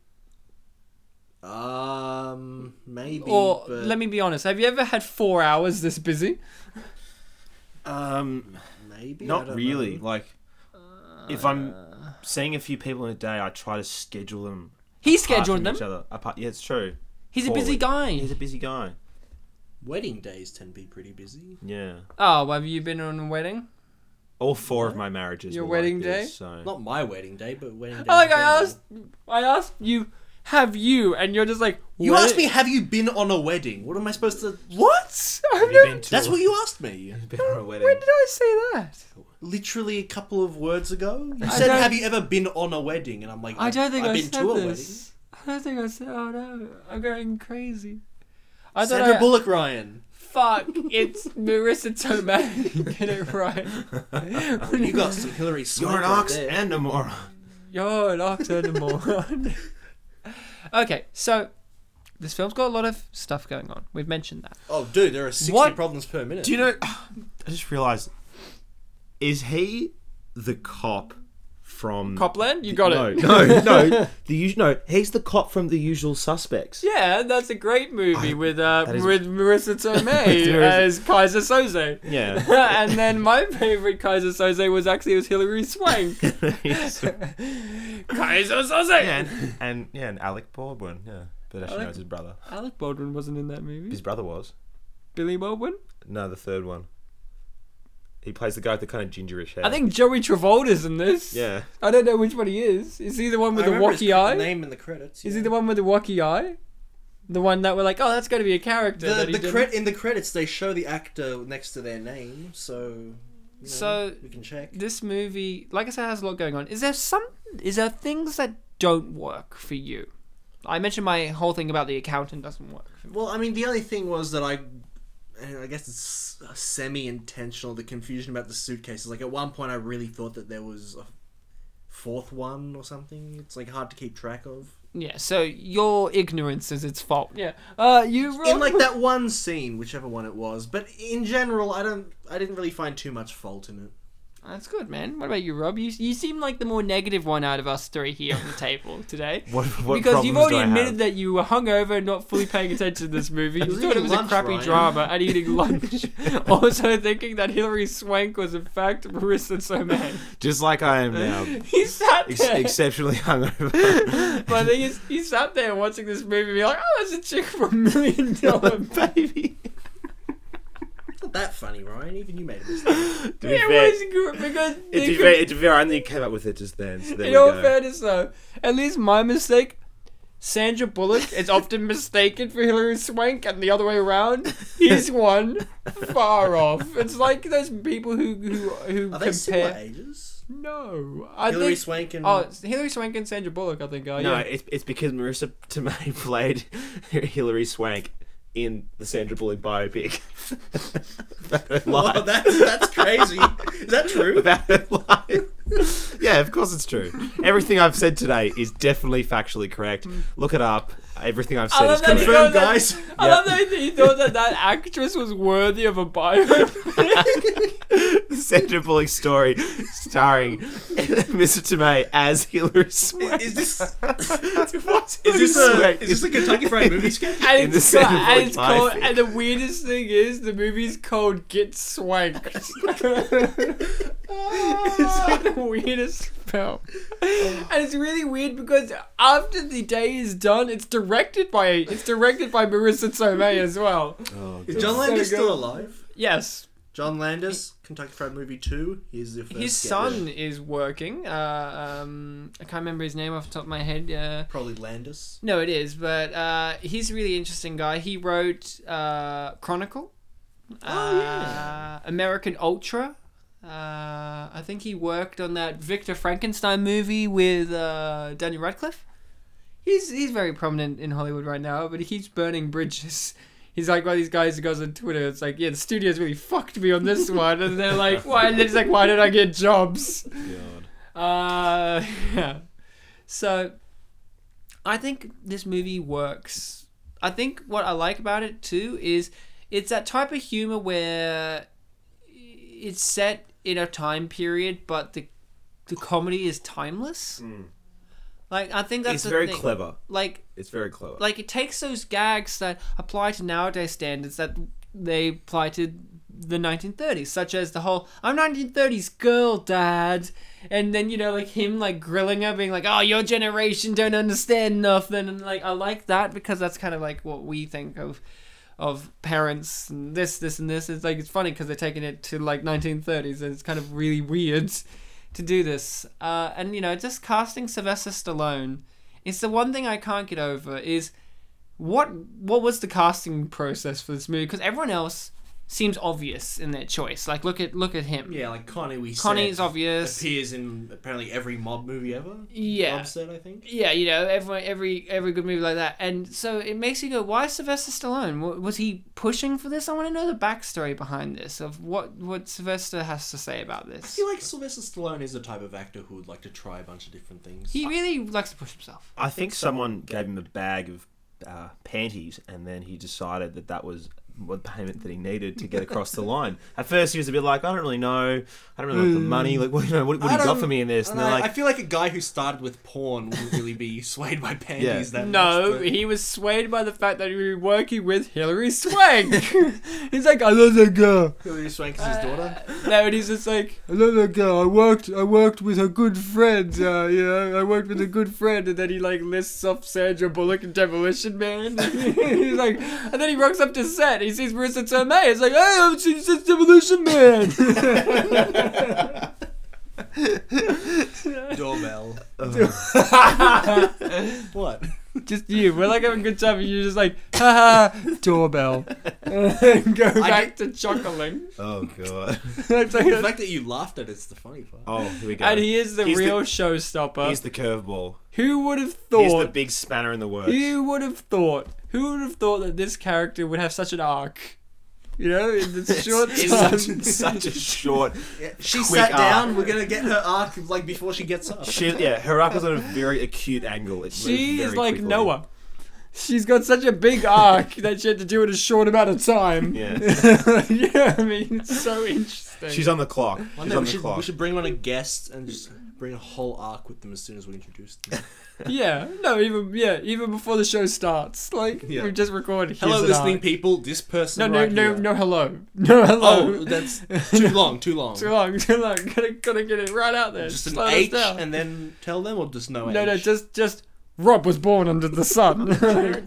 S2: Um, maybe.
S1: Or
S2: but,
S1: let me be honest, have you ever had four hours this busy?
S3: Um,
S2: Maybe. I
S3: not
S2: don't
S3: Um, really.
S2: know.
S3: Like, if I'm seeing a few people in a day, I try to schedule them.
S1: He
S3: apart
S1: scheduled
S3: from
S1: them.
S3: Each other. Apart, yeah, it's true.
S1: He's a
S3: Forward.
S1: busy guy.
S3: He's a busy guy.
S2: Wedding days tend to be pretty busy.
S3: Yeah.
S1: Oh, have you been on a wedding?
S3: All four of my marriages.
S1: Your
S3: were
S1: wedding
S3: like this,
S1: day?
S3: so.
S2: Not my wedding day, but wedding day.
S1: Oh, like I asked, I asked you, have you? And you're just like,
S2: You
S1: "What?"
S2: asked me, have you been on a wedding? What am I supposed to.
S1: what? I've
S3: you
S1: never,
S3: been to
S2: That's
S3: a-
S2: what you asked me.
S3: been on a wedding.
S1: when did I say that?
S2: Literally a couple of words ago. You
S1: I
S2: said,
S1: don't-
S2: have you ever been on a wedding? And I'm like,
S1: I don't think
S2: I've
S1: I
S2: been
S1: said
S2: to a wedding.
S1: this. I don't think I said. Oh no, I'm going crazy. I don't
S2: Sandra
S1: know.
S2: Bullock, Ryan.
S1: Fuck! It's Marissa Tomei. Get it right.
S2: You got some Hillary Swank.
S3: You're an
S2: right
S3: ox
S2: there.
S3: and a moron.
S1: Yo, an ox and a moron. okay, so this film's got a lot of stuff going on. We've mentioned that.
S2: Oh, dude, there are 60
S1: What?
S2: problems per minute.
S3: Do you know? I just realized. Is he the cop from
S1: Copland, you got
S3: no,
S1: it.
S3: No, no, the usual. No, he's the cop from The Usual Suspects.
S1: Yeah, that's a great movie
S3: I-
S1: with uh,
S3: that is-
S1: with Marissa Tomei
S3: Marissa-
S1: as Kaiser Soze.
S3: Yeah.
S1: and then my favorite Kaiser Soze was actually it was Hilary Swank. Kaiser Soze.
S3: and, and yeah, and Alec Baldwin. Yeah, but actually, no, it's his brother.
S1: Alec Baldwin wasn't in that movie.
S3: His brother was.
S1: Billy Baldwin.
S3: No, the third one. He plays the guy with the kind of gingerish hair.
S1: I think Joey Travolta's in this.
S3: Yeah.
S1: I don't know which one he is. Is he the one
S2: I
S1: with the
S2: remember his
S1: wacky eye?
S2: Name in the credits.
S1: Is
S2: yeah.
S1: he the one with the wacky eye? The one that we're like, oh, that's got to be a character.
S2: The,
S1: that he
S2: the
S1: did.
S2: cre- in the credits, they show the actor next to their name, so. you know,
S1: So-
S2: we can check.
S1: this movie, like I said, has a lot going on. Is there some? Is there things that don't work for you? I mentioned my whole thing about the accountant doesn't work. For me.
S2: Well, I mean, the only thing was that I, and I guess it's semi-intentional. The confusion about the suitcases. Like at one point, I really thought that there was a fourth one or something. It's like hard to keep track of.
S1: Yeah. So your ignorance is its fault. Yeah. Uh, you
S2: In like that one scene, whichever one it was. But in general, I don't. I didn't really find too much fault in it.
S1: That's good, man. What about you, Rob? You you seem like the more negative one out of us three here on the table today.
S3: What- what
S1: because you've
S3: problems
S1: already
S3: do I have?
S1: admitted that you were hungover and not fully paying attention to this movie. You
S2: was
S1: thought it
S2: eating
S1: was a
S2: lunch,
S1: crappy
S2: Ryan.
S1: drama and eating lunch. also thinking that Hilary Swank was in fact Marissa Tomei.
S3: Just like I am now.
S1: He sat
S3: Ex-
S1: there.
S3: exceptionally hungover.
S1: But the thing is, he sat there watching this movie and be like, oh, it's a chick from Million Dollar Baby.
S2: Not that funny, Ryan. Even you made a mistake.
S3: to be
S1: It
S3: fair,
S1: was good because
S3: it,
S1: they
S3: to be
S1: could-
S3: fair, it, to be fair, I only came up with it just then. So there
S1: in
S3: we
S1: all
S3: go.
S1: fairness, though, at least my mistake, Sandra Bullock is often mistaken for Hilary Swank and the other way around. He's one far off. It's like those people who who who
S2: Are they similar
S1: compare.
S2: ages?
S1: No, I
S2: Hillary
S1: think.
S2: Swank and
S1: Oh, it's Hilary Swank and Sandra Bullock, I think.
S2: Oh,
S1: Are,
S3: No,
S1: yeah.
S3: it's, it's because Marissa Tomei played Hilary Swank in the Sandra Bullock biopic. About her
S2: Wow,
S3: life.
S2: that's that's crazy. Is that true?
S3: About her life. yeah, of course it's true. Everything I've said today is definitely factually correct.
S2: Hmm.
S3: Look it up. Everything I've
S1: I
S3: said is
S1: love that
S3: correct.
S1: you know
S2: Confirmed,
S1: that-
S2: guys.
S1: I
S3: Yeah.
S1: love that he thought that that actress was worthy of a biopic.
S3: Sandra Bullock story starring Mr. Tomei as Hilary Swank.
S2: Is this
S3: What?
S2: is this a
S3: Swank.
S2: is this a Kentucky Fried Movie sketch?
S1: and
S3: In
S1: it's,
S3: the
S1: ca-
S3: same
S1: and it's
S3: voice
S1: called.
S3: line.
S1: And the weirdest thing is, the movie's called Get Swanked. it's like the weirdest film, and it's really weird because after the day is done, it's directed by it's directed by Marissa Tomei as well.
S2: Is John
S1: So
S2: Landis
S1: good.
S2: still alive?
S1: Yes,
S2: John Landis, Kentucky Fried Movie Two. Here's the first
S1: his
S2: sketch.
S1: son is working. Uh, um, I can't remember his name off the top of my head. Uh,
S2: probably Landis.
S1: No, it is, but uh, he's a really interesting guy. He wrote uh, Chronicle, uh, American Ultra. Uh, I think he worked on that Victor Frankenstein movie with uh, Daniel Radcliffe. He's he's very prominent in Hollywood right now, but he keeps burning bridges. He's like one of these guys who goes on Twitter. It's like, yeah, the studio's really fucked me on this one, and they're like, why? And it's like, why did I get jobs? Uh, yeah. So, I think this movie works. I think what I like about it too is it's that type of humor where it's set in a time period, but the the comedy is timeless. Like I think that's
S3: Mm. It's
S1: the
S3: very
S1: thing.
S3: clever.
S1: Like
S3: It's very clever.
S1: like it takes those gags that apply to nowadays standards that they apply to the 1930s, such as the whole "I'm 1930s girl, Dad," and then you know like him like grilling her, being like, "Oh, your generation don't understand nothing," and like I like that because that's kind of like what we think of of parents and this this and this. It's like it's funny because they're taking it to like 1930s, and it's kind of really weird to do this. Uh, and you know, just casting Sylvester Stallone. It's the one thing I can't get over is what what was the casting process for this movie? Because everyone else seems obvious in their choice. Like look at look at him.
S2: Yeah, like Connie, we
S1: Connie
S2: said,
S1: is obvious.
S2: Appears in apparently every mob movie ever.
S1: Yeah.
S2: mob set, I think.
S1: Yeah, you know, everyone, every every good movie like that, and so it makes you go, why Sylvester Stallone? Wa- Was he pushing for this? I want to know the backstory behind this of what what Sylvester has to say about
S2: I
S1: this.
S2: feel like Sylvester Stallone is the type of actor who would like to try a bunch of different things.
S1: He really likes to push himself.
S5: I think someone gave him a bag of uh, panties, and then he decided that that was what payment that he needed to get across the line. At first, he was a bit like, "I don't really know. I don't really want the money. Like, what, you know, what, what do
S2: Hmm. I
S5: you got
S2: don't-
S5: for me in this?"
S2: I,
S5: And
S2: don't
S5: they're
S2: know,
S5: like,
S2: I feel like a guy who started with porn wouldn't really be swayed by panties
S5: Yeah.
S2: that much.
S1: No,
S2: but-
S1: he was swayed by the fact that he was working with Hillary Swank. he's like, I love that girl.
S2: Hilary Swank's
S1: Uh,
S2: his daughter.
S1: No, and he's just like, I love that girl. I worked, I worked with her good friend. Uh, you know, I worked with a good friend, and then he like lists off Sandra Bullock and Demolition Man. he's like, and then he walks up to set. He sees Marissa Tomei. He's like, Hey, I've seen since Demolition Man.
S2: Doorbell.
S5: Oh,
S2: what?
S1: just you. We're like having a good time, and you're just like, ha ha, doorbell. and go back to chuckling.
S5: "Oh god.
S1: It's like-
S2: The fact that you laughed at it's the funny part.
S5: Oh, here we go."
S1: and he is the
S5: He's the-
S1: real showstopper.
S5: He's the curveball.
S1: Who would have
S5: He's the
S1: thought?
S5: big spanner in the works.
S1: Who would have thought? Who would have thought that this character would have such an arc? You know, in this short
S5: It's
S1: time.
S5: such, such a short.
S2: She
S5: Quick
S2: sat
S5: arc.
S2: down. We're gonna get her arc like before she gets up.
S5: She, yeah, her arc was on a very acute angle. It
S1: she
S5: moved
S1: is
S5: very
S1: like
S5: quickly.
S1: Noah. She's got such a big arc that she had to do in a short amount of time.
S5: Yeah,
S1: yeah, I mean, it's so interesting.
S5: she's on the clock.
S2: One
S5: She's
S2: day
S5: on the
S2: we should, we
S5: clock.
S2: should bring on a guest and just bring a whole arc with them as soon as we introduce them.
S1: yeah, no, even yeah, even before the show starts, like
S2: Yeah.
S1: we've just recorded.
S2: Hello,
S1: here's an
S2: listening
S1: arc.
S2: people. This person.
S1: No, no,
S2: right
S1: no,
S2: here.
S1: no. Hello, no, hello.
S2: Oh, that's too long. Too long.
S1: too long, too long. Gotta, gotta get it right out there.
S2: Just
S1: Slow
S2: an
S1: us
S2: H
S1: down.
S2: and then tell them, or just no H.
S1: No, no, just just Rob was born under the sun.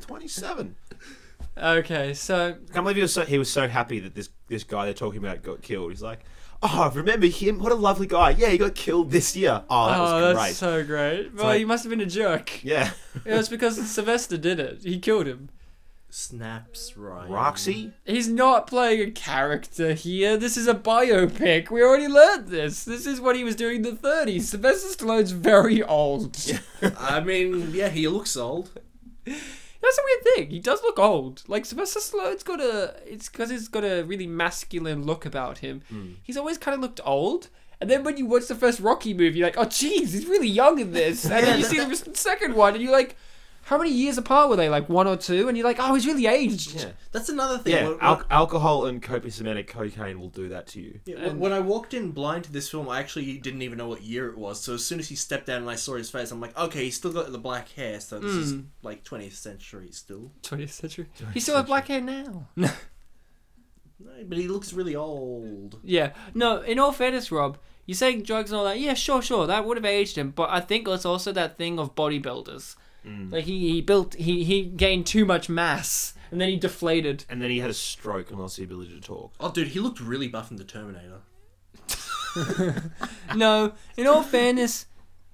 S5: Twenty-seven.
S1: okay, so
S5: I can't believe he was so he was so happy that this this guy they're talking about got killed. He's like, oh, remember him? What a lovely guy. Yeah, he got killed this year. Oh, that
S1: oh,
S5: was
S1: that's
S5: great.
S1: so great. Well,
S5: like-
S1: you must have been a jerk.
S5: yeah,
S1: It was because Sylvester did it. He killed him.
S2: snaps right.
S5: Roxy.
S1: He's not playing a character here. This is a biopic. We already learned this. This is what he was doing in the 30s. Sylvester Stallone's very old.
S2: I mean, yeah, he looks old.
S1: That's a weird thing. He does look old. Like Sylvester Stallone's got a, it's because he's got a really masculine look about him. He's always kind of looked old. And then when you watch the first Rocky movie, you're like, oh jeez, he's really young in this. And then you see the second one, and you're like, how many years apart were they? Like one or two? And you're like, oh, he's really aged.
S5: Yeah,
S2: That's another thing.
S5: yeah.
S2: When- when-
S5: al- alcohol and copious amount of cocaine will do that to you.
S2: yeah, when- when I walked in blind to this film, I actually didn't even know what year it was. So as soon as he stepped down and I saw his face, I'm like, okay, he's still got the black hair. So this is
S1: Hmm.
S2: like 20th century still.
S1: 20th century. He still has black hair now.
S2: No, but he looks really old.
S1: Yeah. No, in all fairness, Rob, you're saying drugs and all that. Yeah, sure, sure. That would have aged him. But I think it's also that thing of bodybuilders.
S5: Mm.
S1: Like, he, he built, he, he gained too much mass and then he deflated.
S5: And then he had a stroke and lost the ability to talk.
S2: Oh, dude, he looked really buff in the Terminator.
S1: no, in all fairness,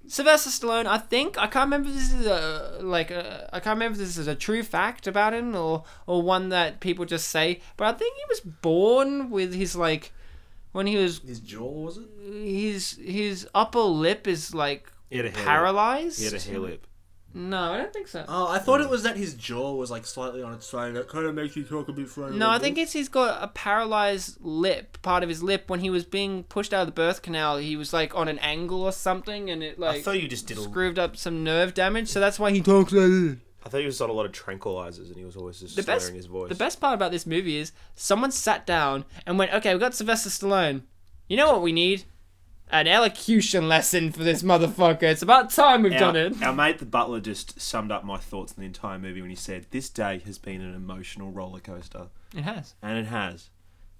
S1: Sylvester Stallone, I think I can't remember if this is a like a, I can't remember if this is a true fact about him or or one that people just say, but I think he was born with his like when he was
S2: His jaw was it?
S1: his his upper lip is like
S5: He had a hair lip.
S1: paralyzed.
S5: He had a hair lip.
S1: No, I don't think so.
S2: Oh, I thought it was that his jaw was like slightly on its side. That kind of makes you talk a bit funny.
S1: No, I think it's he's got a paralyzed lip, part of his lip. When he was being pushed out of the birth canal, he was like on an angle or something, and it like
S5: I thought you just did. A,
S1: screwed up some nerve damage. So that's why he talks like this.
S5: I thought he was on a lot of tranquilizers, and he was always just
S1: the
S5: slurring
S1: best
S5: his voice.
S1: the best part about this movie is someone sat down and went, "Okay, we got Sylvester Stallone. You know what we need? An elocution lesson for this motherfucker. It's about time we've done it."
S4: Our mate the butler just summed up my thoughts on the entire movie when he said, "This day has been an emotional roller coaster,
S1: It has.
S4: and it has.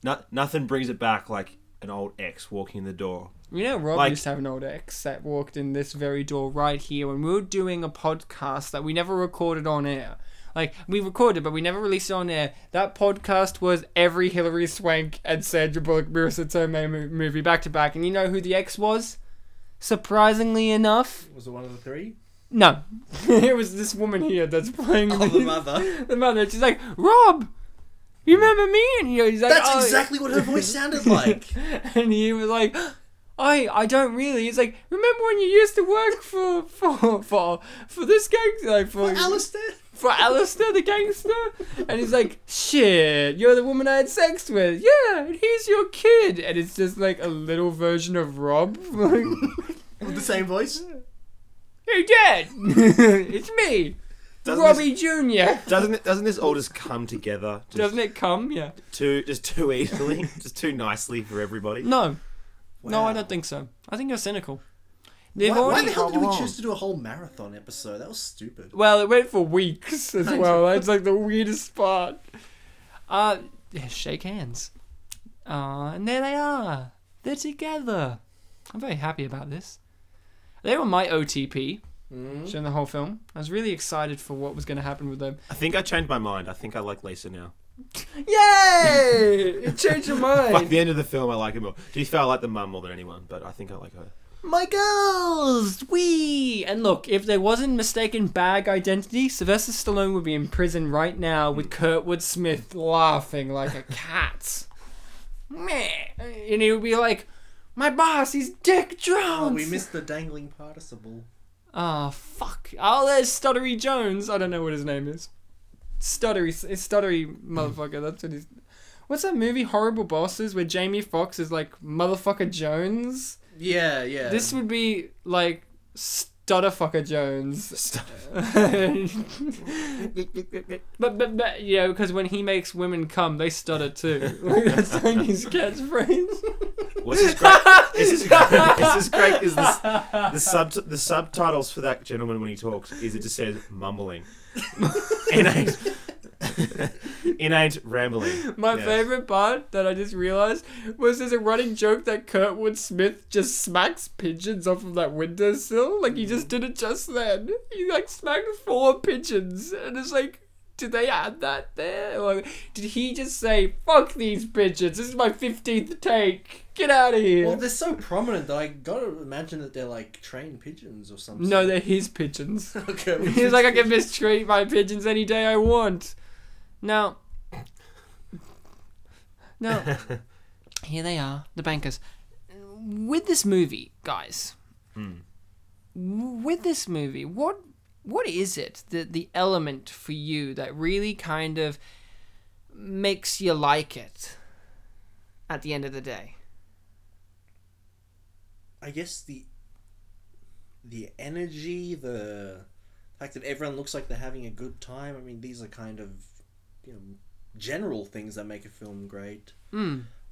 S4: No, nothing brings it back like an old ex walking in the door.
S1: You know, Rob
S4: Like-
S1: used to have an old ex that walked in this very door right here when we were doing a podcast that we never recorded on air. Like, we recorded, but we never released it on air. That podcast was every Hillary Swank and Sandra Bullock Marissa Tomei mo- movie back to back. And you know who the ex was? Surprisingly enough,
S2: Was it one of the three?
S1: no. it was this woman here that's playing
S2: Oh, the
S1: the-
S2: mother.
S1: the mother. She's like, Rob, you remember me? And he- he's like,
S2: That's
S1: "Oh."
S2: exactly what her voice sounded like.
S1: and he was like, I I don't really. He's like, remember when you used to work for for for for this gangster, like for,
S2: Alistair.
S1: for Alistair the gangster? And he's like, shit, you're the woman I had sex with. Yeah, and he's your kid. And it's just like a little version of Rob. Like,
S2: With the same voice.
S1: hey, Dad, it's me,
S3: Doesn't
S1: Robbie Junior.
S3: Doesn't it, doesn't this all just come together just
S1: Doesn't it come? Yeah.
S3: too just too easily, just too nicely for everybody?
S1: No, no, I
S2: Wow.
S1: don't think so. I think you're cynical. They've
S2: Why, why
S1: already
S2: the hell
S1: got
S2: did we
S1: wrong.
S2: choose to do a whole marathon episode? That was stupid.
S1: Well, it went for weeks as well. That's like the weirdest part. Uh, yeah, shake hands. Uh, and there they are. They're together. I'm very happy about this. They were my OTP during the whole film. I was really excited for what was going to happen with them.
S3: I think I changed my mind. I think I like Lisa now.
S1: Yay! you changed your
S3: Like
S1: mind.
S3: the end of the film, I like her more. Do you feel I like the mum more than anyone? But I think I like her.
S1: my girls! Wee! And look, if there wasn't mistaken bag identity, Sylvester Stallone would be in prison right now with Kurtwood Smith laughing like a cat. Meh. And he would be like, My boss, he's Dick Jones!
S2: Oh, we missed the dangling participle.
S1: Ah, fuck. Oh, there's Stuttery Jones. I don't know what his name is. Stuttery, it's Stuttery motherfucker. That's what he's. What's that movie, Horrible Bosses, where Jamie Foxx is like motherfucker Jones?
S2: Yeah, yeah.
S1: This would be like Stutterfucker Jones. but, but, but, you know, because when he makes women come, they stutter too. Like, that's like his catchphrase.
S3: What's this great? is this great? Is this great? Is this the sub the subtitles for that gentleman when he talks? Is it just says mumbling, innate, innate rambling.
S1: My
S3: Yes.
S1: favorite part that I just realized was there's a running joke that Kurtwood Smith just smacks pigeons off of that windowsill. Like, he just did it just then. He, like, smacked four pigeons. And it's like, did they add that there? Like, did he just say, fuck these pigeons? This is my 15th take. Get out of here.
S2: Well, they're so prominent that I gotta imagine that they're like trained pigeons or something.
S1: no, they're his pigeons.
S2: Okay. we
S1: He's like, I can mistreat my pigeons any day I want. Now, now, here they are, the bankers. With this movie, guys. With this movie, what what is it that the element for you that really kind of makes you like it at the end of the day?
S2: I guess the the energy, the fact that everyone looks like they're having a good time. I mean, these are kind of you know general things that make a film great.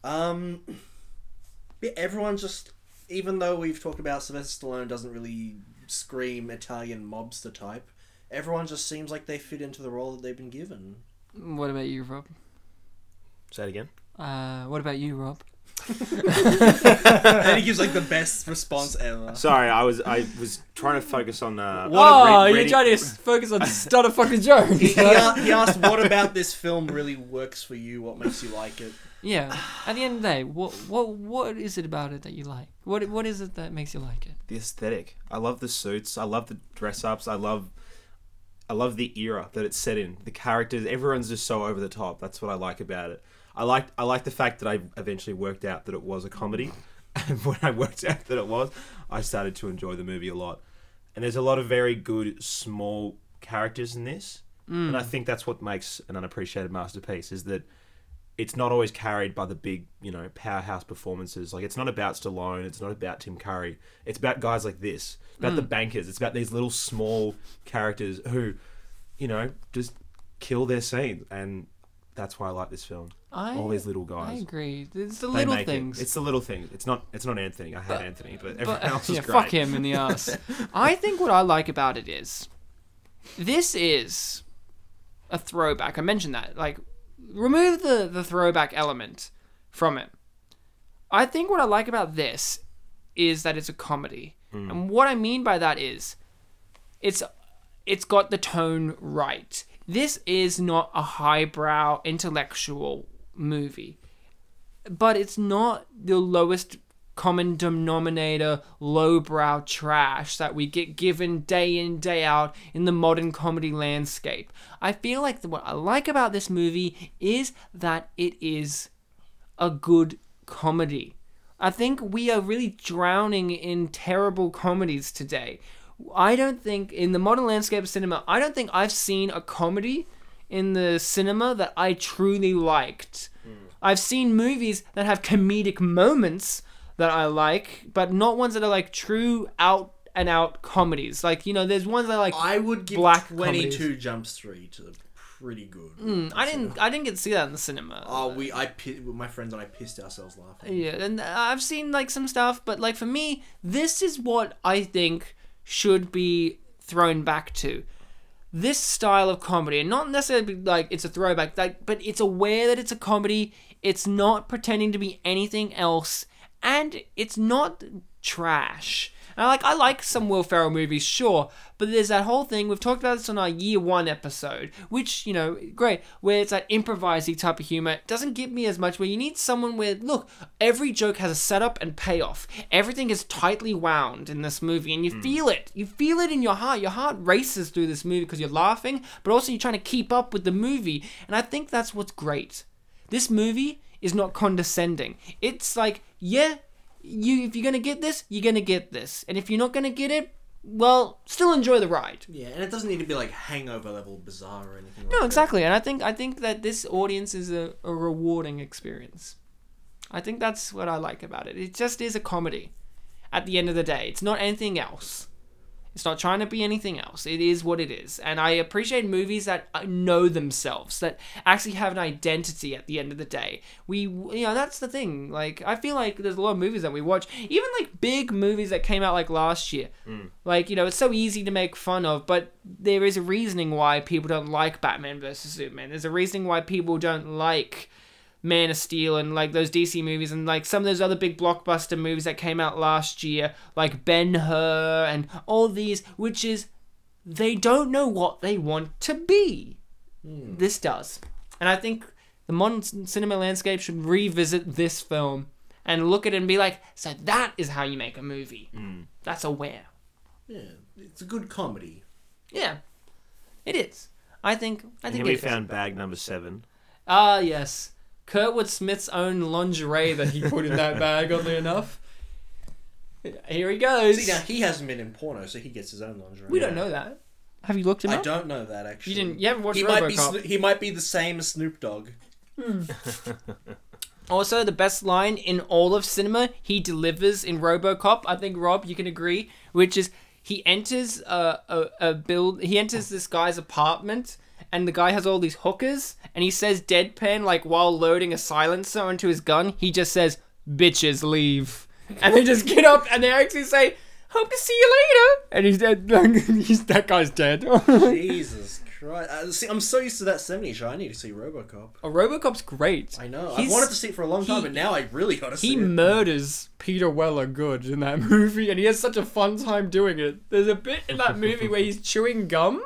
S2: Um, yeah, everyone just even though we've talked about Sylvester Stallone doesn't really scream Italian mobster type, everyone just seems like they fit into the role that they've been given.
S1: What about you, Rob?
S3: Say it again.
S1: Uh, what about you, Rob?
S2: and he gives like the best response ever.
S3: Sorry, I was I was trying to focus on uh,
S1: Oh,
S3: re-
S1: you're
S3: reading-
S1: trying to s- focus on stutter fucking jokes.
S2: He, a- he asked, "What about this film really works for you? What makes you like it?"
S1: Yeah. At the end of the day, what what what is it about it that you like? What what is it that makes you like it?
S3: the aesthetic. I love the suits. I love the dress ups. I love I love the era that it's set in. The characters, everyone's just so over the top. That's what I like about it. I like I like the fact that I eventually worked out that it was a comedy. And when I worked out that it was, I started to enjoy the movie a lot. And there's a lot of very good small characters in this. And I think that's what makes an unappreciated masterpiece is that it's not always carried by the big, you know, powerhouse performances. Like it's not about Stallone, it's not about Tim Curry. It's about guys like this, It's about the
S1: Mm.
S3: bankers. It's about these little small characters who, you know, just kill their scene, and that's why I like this film.
S1: I
S3: All these little
S1: I
S3: guys,
S1: agree. It's the
S3: they
S1: little
S3: make
S1: things.
S3: it. It's the little things. It's not. It's not Anthony. I hate Anthony, but everyone
S1: But- uh,
S3: else is
S1: yeah,
S3: great.
S1: fuck him in the ass. I think what I like about it is this is a throwback. I mentioned that. Like remove the the throwback element. from it. I think what I like about this is that it's a comedy.
S3: Hmm.
S1: And what I mean by that is it's it's got the tone right. This is not a highbrow intellectual movie. But it's not the lowest common denominator lowbrow trash that we get given day in day out in the modern comedy landscape. I feel like the, what I like about this movie is that it is a good comedy. I think we are really drowning in terrible comedies today. I don't think in the modern landscape of cinema, I don't think I've seen a comedy in the cinema that I truly liked. I've seen movies that have comedic moments that I like, but not ones that are like true out and out comedies. Like, you know, there's ones that I like
S2: I would give
S1: Black
S2: 22
S1: comedies. Hmm.
S2: Jump Street a pretty good.
S1: I didn't I didn't get to see that in the cinema.
S2: Oh, we I pi- my friends and I pissed ourselves laughing.
S1: Yeah, and I've seen like some stuff, but like for me, this is what I think should be thrown back to. This style of comedy, and not necessarily like it's a throwback, like but it's aware that it's a comedy. It's not pretending to be anything else, and it's not trash. And I like I like some Will Ferrell movies, sure, but there's that whole thing we've talked about this on our year one episode, which you know, great, where it's that improvising type of humor It doesn't get me as much. Where you need someone where look, every joke has a setup and payoff. Everything is tightly wound in this movie, and you feel it. You feel it in your heart. Your heart races through this movie because you're laughing, but also you're trying to keep up with the movie. And I think that's what's great. This movie is not condescending. It's like yeah you if you're gonna get this, you're gonna get this, and if you're not gonna get it, well, still enjoy the ride.
S2: Yeah, and it doesn't need to be like hangover level bizarre or anything.
S1: No, exactly, and I think I think that this audience is a, a rewarding experience. I think that's what I like about it. It just is a comedy. At the end of the day, it's not anything else. It's not trying to be anything else. It is what it is, and I appreciate movies that uh, know themselves, that actually have an identity. At the end of the day, we you know that's the thing. Like I feel like there's a lot of movies that we watch, even like big movies that came out like last year. Like you know, it's so easy to make fun of, but there is a reasoning why people don't like Batman versus Superman. There's a reasoning why people don't like Man of Steel and like those DC movies and like some of those other big blockbuster movies that came out last year, like Ben Hur and all these, which is they don't know what they want to be.
S3: Hmm.
S1: This does. And I think the modern c- cinema landscape should revisit this film and look at it and be like, so that is how you make a movie.
S3: Hmm.
S1: That's aware.
S2: Yeah, it's a good comedy.
S1: Yeah, it is. I think. I think
S3: Here we
S1: it is.
S3: found bag number seven.
S1: Ah, yes. Kurtwood Smith's own lingerie that he put in that bag, oddly enough. Here he goes.
S2: See, now he hasn't been in porno, so he gets his own lingerie.
S1: we don't know that. Have you looked him
S2: I
S1: up?
S2: don't know that actually.
S1: You didn't- you haven't watched
S2: He might be.
S1: RoboCop.
S2: Sno- he might be the same as Snoop Dogg.
S1: Also, the best line in all of cinema he delivers in RoboCop. I think Rob, you can agree, which is he enters a, a, a build. He enters this guy's apartment, and the guy has all these hookers, and he says deadpan like while loading a silencer onto his gun. He just says, "Bitches leave," and they just get up and they actually say. Hope to see you later. And he's dead. he's, that guy's dead. oh,
S2: Jesus Christ! Uh, see, I'm so used to that '70s show. I need to see RoboCop.
S1: RoboCop's great.
S2: I know.
S1: He's-
S2: I wanted to see it for a long time,
S1: he-
S2: but now I really got to see
S1: he
S2: it.
S1: murders Peter Weller good in that movie, and he has such a fun time doing it. There's a bit in that movie where he's chewing gum,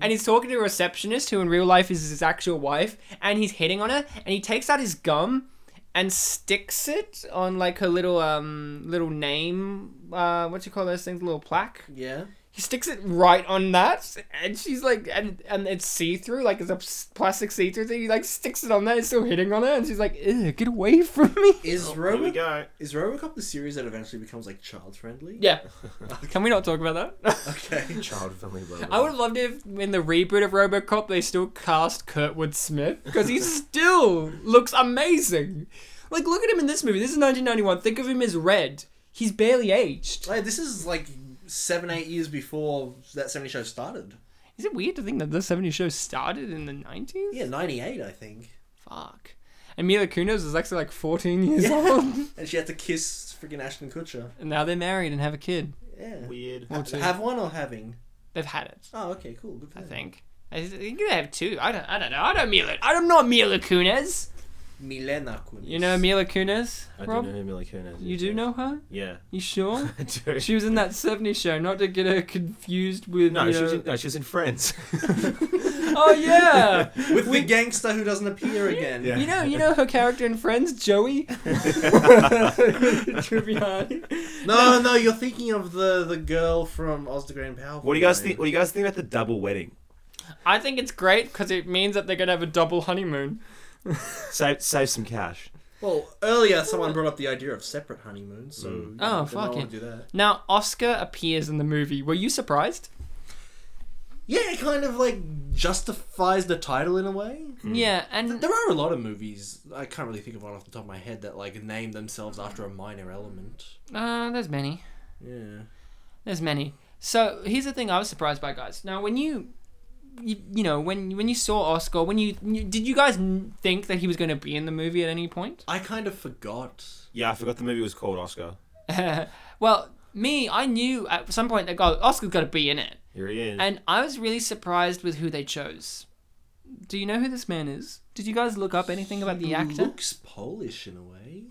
S1: and he's talking to a receptionist who in real life is his actual wife, and he's hitting on her, and he takes out his gum and sticks it on like her little um little name uh what do you call those things little plaque
S2: yeah.
S1: he sticks it right on that, and she's like, and and it's see through, like it's a s- plastic see through thing. He like sticks it on there, it's still hitting on her, and she's like, Ew, get away from me.
S2: Is
S3: Here we
S2: Robo
S3: go.
S2: is RoboCop the series that eventually becomes like child friendly?
S1: Yeah. Can we not talk about that?
S2: Okay.
S3: Child friendly.
S1: I would have loved it if in the reboot of RoboCop they still cast Kurtwood Smith because he still looks amazing. Like, look at him in this movie. This is 1991. Think of him as red. He's barely aged.
S2: Like, this is like seven, eight years before that '70s show started.
S1: Is it weird to think that the 70s show started in the 90s?
S2: Yeah, '98, I think.
S1: Fuck. And Mila Kunis is actually like 14 years old.
S2: And she had to kiss freaking Ashton Kutcher.
S1: And now they're married and have a kid.
S2: Yeah.
S3: Weird.
S1: Or
S2: Ha-
S1: two.
S2: have one or having?
S1: They've had it,
S2: Oh, okay, cool. Good for
S1: I
S2: them.
S1: think. I think they have two. I don't. I don't know. I don't Mila. I'm not Mila Kunis.
S2: Milena Kunis.
S1: You know Mila Kunis,
S7: I
S1: Rob?
S7: don't know who Mila Kunis is.
S1: You do
S7: yeah.
S1: know Oh. her?
S7: Yeah.
S1: You sure?
S7: I do.
S1: she was in that 70s show, not to get her confused with.
S3: No,
S1: you
S3: she was
S1: know-
S3: in, no, she was in Friends.
S1: Oh, yeah!
S2: with the gangster who doesn't appear again.
S1: You know, you know her character in Friends, Joey. Tribbiani.
S2: No, no, you're thinking of the the girl from Oz the Great and Powerful.
S3: What do you guys
S2: Woman.
S3: think? What do you guys think about the double wedding?
S1: I think it's great because it means that they're gonna have a double honeymoon.
S3: Save save some cash.
S2: Well, earlier someone brought up the idea of separate honeymoons, so you
S1: Oh,
S2: know, they might
S1: fuck
S2: wanna
S1: it.
S2: do that.
S1: Now, Oscar appears in the movie. Were you surprised?
S2: Yeah, it kind of like justifies the title in a way.
S3: Hmm.
S1: Yeah, and
S2: There are a lot of movies I can't really think of one off the top of my head that like name themselves after a minor element.
S1: uh, there's many.
S2: Yeah.
S1: There's many. So here's the thing I was surprised by, guys. Now, when you, you, you know, when when you saw Oscar, when you, you did you guys n- think that he was going to be in the movie at any point?
S2: I kind of forgot.
S8: Yeah, I forgot the movie was called Oscar.
S1: well, me, I knew at some point that God, Oscar's got to be in it,
S8: Here he is.
S1: and I was really surprised with who they chose. Do you know who this man is? Did you guys look up anything about the actor?
S2: Looks Polish in a way.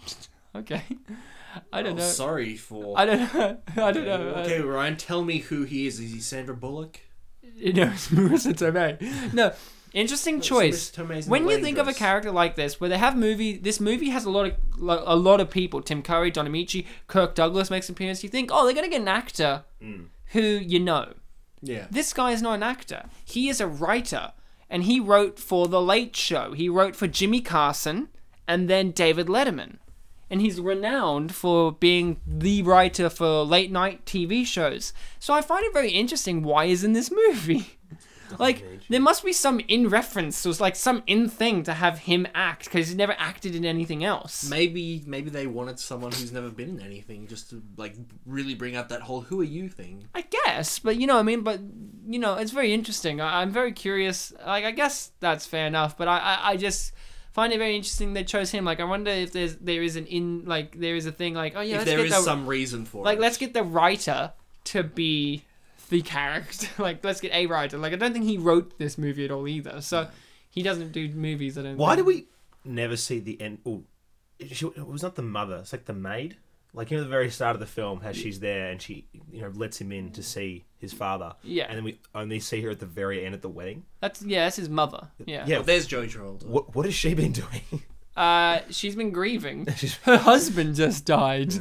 S1: Okay, I don't
S2: Oh,
S1: know.
S2: sorry for.
S1: I don't know. I don't know. Uh,
S2: Okay, Ryan, tell me who he is. Is he Sandra Bullock?
S1: you know, it's Marissa Tomei. No, interesting choice.
S2: Marissa Tomei's in
S1: When
S2: the
S1: you
S2: wedding
S1: think of a
S2: dress.
S1: character like this, where they have movie, this movie has a lot of lo- a lot of people. Tim Curry, Don Amici, Kirk Douglas makes an appearance. You think, oh, they're gonna get an actor
S2: Hmm.
S1: who you know.
S2: Yeah.
S1: This guy is not an actor. He is a writer, and he wrote for The Late Show. He wrote for Jimmy Carson and then David Letterman. And he's renowned for being the writer for late night TV shows. So I find it very interesting why he's in this movie. Like, there must be some in reference, so it's like some in thing to have him act, because he's never acted in anything else.
S2: Maybe maybe they wanted someone who's never been in anything just to like really bring up that whole "Who are you?" thing.
S1: I guess, but you know, I mean, but you know, it's very interesting. I, I'm very curious. Like, I guess that's fair enough, but I, I, I just find it very interesting they chose him. Like, I wonder if there's there is an in like there is a thing like oh yeah,
S2: if
S1: let's
S2: there
S1: get
S2: is
S1: the,
S2: some reason for
S1: like
S2: it.
S1: let's get the writer to be the character. like, let's get a writer. Like, I don't think he wrote this movie at all either. So. He doesn't do movies. I don't.
S3: Why do
S1: think.
S3: we never see the end? Oh, she, it was not the mother. It's like the maid. Like you know, the very start of the film, how she's there and she, you know, lets him in to see his father.
S1: Yeah.
S3: And then we only see her at the very end at the wedding.
S1: That's yeah. That's his mother. Yeah.
S3: Yeah.
S2: Well, there's Joey Gerald.
S3: What What has she been doing?
S1: Uh, she's been grieving.
S3: She's-
S1: Her husband just died.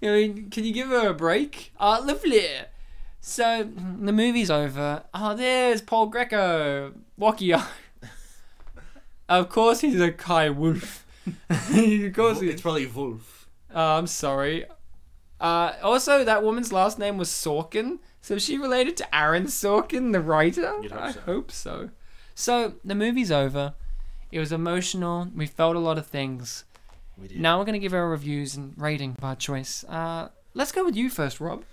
S1: I mean, can you give her a break? Ah, lovely. So the movie's over. Oh, there's Paul Greco, Wakia. of course, he's a Kai Wolf. of course,
S2: It's
S1: he's.
S2: probably Wolf.
S1: Uh, I'm sorry. Uh, also, that woman's last name was Sorkin, so is she related to Aaron Sorkin, the writer. I hope so. So the movie's over. It was emotional. We felt a lot of things.
S2: We did.
S1: Now we're gonna give our reviews and rating by choice. Uh, let's go with you first, Rob.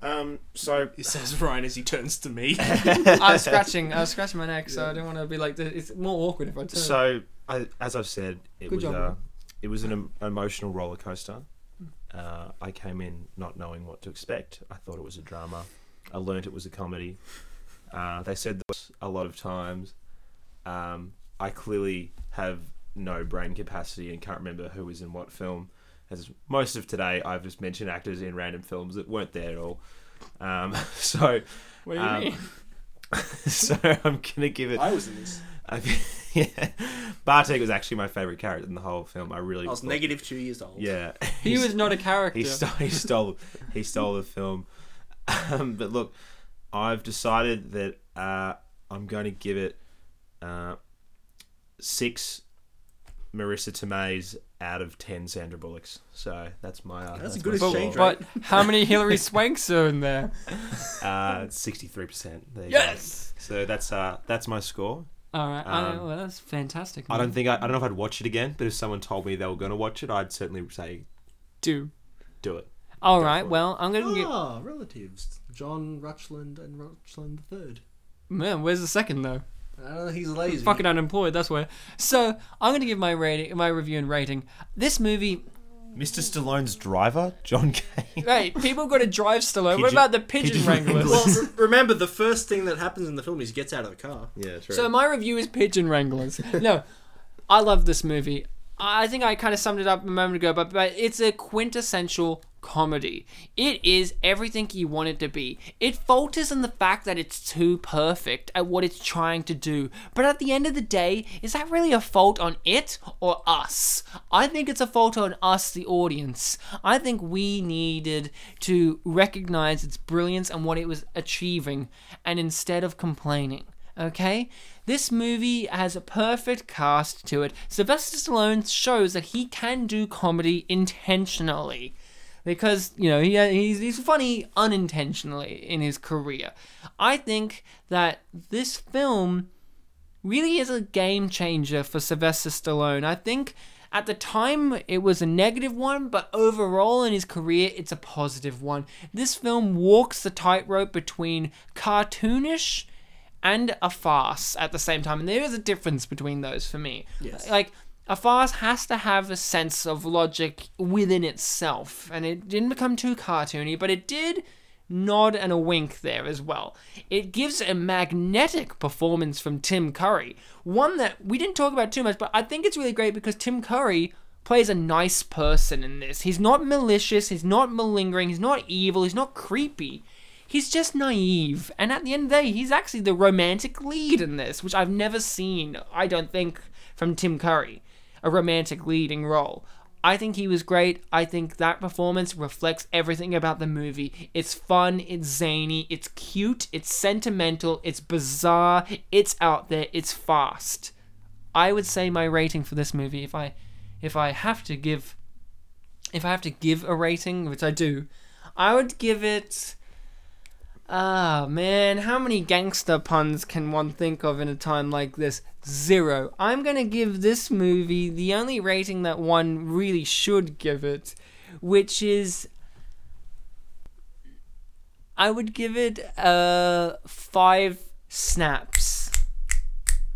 S8: Um, so
S2: He says Ryan as he turns to me.
S1: I was scratching. I was scratching my neck, so I didn't want to be like. This. It's more awkward if I turn.
S8: so
S3: I, as I've said, it
S1: Good
S3: was
S1: job,
S3: a,
S1: Rob.
S3: it was an em- emotional roller coaster. Uh, I came in not knowing what to expect. I thought it was a drama. I learnt it was a comedy. Uh, they said this a lot of times. Um, I clearly have no brain capacity and can't remember who was in what film. As most of today, I've just mentioned actors in random films that weren't there at all. Um, so,
S1: what do you
S3: um,
S1: mean?
S3: so I'm gonna give it.
S2: I was in this.
S3: I think- yeah. Bartek was actually my favorite character in the whole film. I really
S2: I was
S3: thought-
S2: negative two years old.
S3: Yeah,
S1: He was not a character.
S3: he stole he stole he stole the film. Um, but look, I've decided that uh, I'm going to give it uh, six Marissa Tomei's out of ten Sandra Bullocks. So that's my uh,
S2: That's a
S3: that's
S2: good
S3: my
S1: but,
S2: exchange
S3: score.
S2: rate.
S1: but how many Hillary Swanks are in there?
S3: Uh, sixty-three percent. There you
S1: Yes!
S3: Go. So that's uh, that's my score.
S1: All right. I-
S3: Um,
S1: well, that's fantastic.
S3: I
S1: man.
S3: don't think I, I don't know if I'd watch it again, but if someone told me they were going to watch it, I'd certainly say
S1: do.
S3: do it.
S1: All
S3: Go
S1: right.
S3: for it.
S1: Well, I'm gonna get.
S2: Ah, relatives. John Rutchland and Rutchland III.
S1: Man, where's the second though?
S2: I don't know, Uh, he's lazy.
S1: Fucking unemployed. That's where. So I'm gonna give my rating, my review and rating. This movie.
S3: Mr. Stallone's driver, John Kane.
S1: Hey, people got to drive Stallone. what
S3: Pigeon-
S1: about the pigeon,
S3: pigeon
S1: wranglers?
S2: well, re- remember, the first thing that happens in the film is he gets out of the car.
S3: Yeah, true.
S1: So my review is pigeon wranglers. no, I love this movie. I think I kind of summed it up a moment ago, but, but it's a quintessential comedy. It is everything you want it to be. It falters in the fact that it's too perfect at what it's trying to do. But at the end of the day, is that really a fault on it or us? I think it's a fault on us, the audience. I think we needed to recognize its brilliance and what it was achieving, and instead of complaining okay? This movie has a perfect cast to it. Sylvester Stallone shows that he can do comedy intentionally. Because, you know, he, he's, he's funny unintentionally in his career. I think that this film really is a game changer for Sylvester Stallone. I think at the time it was a negative one, but overall in his career it's a positive one. This film walks the tightrope between cartoonish and a farce at the same time. And there is a difference between those for me. Yes. Like a farce has to have a sense of logic within itself, and it didn't become too cartoony, but it did nod and a wink there as well. It gives a magnetic performance from Tim Curry, one that we didn't talk about too much, but I think it's really great because Tim Curry plays a nice person in this. He's not malicious, he's not malingering, he's not evil, he's not creepy he's just naive. And at the end of the day, he's actually the romantic lead in this, which I've never seen, I don't think, from Tim Curry, a romantic leading role. I think he was great. I think that performance reflects everything about the movie. It's fun, it's zany, it's cute, it's sentimental, it's bizarre, it's out there, it's fast. I would say my rating for this movie if I if I have to give if I have to give a rating, which I do, I would give it Ah, man, how many gangster puns can one think of in a time like this? Zero. I'm gonna give this movie the only rating that one really should give it, which is. I would give it uh, five snaps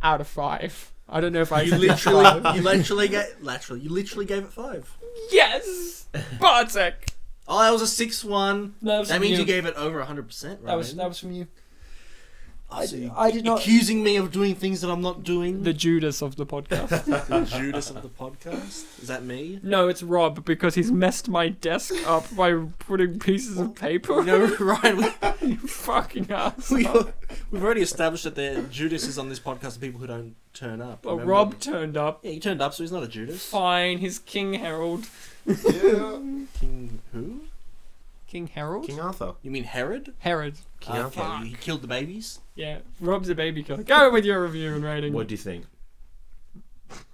S1: out of five. I don't know if I
S2: You
S1: said
S2: literally,
S1: five.
S2: you literally gave, laterally, you literally gave it five.
S1: yes, Bartek.
S2: Oh, that was a six-one.
S1: That was
S2: That means
S1: you.
S2: you gave it over hundred percent, right?
S1: That was that was from you.
S2: I, so you,
S1: I did not-
S2: accusing me of doing things that I'm not doing.
S1: The Judas of the podcast.
S2: The Judas of the podcast. Is that me?
S1: no, it's Rob because he's messed my desk up by putting pieces of paper.
S2: You know, Ryan, we,
S1: fucking ass.
S2: we, we've already established that the Judas is on this podcast. People who don't turn up.
S1: But
S2: remember?
S1: Rob turned up.
S2: yeah, he turned up, so he's not a Judas.
S1: Fine, he's King Harold.
S2: King who?
S1: King Harold?
S3: King Arthur.
S2: You mean Herod?
S1: Herod.
S2: King
S3: Arthur.
S2: He killed the babies.
S1: Yeah, Rob's a baby killer. Go with your review and rating.
S3: What do you think?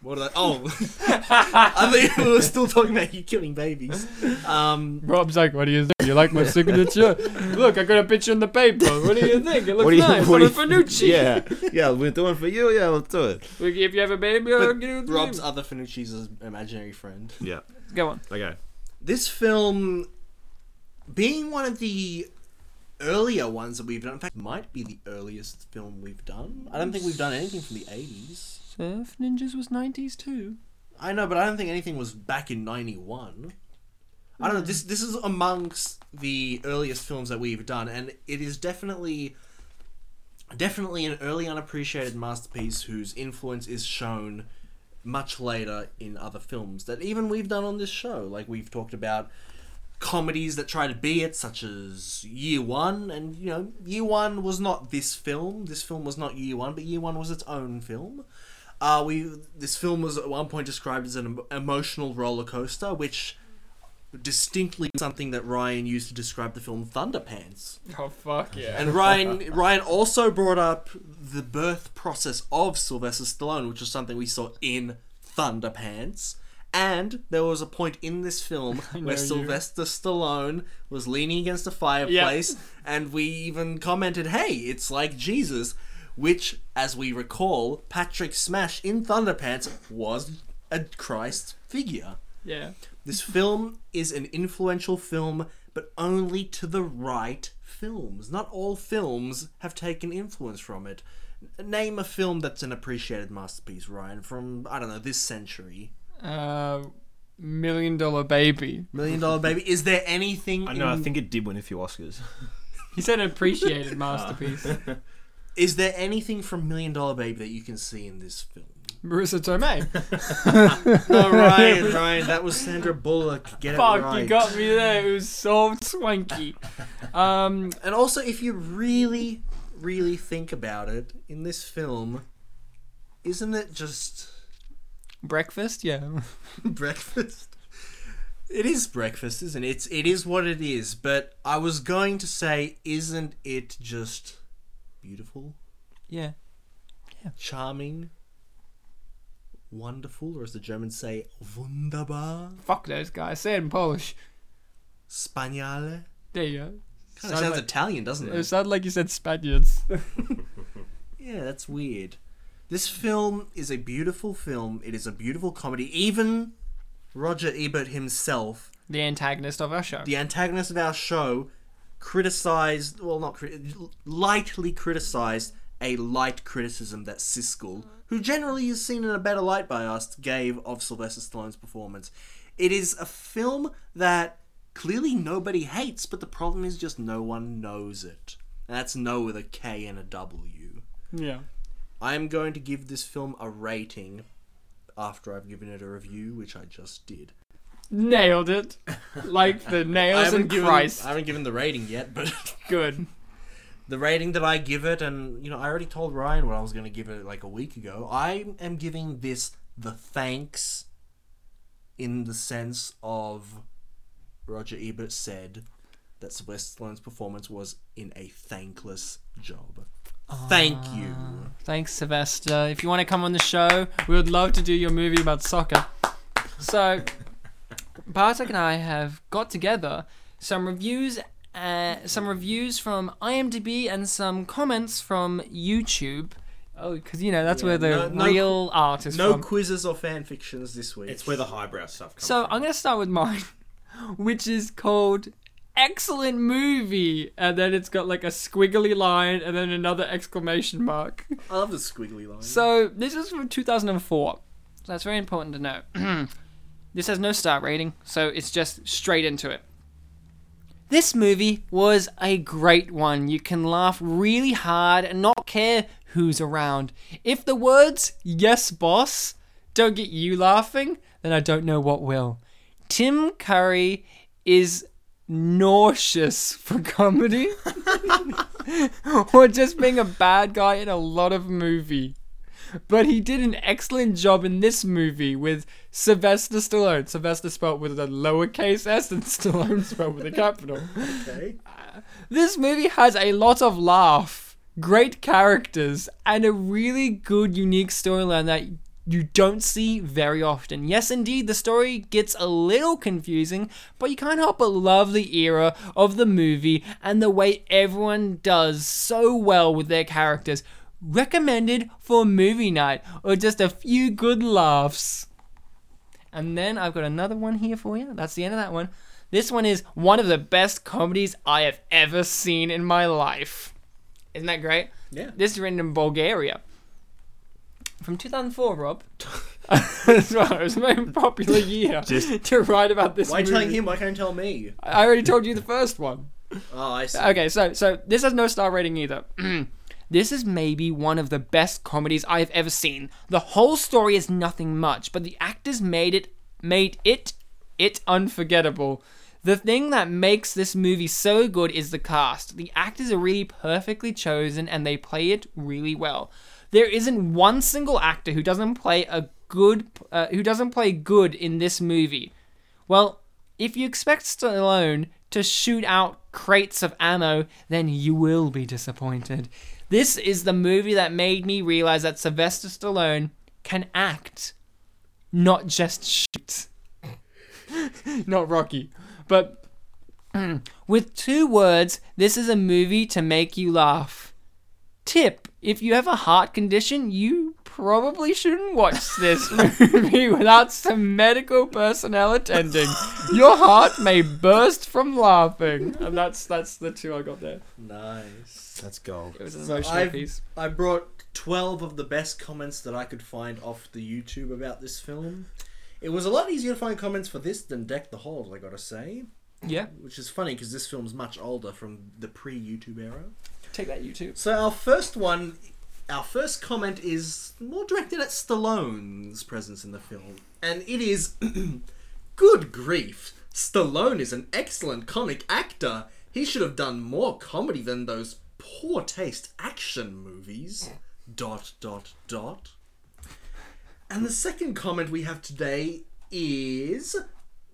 S2: What are they? Oh, I think we were still talking about you killing babies. Um,
S1: Rob's like, what do you think? You like my signature? Look, I got a picture in the paper. What do you think? It looks
S3: What do you-
S1: nice.
S3: what
S1: I'm
S3: do
S1: a
S3: you-
S1: Fanucci.
S3: Yeah, yeah, we're doing for you. Yeah, let's do it.
S1: Look, If you have a baby, I'll
S2: but
S1: give you the
S2: Rob's
S1: name.
S2: other Finucci's is imaginary friend.
S3: Yeah.
S1: Go on.
S3: Okay.
S2: This film, being one of the earlier ones that we've done, in fact, might be the earliest film we've done. I don't think we've done anything from the eighties.
S1: Surf Ninjas was 90s too.
S2: I know, but I don't think anything was back in '91. I don't know. This this is amongst the earliest films that we've done, and it is definitely, definitely an early unappreciated masterpiece whose influence is shown much later in other films that even we've done on this show. Like we've talked about comedies that try to be it, such as Year One, and you know, Year One was not this film. This film was not Year One, but Year One was its own film. Uh, we this film was at one point described as an em- emotional roller coaster, which distinctly something that Ryan used to describe the film Thunderpants.
S1: Oh, fuck yeah.
S2: And Ryan Ryan also brought up the birth process of Sylvester Stallone, which is something we saw in Thunderpants. And there was a point in this film where
S1: you.
S2: Sylvester Stallone was leaning against a fireplace, and we even commented, "Hey, it's like Jesus," which, as we recall, Patrick Smash in Thunderpants was a Christ figure.
S1: Yeah.
S2: This film is an influential film, but only to the right films. Not all films have taken influence from it. N- Name a film that's an appreciated masterpiece, Ryan, from, I don't know, this century.
S1: Uh, million Dollar Baby.
S2: Million Dollar Baby. Is there anything.
S9: I know. I
S1: Mm.
S2: in-
S9: think it did win a few Oscars.
S1: He said appreciated masterpiece.
S2: Is there anything from Million Dollar Baby that you can see in this film?
S1: Marissa Tomei.
S2: All right, Ryan, that was Sandra Bullock. Get it
S1: Fuck,
S2: right.
S1: you got me there. It was so swanky. Um,
S2: And also, if you really, really think about it, in this film, isn't it just
S1: breakfast, yeah.
S2: breakfast? It is breakfast, isn't it? It's it is what it is. But I was going to say, isn't it just beautiful,
S1: Yeah.
S2: charming, wonderful, or as the Germans say, wunderbar,
S1: Fuck those guys. Say it in Polish.
S2: spagnale?
S1: There you go.
S2: Kind of sounds
S1: like-
S2: Italian, doesn't
S1: It
S2: it?
S1: sounded like you said Spaniards.
S2: Yeah, that's weird. This film is a beautiful film. It is a beautiful comedy. Even Roger Ebert himself,
S1: the antagonist of our show.
S2: the antagonist of our show, criticized, well, not crit- lightly criticized a light criticism that Siskel, who generally is seen in a better light by us, gave of Sylvester Stallone's performance. It is a film that clearly nobody hates, but the problem is just no one knows it. And that's no with a K and a W.
S1: Yeah.
S2: I'm going to give this film a rating after I've given it a review, which I just did.
S1: Nailed it. Like the nails in
S2: given,
S1: Christ.
S2: I haven't given the rating yet, but
S1: Good.
S2: the rating that I give it, and you know, I already told Ryan what I was going to give it like a week ago. I am giving this the thanks in the sense of Roger Ebert said that Sylvester Stallone's performance was in a thankless job. Thank
S1: Ah.
S2: you.
S1: Thanks, Sylvester. If you want to come on the show, we would love to do your movie about soccer. So, Bartek and I have got together some reviews, uh, some reviews from IMDb and some comments from YouTube. Oh, because you know that's where the
S2: no- no-
S1: real art is
S2: No
S1: from.
S2: quizzes or fan fictions this week.
S5: It's where the highbrow stuff comes
S1: So I'm gonna start with mine, which is called "Excellent Movie," and then it's got like a squiggly line and then another exclamation mark.
S2: I love the squiggly line.
S1: So this is from 2004. So that's very important to know. this has no star rating, so it's just straight into it. This movie was a great one. You can laugh really hard and not care who's around. If the words, yes, boss, don't get you laughing, then I don't know what will. Tim Curry is nauseous for comedy or just being a bad guy in a lot of movie. But he did an excellent job in this movie with Sylvester Stallone. Sylvester spelled with a lowercase s and Stallone spelled with a capital.
S2: okay.
S1: This movie has a lot of laugh, great characters, and a really good, unique storyline that you don't see very often. Yes, indeed, the story gets a little confusing, but you can't help but love the era of the movie and the way everyone does so well with their characters. Recommended for movie night or just a few good laughs. And then I've got another one here for you. That's the end of that one. This one is one of the best comedies I have ever seen in my life. Isn't that great?
S2: Yeah.
S1: This is written in Bulgaria. From 2004, Rob. That's right, it was the most popular year to write about this
S2: Why
S1: movie.
S2: telling him? Why can't you tell me?
S1: I already told you the first one.
S2: Oh, I see.
S1: Okay, so so this has no star rating either. this is maybe one of the best comedies I've ever seen. The whole story is nothing much, but the actors made it made it it unforgettable. The thing that makes this movie so good is the cast. The actors are really perfectly chosen and they play it really well. There isn't one single actor who doesn't play a good uh, who doesn't play good in this movie. Well, if you expect Stallone to shoot out crates of ammo, then you will be disappointed. This is the movie that made me realize that Sylvester Stallone can act, not just shoot. not Rocky. But with two words, this is a movie to make you laugh. Tip if you have a heart condition, you probably shouldn't watch this movie without some medical personnel attending. Your heart may burst from laughing. And that's that's the two I got there.
S2: Nice.
S5: That's gold.
S1: It was an
S2: So
S1: emotional
S2: I've-
S1: piece.
S2: I brought 12 of the best comments that I could find off the YouTube about this film. It was a lot easier to find comments for this than Deck the Hold, I gotta say.
S1: Yeah,
S2: Which is funny because this film's much older from the pre YouTube era.
S1: take that YouTube.
S2: So our first one Our first comment is more directed at Stallone's presence in the film, and it is Good grief! Stallone is an excellent comic actor. He should have done more comedy than those poor taste action movies. Dot, dot, dot. And the second comment we have today is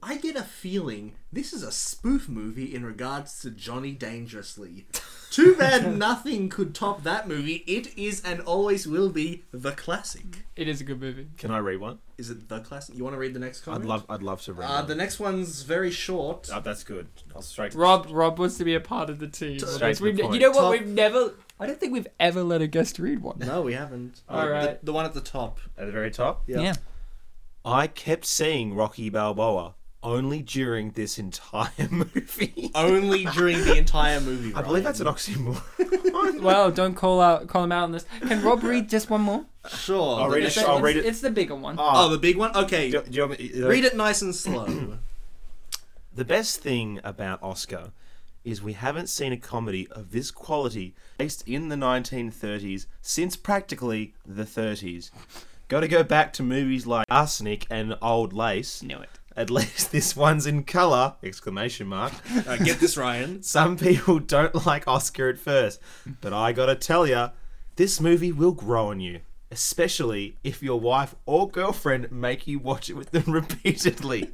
S2: I get a feeling this is a spoof movie in regards to Johnny Dangerously. Too bad nothing could top that movie. It is and always will be the classic.
S1: It is a good movie.
S10: Can I read one?
S2: Is it the classic? You want to read the next comment?
S3: I'd love, I'd love to read. Uh,
S2: Uh,
S3: that.
S2: the next one's very short.
S10: Oh, that's good. I'll straight.
S1: Rob Rob wants to be a part of the team.
S10: Straight to
S1: We've-
S10: the
S1: you
S10: point.
S1: know what?
S2: Top-
S1: We've never. I don't think we've ever let a guest read one.
S2: No, we haven't.
S1: All
S2: The-
S1: right.
S2: The, one at the top.
S10: At the very top.
S2: Yeah.
S11: Yeah.
S3: I kept seeing Rocky Balboa only during this entire movie.
S2: Only during the entire movie.
S3: I believe that's an oxymoron.
S1: Well, don't call out call him out on this. Can Rob read just one more?
S2: Sure.
S3: I'll
S2: the
S3: read it.
S2: next-
S3: I'll read it.
S1: It's the bigger one.
S2: Oh, the big one? Okay.
S3: Do- do you want me-
S2: Read it nice and slow.
S3: The best thing about Oscar is we haven't seen a comedy of this quality based in the 1930s since practically the 30s. Got to go back to movies like Arsenic and Old Lace.
S1: Knew it.
S3: At least this one's in color! Exclamation mark.
S2: Uh, get this, Ryan.
S3: Some people don't like Oscar at first, but I gotta tell ya, this movie will grow on you, especially if your wife or girlfriend make you watch it with them repeatedly.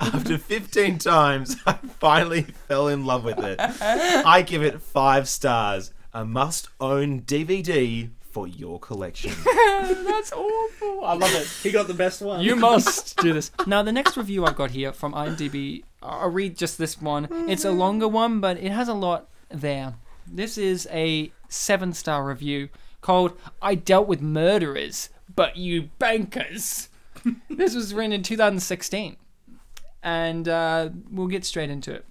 S3: After 15 times, I finally fell in love with it. I give it five stars, a must own DVD for your collection.
S1: That's awful. I love it.
S2: He got the best one.
S1: You must do this. Now, the next review I've got here from IMDb, I'll read just this one. It's a longer one, but it has a lot there. This is a seven star review called I Dealt with Murderers, but You Bankers. this was written in 2016. And uh, we'll get straight into it.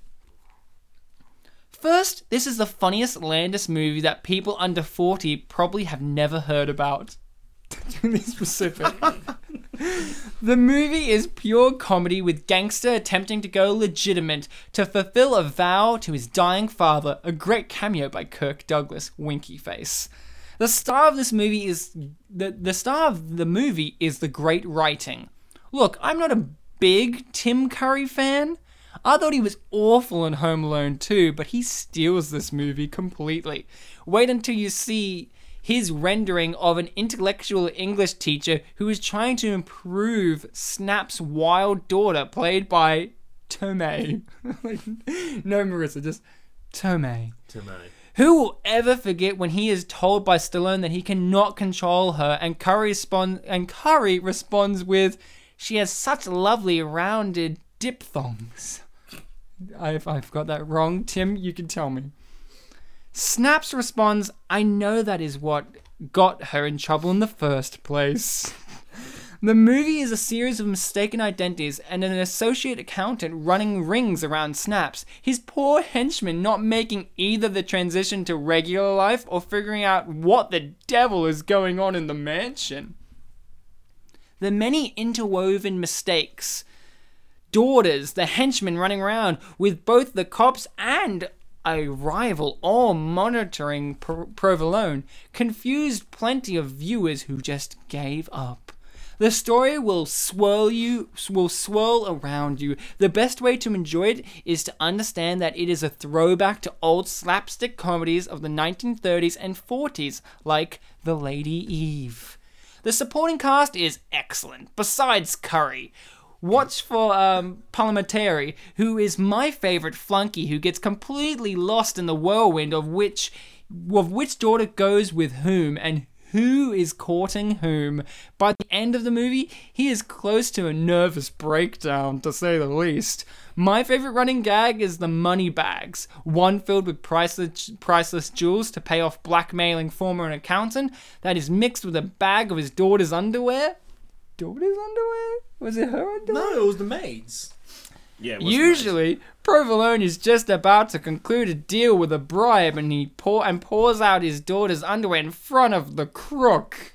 S1: First, this is the funniest Landis movie that people under 40 probably have never heard about. To be specific. The movie is pure comedy with gangster attempting to go legitimate to fulfill a vow to his dying father, a great cameo by Kirk Douglas, winky face. The star of this movie is the, the star of the movie is the great writing. Look, I'm not a big Tim Curry fan. I thought he was awful in Home Alone too, but he steals this movie completely. Wait until you see his rendering of an intellectual English teacher who is trying to improve Snap's wild daughter, played by Tomei. Like, no, Marissa, just Tomei. Who will ever forget when he is told by Stallone that he cannot control her, and Curry respond, and Curry responds with, "She has such lovely rounded diphthongs." I've I've got that wrong, Tim. You can tell me. Snaps responds, I know that is what got her in trouble in the first place. The movie is a series of mistaken identities and an associate accountant running rings around Snaps, his poor henchman not making either the transition to regular life or figuring out what the devil is going on in the mansion. The many interwoven mistakes daughters, the henchmen running around with both the cops and a rival all monitoring Pro- Provolone, confused plenty of viewers who just gave up. The story will swirl you, will swirl around you. The best way to enjoy it is to understand that it is a throwback to old slapstick comedies of the 1930s and 40s, like The Lady Eve. The supporting cast is excellent, besides Curry. Watch for um, Parliamentary, who is my favorite flunky who gets completely lost in the whirlwind of which of which daughter goes with whom and who is courting whom. By the end of the movie, he is close to a nervous breakdown, to say the least. My favorite running gag is the money bags, one filled with priceless, priceless jewels to pay off blackmailing former accountant, that is mixed with a bag of his daughter's underwear. Daughter's underwear? Was it her underwear?
S2: No, it was the maids.
S10: Yeah. it was
S1: Usually, Provolone is just about to conclude a deal with a bribe, and he pour and pours out his daughter's underwear in front of the crook.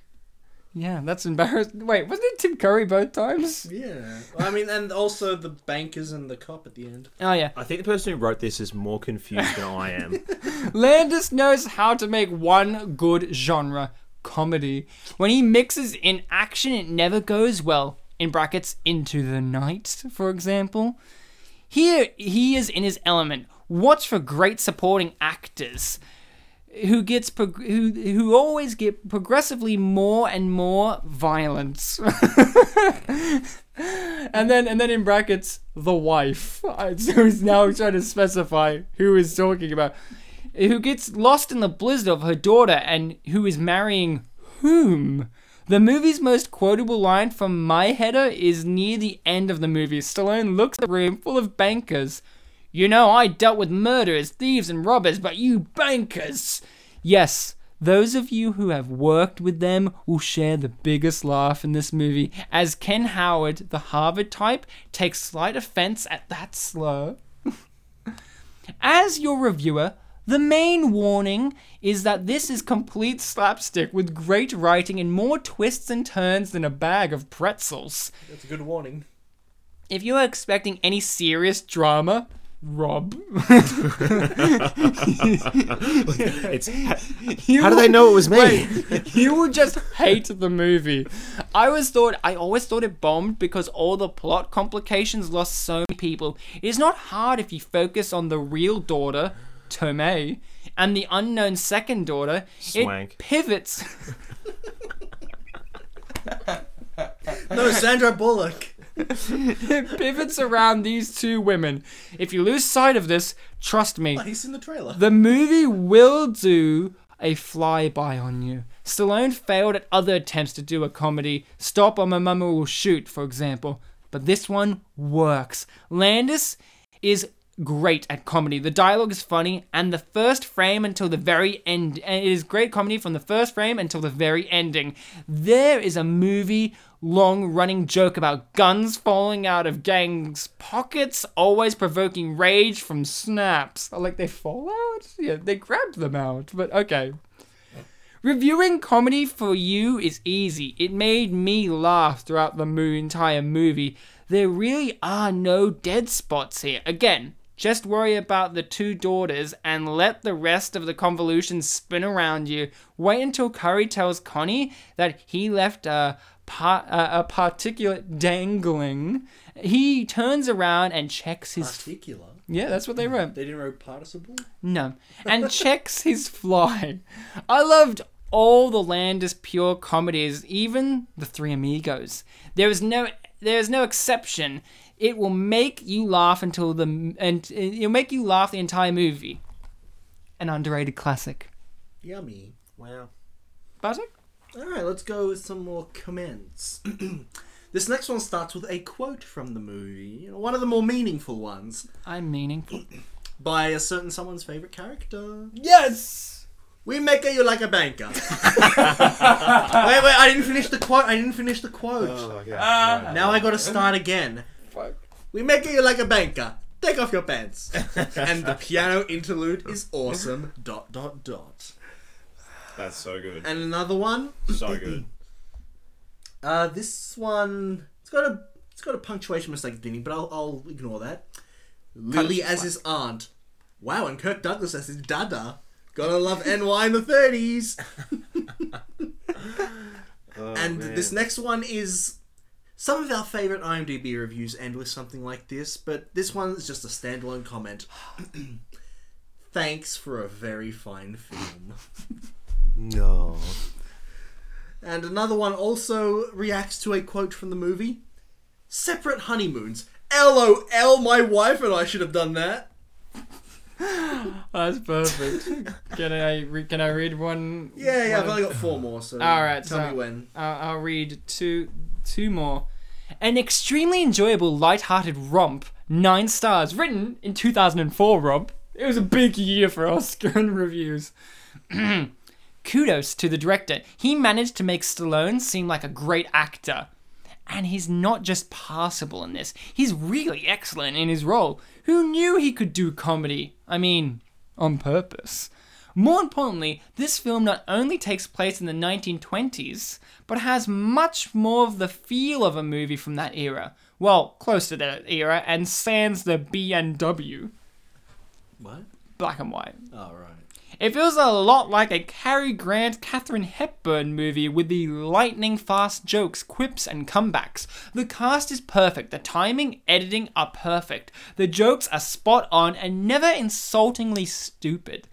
S1: Yeah, that's embarrassing. Wait, wasn't it Tim Curry both times?
S2: Yeah. I mean, and also the bankers and the cop at the end.
S1: Oh yeah,
S3: I think the person who wrote this is more confused than I am.
S1: Landis knows how to make one good genre comedy. When he mixes in action, it never goes well. In brackets, into the night, for example. Here, he is in his element. What's for great supporting actors? who gets prog- who who always get progressively more and more violence. and then and then in brackets the wife. I- So he's now trying to specify who is talking about who gets lost in the blizzard of her daughter and who is marrying whom. The movie's most quotable line from my header is near the end of the movie. Stallone looks at the room full of bankers. You know, I dealt with murderers, thieves, and robbers, but you bankers! Yes, those of you who have worked with them will share the biggest laugh in this movie as Ken Howard, the Harvard type, takes slight offense at that slur. As your reviewer, the main warning is that this is complete slapstick with great writing and more twists and turns than a bag of pretzels.
S2: That's a good warning.
S1: If you are expecting any serious drama, Rob.
S3: It's
S1: you
S3: how do
S1: will-
S3: they know it was me?
S1: you will just hate the movie. I always thought I always thought it bombed because all the plot complications lost so many people. It is not hard if you focus on the real daughter, Tomei, and the unknown second daughter. It
S3: Swank.
S1: pivots.
S2: No, Sandra Bullock.
S1: it pivots around these two women. If you lose sight of this, trust me,
S2: He's in the trailer.
S1: The movie will do a flyby on you. Stallone failed at other attempts to do a comedy, Stop or My Mama Will Shoot, for example, but this one works. Landis is great at comedy. The dialogue is funny, and the first frame until the very end. And it is great comedy from the first frame until the very ending. There is a movie long running joke about guns falling out of gangs' pockets, always provoking rage from snaps. I Like they fall out? Yeah, they grab them out, but okay. Reviewing comedy for you is easy. It made me laugh throughout the mo- entire movie. There really are no dead spots here. Again, just worry about the two daughters and let the rest of the convolutions spin around you. Wait until Curry tells Connie that he left a, par- uh, a particulate dangling. He turns around and checks his.
S2: Particular.
S1: Yeah, that's what they wrote.
S2: They didn't write participle.
S1: No. And checks his fly. I loved all the Landis pure comedies, even the Three Amigos. There is no there is no exception. It will make you laugh until the and it'll make you laugh the entire movie. An underrated classic.
S2: Yummy. Wow.
S1: Bartek?
S2: All right, let's go with some more comments. this next one starts with a quote from the movie, you know, one of the more meaningful ones,
S1: I'm meaningful.
S2: by a certain someone's favorite character.
S1: Yes.
S2: We make you like a banker. wait, wait, I didn't finish the quote. I didn't finish the quote.
S3: Oh Ah.
S2: Now I gotta start again. We make you like a banker. Take off your pants. and the piano interlude is awesome. Dot dot dot.
S3: That's so good.
S2: And another one.
S3: So good.
S2: Uh, this one. It's got a it's got a punctuation mistake at the beginning, but I'll, I'll ignore that. Lily as his aunt. Wow, and Kirk Douglas as his dada. Gotta love NY in the thirties. and this next one is some of our favorite IMDb reviews end with something like this, but this one is just a standalone comment. Thanks for a very fine film.
S3: No.
S2: And another one also reacts to a quote from the movie Separate honeymoons. LOL, my wife and I should have done that.
S1: That's perfect. can I re- can I read one?
S2: Yeah, yeah,
S1: one
S2: I've
S1: of-
S2: only got four more, so
S1: All right,
S2: tell
S1: so-
S2: me when.
S1: Uh, I'll read two two more. An extremely enjoyable, light-hearted romp, nine stars, written in 2004. Rob, it was a big year for Oscar and reviews. Kudos to the director. He managed to make Stallone seem like a great actor. And he's not just passable in this, he's really excellent in his role. Who knew he could do comedy? I mean, on purpose. More importantly, this film not only takes place in the 1920s, but has much more of the feel of a movie from that era. Well, close to that era, and sans the B&W,
S2: What?
S1: black and white.
S2: All right.
S1: It feels a lot like a Cary Grant, Katherine Hepburn movie with the lightning fast jokes, quips, and comebacks. The cast is perfect, the timing, editing are perfect, the jokes are spot on and never insultingly stupid.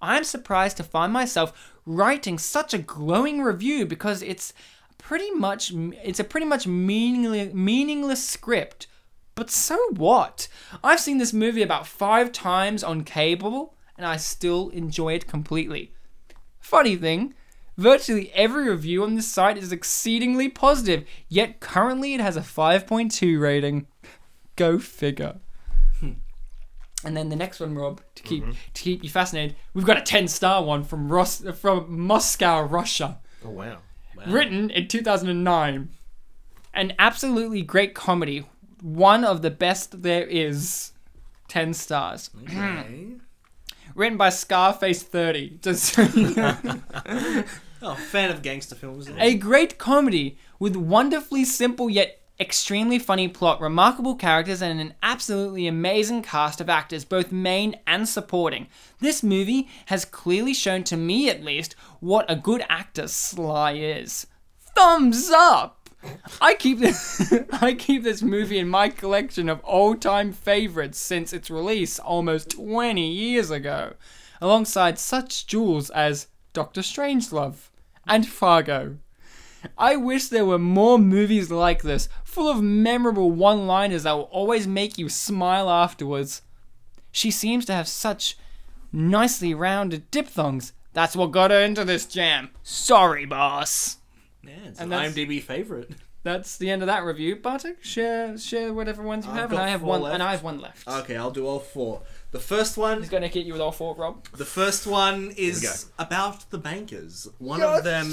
S1: I'm surprised to find myself writing such a glowing review because it's pretty much it's a pretty much meaningless meaningless script. But so what? I've seen this movie about 5 times on cable and I still enjoy it completely. Funny thing, virtually every review on this site is exceedingly positive, yet currently it has a 5.2 rating. Go figure. And then the next one, Rob, to keep to keep you fascinated, we've got a ten star one from Ross from Moscow, Russia,
S3: Oh wow.
S1: written in two thousand and nine. An absolutely great comedy, one of the best there is. Ten stars,
S2: Mm. Okay.
S1: written by Scarface Thirty. Just
S2: Oh, fan of gangster films.
S1: A great comedy with wonderfully simple yet extremely funny plot, remarkable characters, and an absolutely amazing cast of actors, both main and supporting. This movie has clearly shown to me, at least, what a good actor Sly is. Thumbs up! I keep this I keep this movie in my collection of all-time favorites since its release almost 20 years ago, alongside such jewels as Doctor Strangelove and Fargo. I wish there were more movies like this, full of memorable one liners that will always make you smile afterwards. She seems to have such nicely rounded diphthongs. That's what got her into this jam. Sorry, boss.
S2: Yeah, it's
S1: And
S2: an
S1: that's-
S2: IMDb favorite.
S1: That's the end of that review. Bartek, share share whatever ones you
S2: I've
S1: have, and
S2: got
S1: I have
S2: four
S1: one,
S2: left.
S1: and I have one left.
S2: Okay, I'll do all four. The first one,
S1: He's gonna hit you with all four, Rob.
S2: the first one is about the bankers. One of them,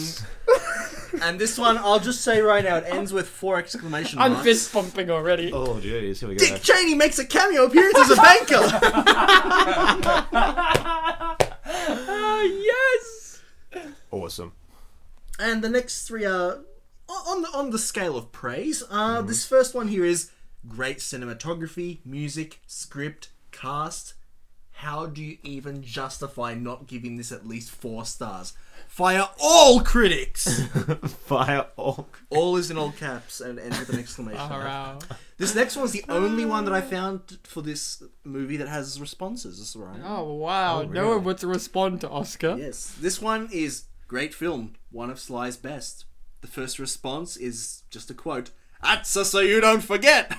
S2: and this one I'll just say right now, it ends with four exclamation
S1: I'm
S2: marks.
S1: fist pumping already.
S3: Oh geez, here we go.
S2: Dick Cheney makes a cameo appearance as a banker.
S1: Ah, yes.
S3: Awesome.
S2: and the next three are on on the on the scale of praise. Uh, This first one here is great cinematography, music, script, cast. How do you even justify not giving this at least four stars? Fire all critics.
S3: Fire all.
S2: All is in all caps and ends with an exclamation. mark.
S1: Wow.
S2: This next one's the only one that I found for this movie that has responses. That's right.
S1: Oh wow. No one would respond to Oscar.
S2: Yes. This one is great film, one of Sly's best. The first response is just a quote. Atsa so you don't forget.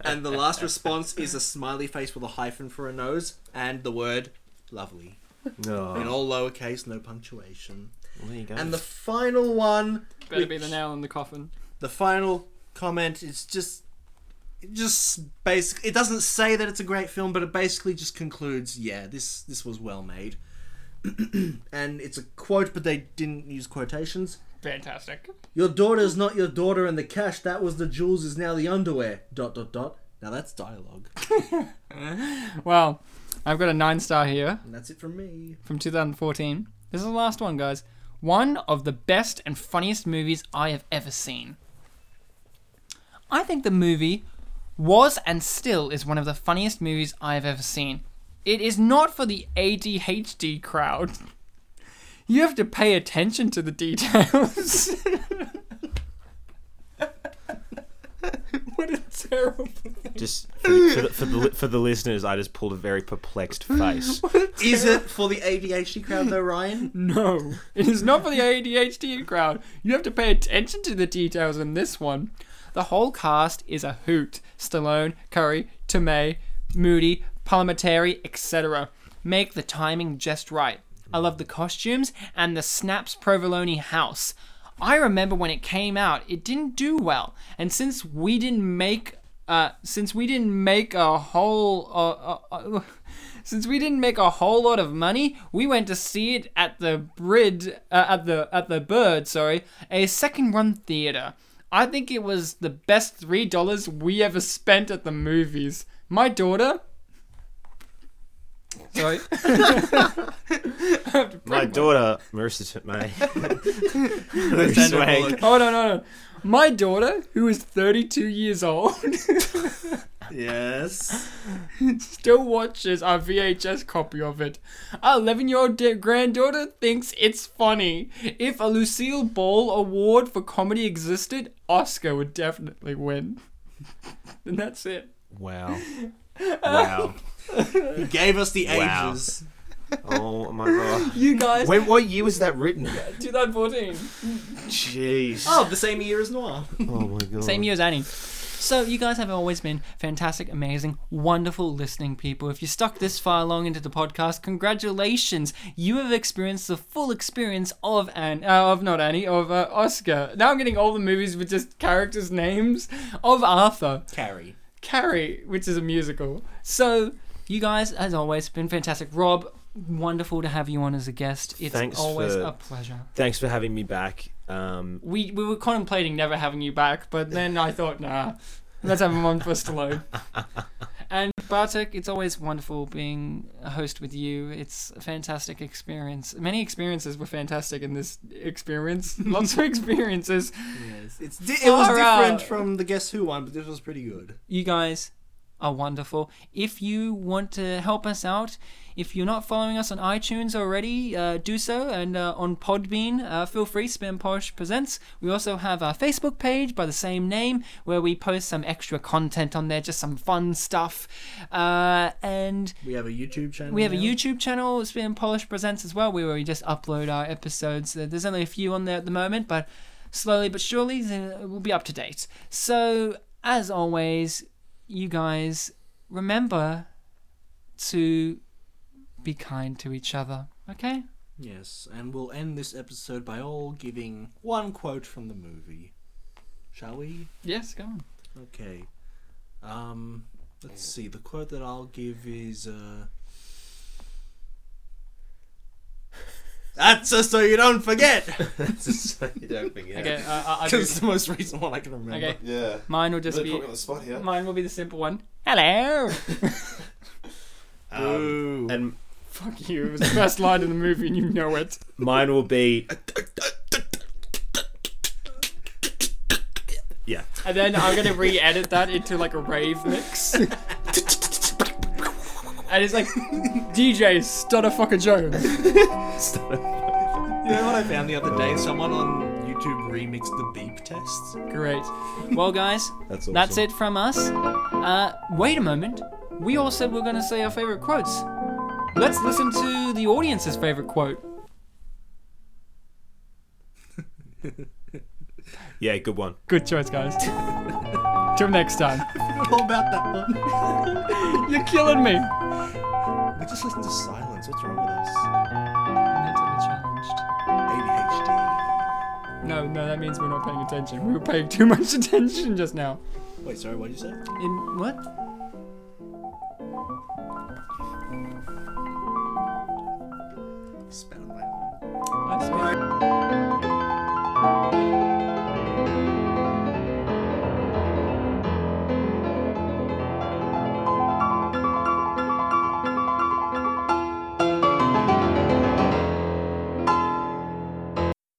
S2: and the last response is a smiley face with a hyphen for a nose and the word lovely. In
S3: No.
S2: all lowercase, no punctuation.
S3: There you go.
S2: And the final one
S1: Better be
S2: which-
S1: the nail in the coffin.
S2: the final comment is just it just basic it doesn't say that it's a great film but it basically just concludes yeah this this was well made and it's a quote but they didn't use quotations
S1: Fantastic.
S2: your daughter is not your daughter and the cash that was the jewels is now the underwear dot dot dot now that's dialogue
S1: Well, I've got a nine star here
S2: and that's it from me
S1: from 2014. This is the last one, guys. One of the best and funniest movies I have ever seen. I think the movie was and still is one of the funniest movies I have ever seen. It is not for the ADHD crowd. You have to pay attention to the details. what a terrible.
S12: Just for, for, the, for, the, for the listeners, I just pulled a very perplexed face.
S2: is it for the adhd crowd though ryan
S1: No, it is not for the ADHD crowd. You have to pay attention to the details in this one. The whole cast is a hoot. Stallone, Curry, Tomei, Moody, Parliamentary, etc. Make the timing just right. I love the costumes and the Snaps Provolone house. I remember when it came out, it didn't do well, and since we didn't make, uh, since we didn't make a whole, uh, uh, uh, since we didn't make a whole lot of money, we went to see it at the Brid, uh, at the at the Bird, sorry, a second-run theater. I think it was the best three dollars we ever spent at the movies. My daughter. Sorry.
S3: My daughter, Marissa Tomei.
S2: Sandra
S3: Swag.
S2: Bullock.
S1: Hold on, hold on. My daughter, who is 32 years old,
S2: Yes.
S1: still watches our VHS copy of it. Our 11 year old granddaughter thinks it's funny. If a Lucille Ball award for comedy existed, Oscar would definitely win. and that's it.
S3: Wow. Wow.
S2: He gave us the
S3: Wow.
S2: ages.
S3: Oh my god.
S1: You guys,
S3: When what year was that written?
S1: 2014.
S3: Jeez.
S2: Oh, the same year as Noir.
S3: Oh my god.
S1: Same year as Annie. So you guys have always been fantastic, amazing, wonderful listening people. If you stuck this far along into the podcast, congratulations! You have experienced the full experience of Anne, uh, of not Annie, of uh, Oscar. Now I'm getting all the movies with just characters' names of Arthur.
S2: Carrie.
S1: Carrie, which is a musical. So, you guys, as always, been fantastic. Rob, wonderful to have you on as a guest. It's
S3: Thanks
S1: always
S3: for-
S1: a pleasure.
S3: Thanks for having me back. Um,
S1: We we were contemplating never having you back, but then I thought, nah, let's have him on for Stallone. and Bartek, it's always wonderful being a host with you. It's a fantastic experience. Many experiences were fantastic in this experience. Lots of experiences.
S2: Yes. It's di- it was
S1: Far
S2: different
S1: out.
S2: from the Guess Who one, but this was pretty good.
S1: you guys are wonderful. If you want to help us out, if you're not following us on iTunes already, uh, do so. And uh, on Podbean, uh, feel free, Spam Posh Presents. We also have our Facebook page by the same name where we post some extra content on there, just some fun stuff. Uh, and
S2: We have a YouTube channel.
S1: we have a
S2: now.
S1: YouTube channel, Spin Polish Presents as well, where we just upload our episodes. Uh, There's only a few on there at the moment, but slowly but surely uh, we'll be up to date. So, as always, you guys remember to be kind to each other, okay?
S2: Yes, and we'll end this episode by all giving one quote from the movie. Shall we?
S1: Yes, go on.
S2: Okay. Um, let's see. The quote that I'll give is. Uh... That's just so you don't forget.
S3: just so you don't forget.
S1: Okay, uh, I- I-
S2: Because it's the most recent one I can remember.
S1: okay.
S3: Yeah.
S1: Mine will just be
S3: the spot here.
S1: mine will be the simple one. Hello.
S2: Ooh.
S3: um, and
S1: Fuck you. It was the best line in the movie, and you know it.
S3: mine will be. Yeah.
S1: And then I'm gonna re-edit that into like a rave mix. and it's like DJ Stutterfucker Jones.
S2: you know what I found the other day? Someone on YouTube remixed the beep test.
S1: Great. Well, guys,
S3: That's awesome.
S1: that's it from us. Uh, wait a moment. We all said we are gonna say our favorite quotes. Let's listen to the audience's favorite quote.
S3: Yeah, good one.
S1: Good choice, guys. Till next time.
S2: All about that one.
S1: You're killing me.
S2: We just listened to silence. What's wrong with us?
S1: Mentally challenged.
S2: ADHD.
S1: No, no, that means we're not paying attention. We were paying too much attention just now.
S2: Wait, sorry. What did you say?
S1: In what?
S2: Spat on my.
S1: I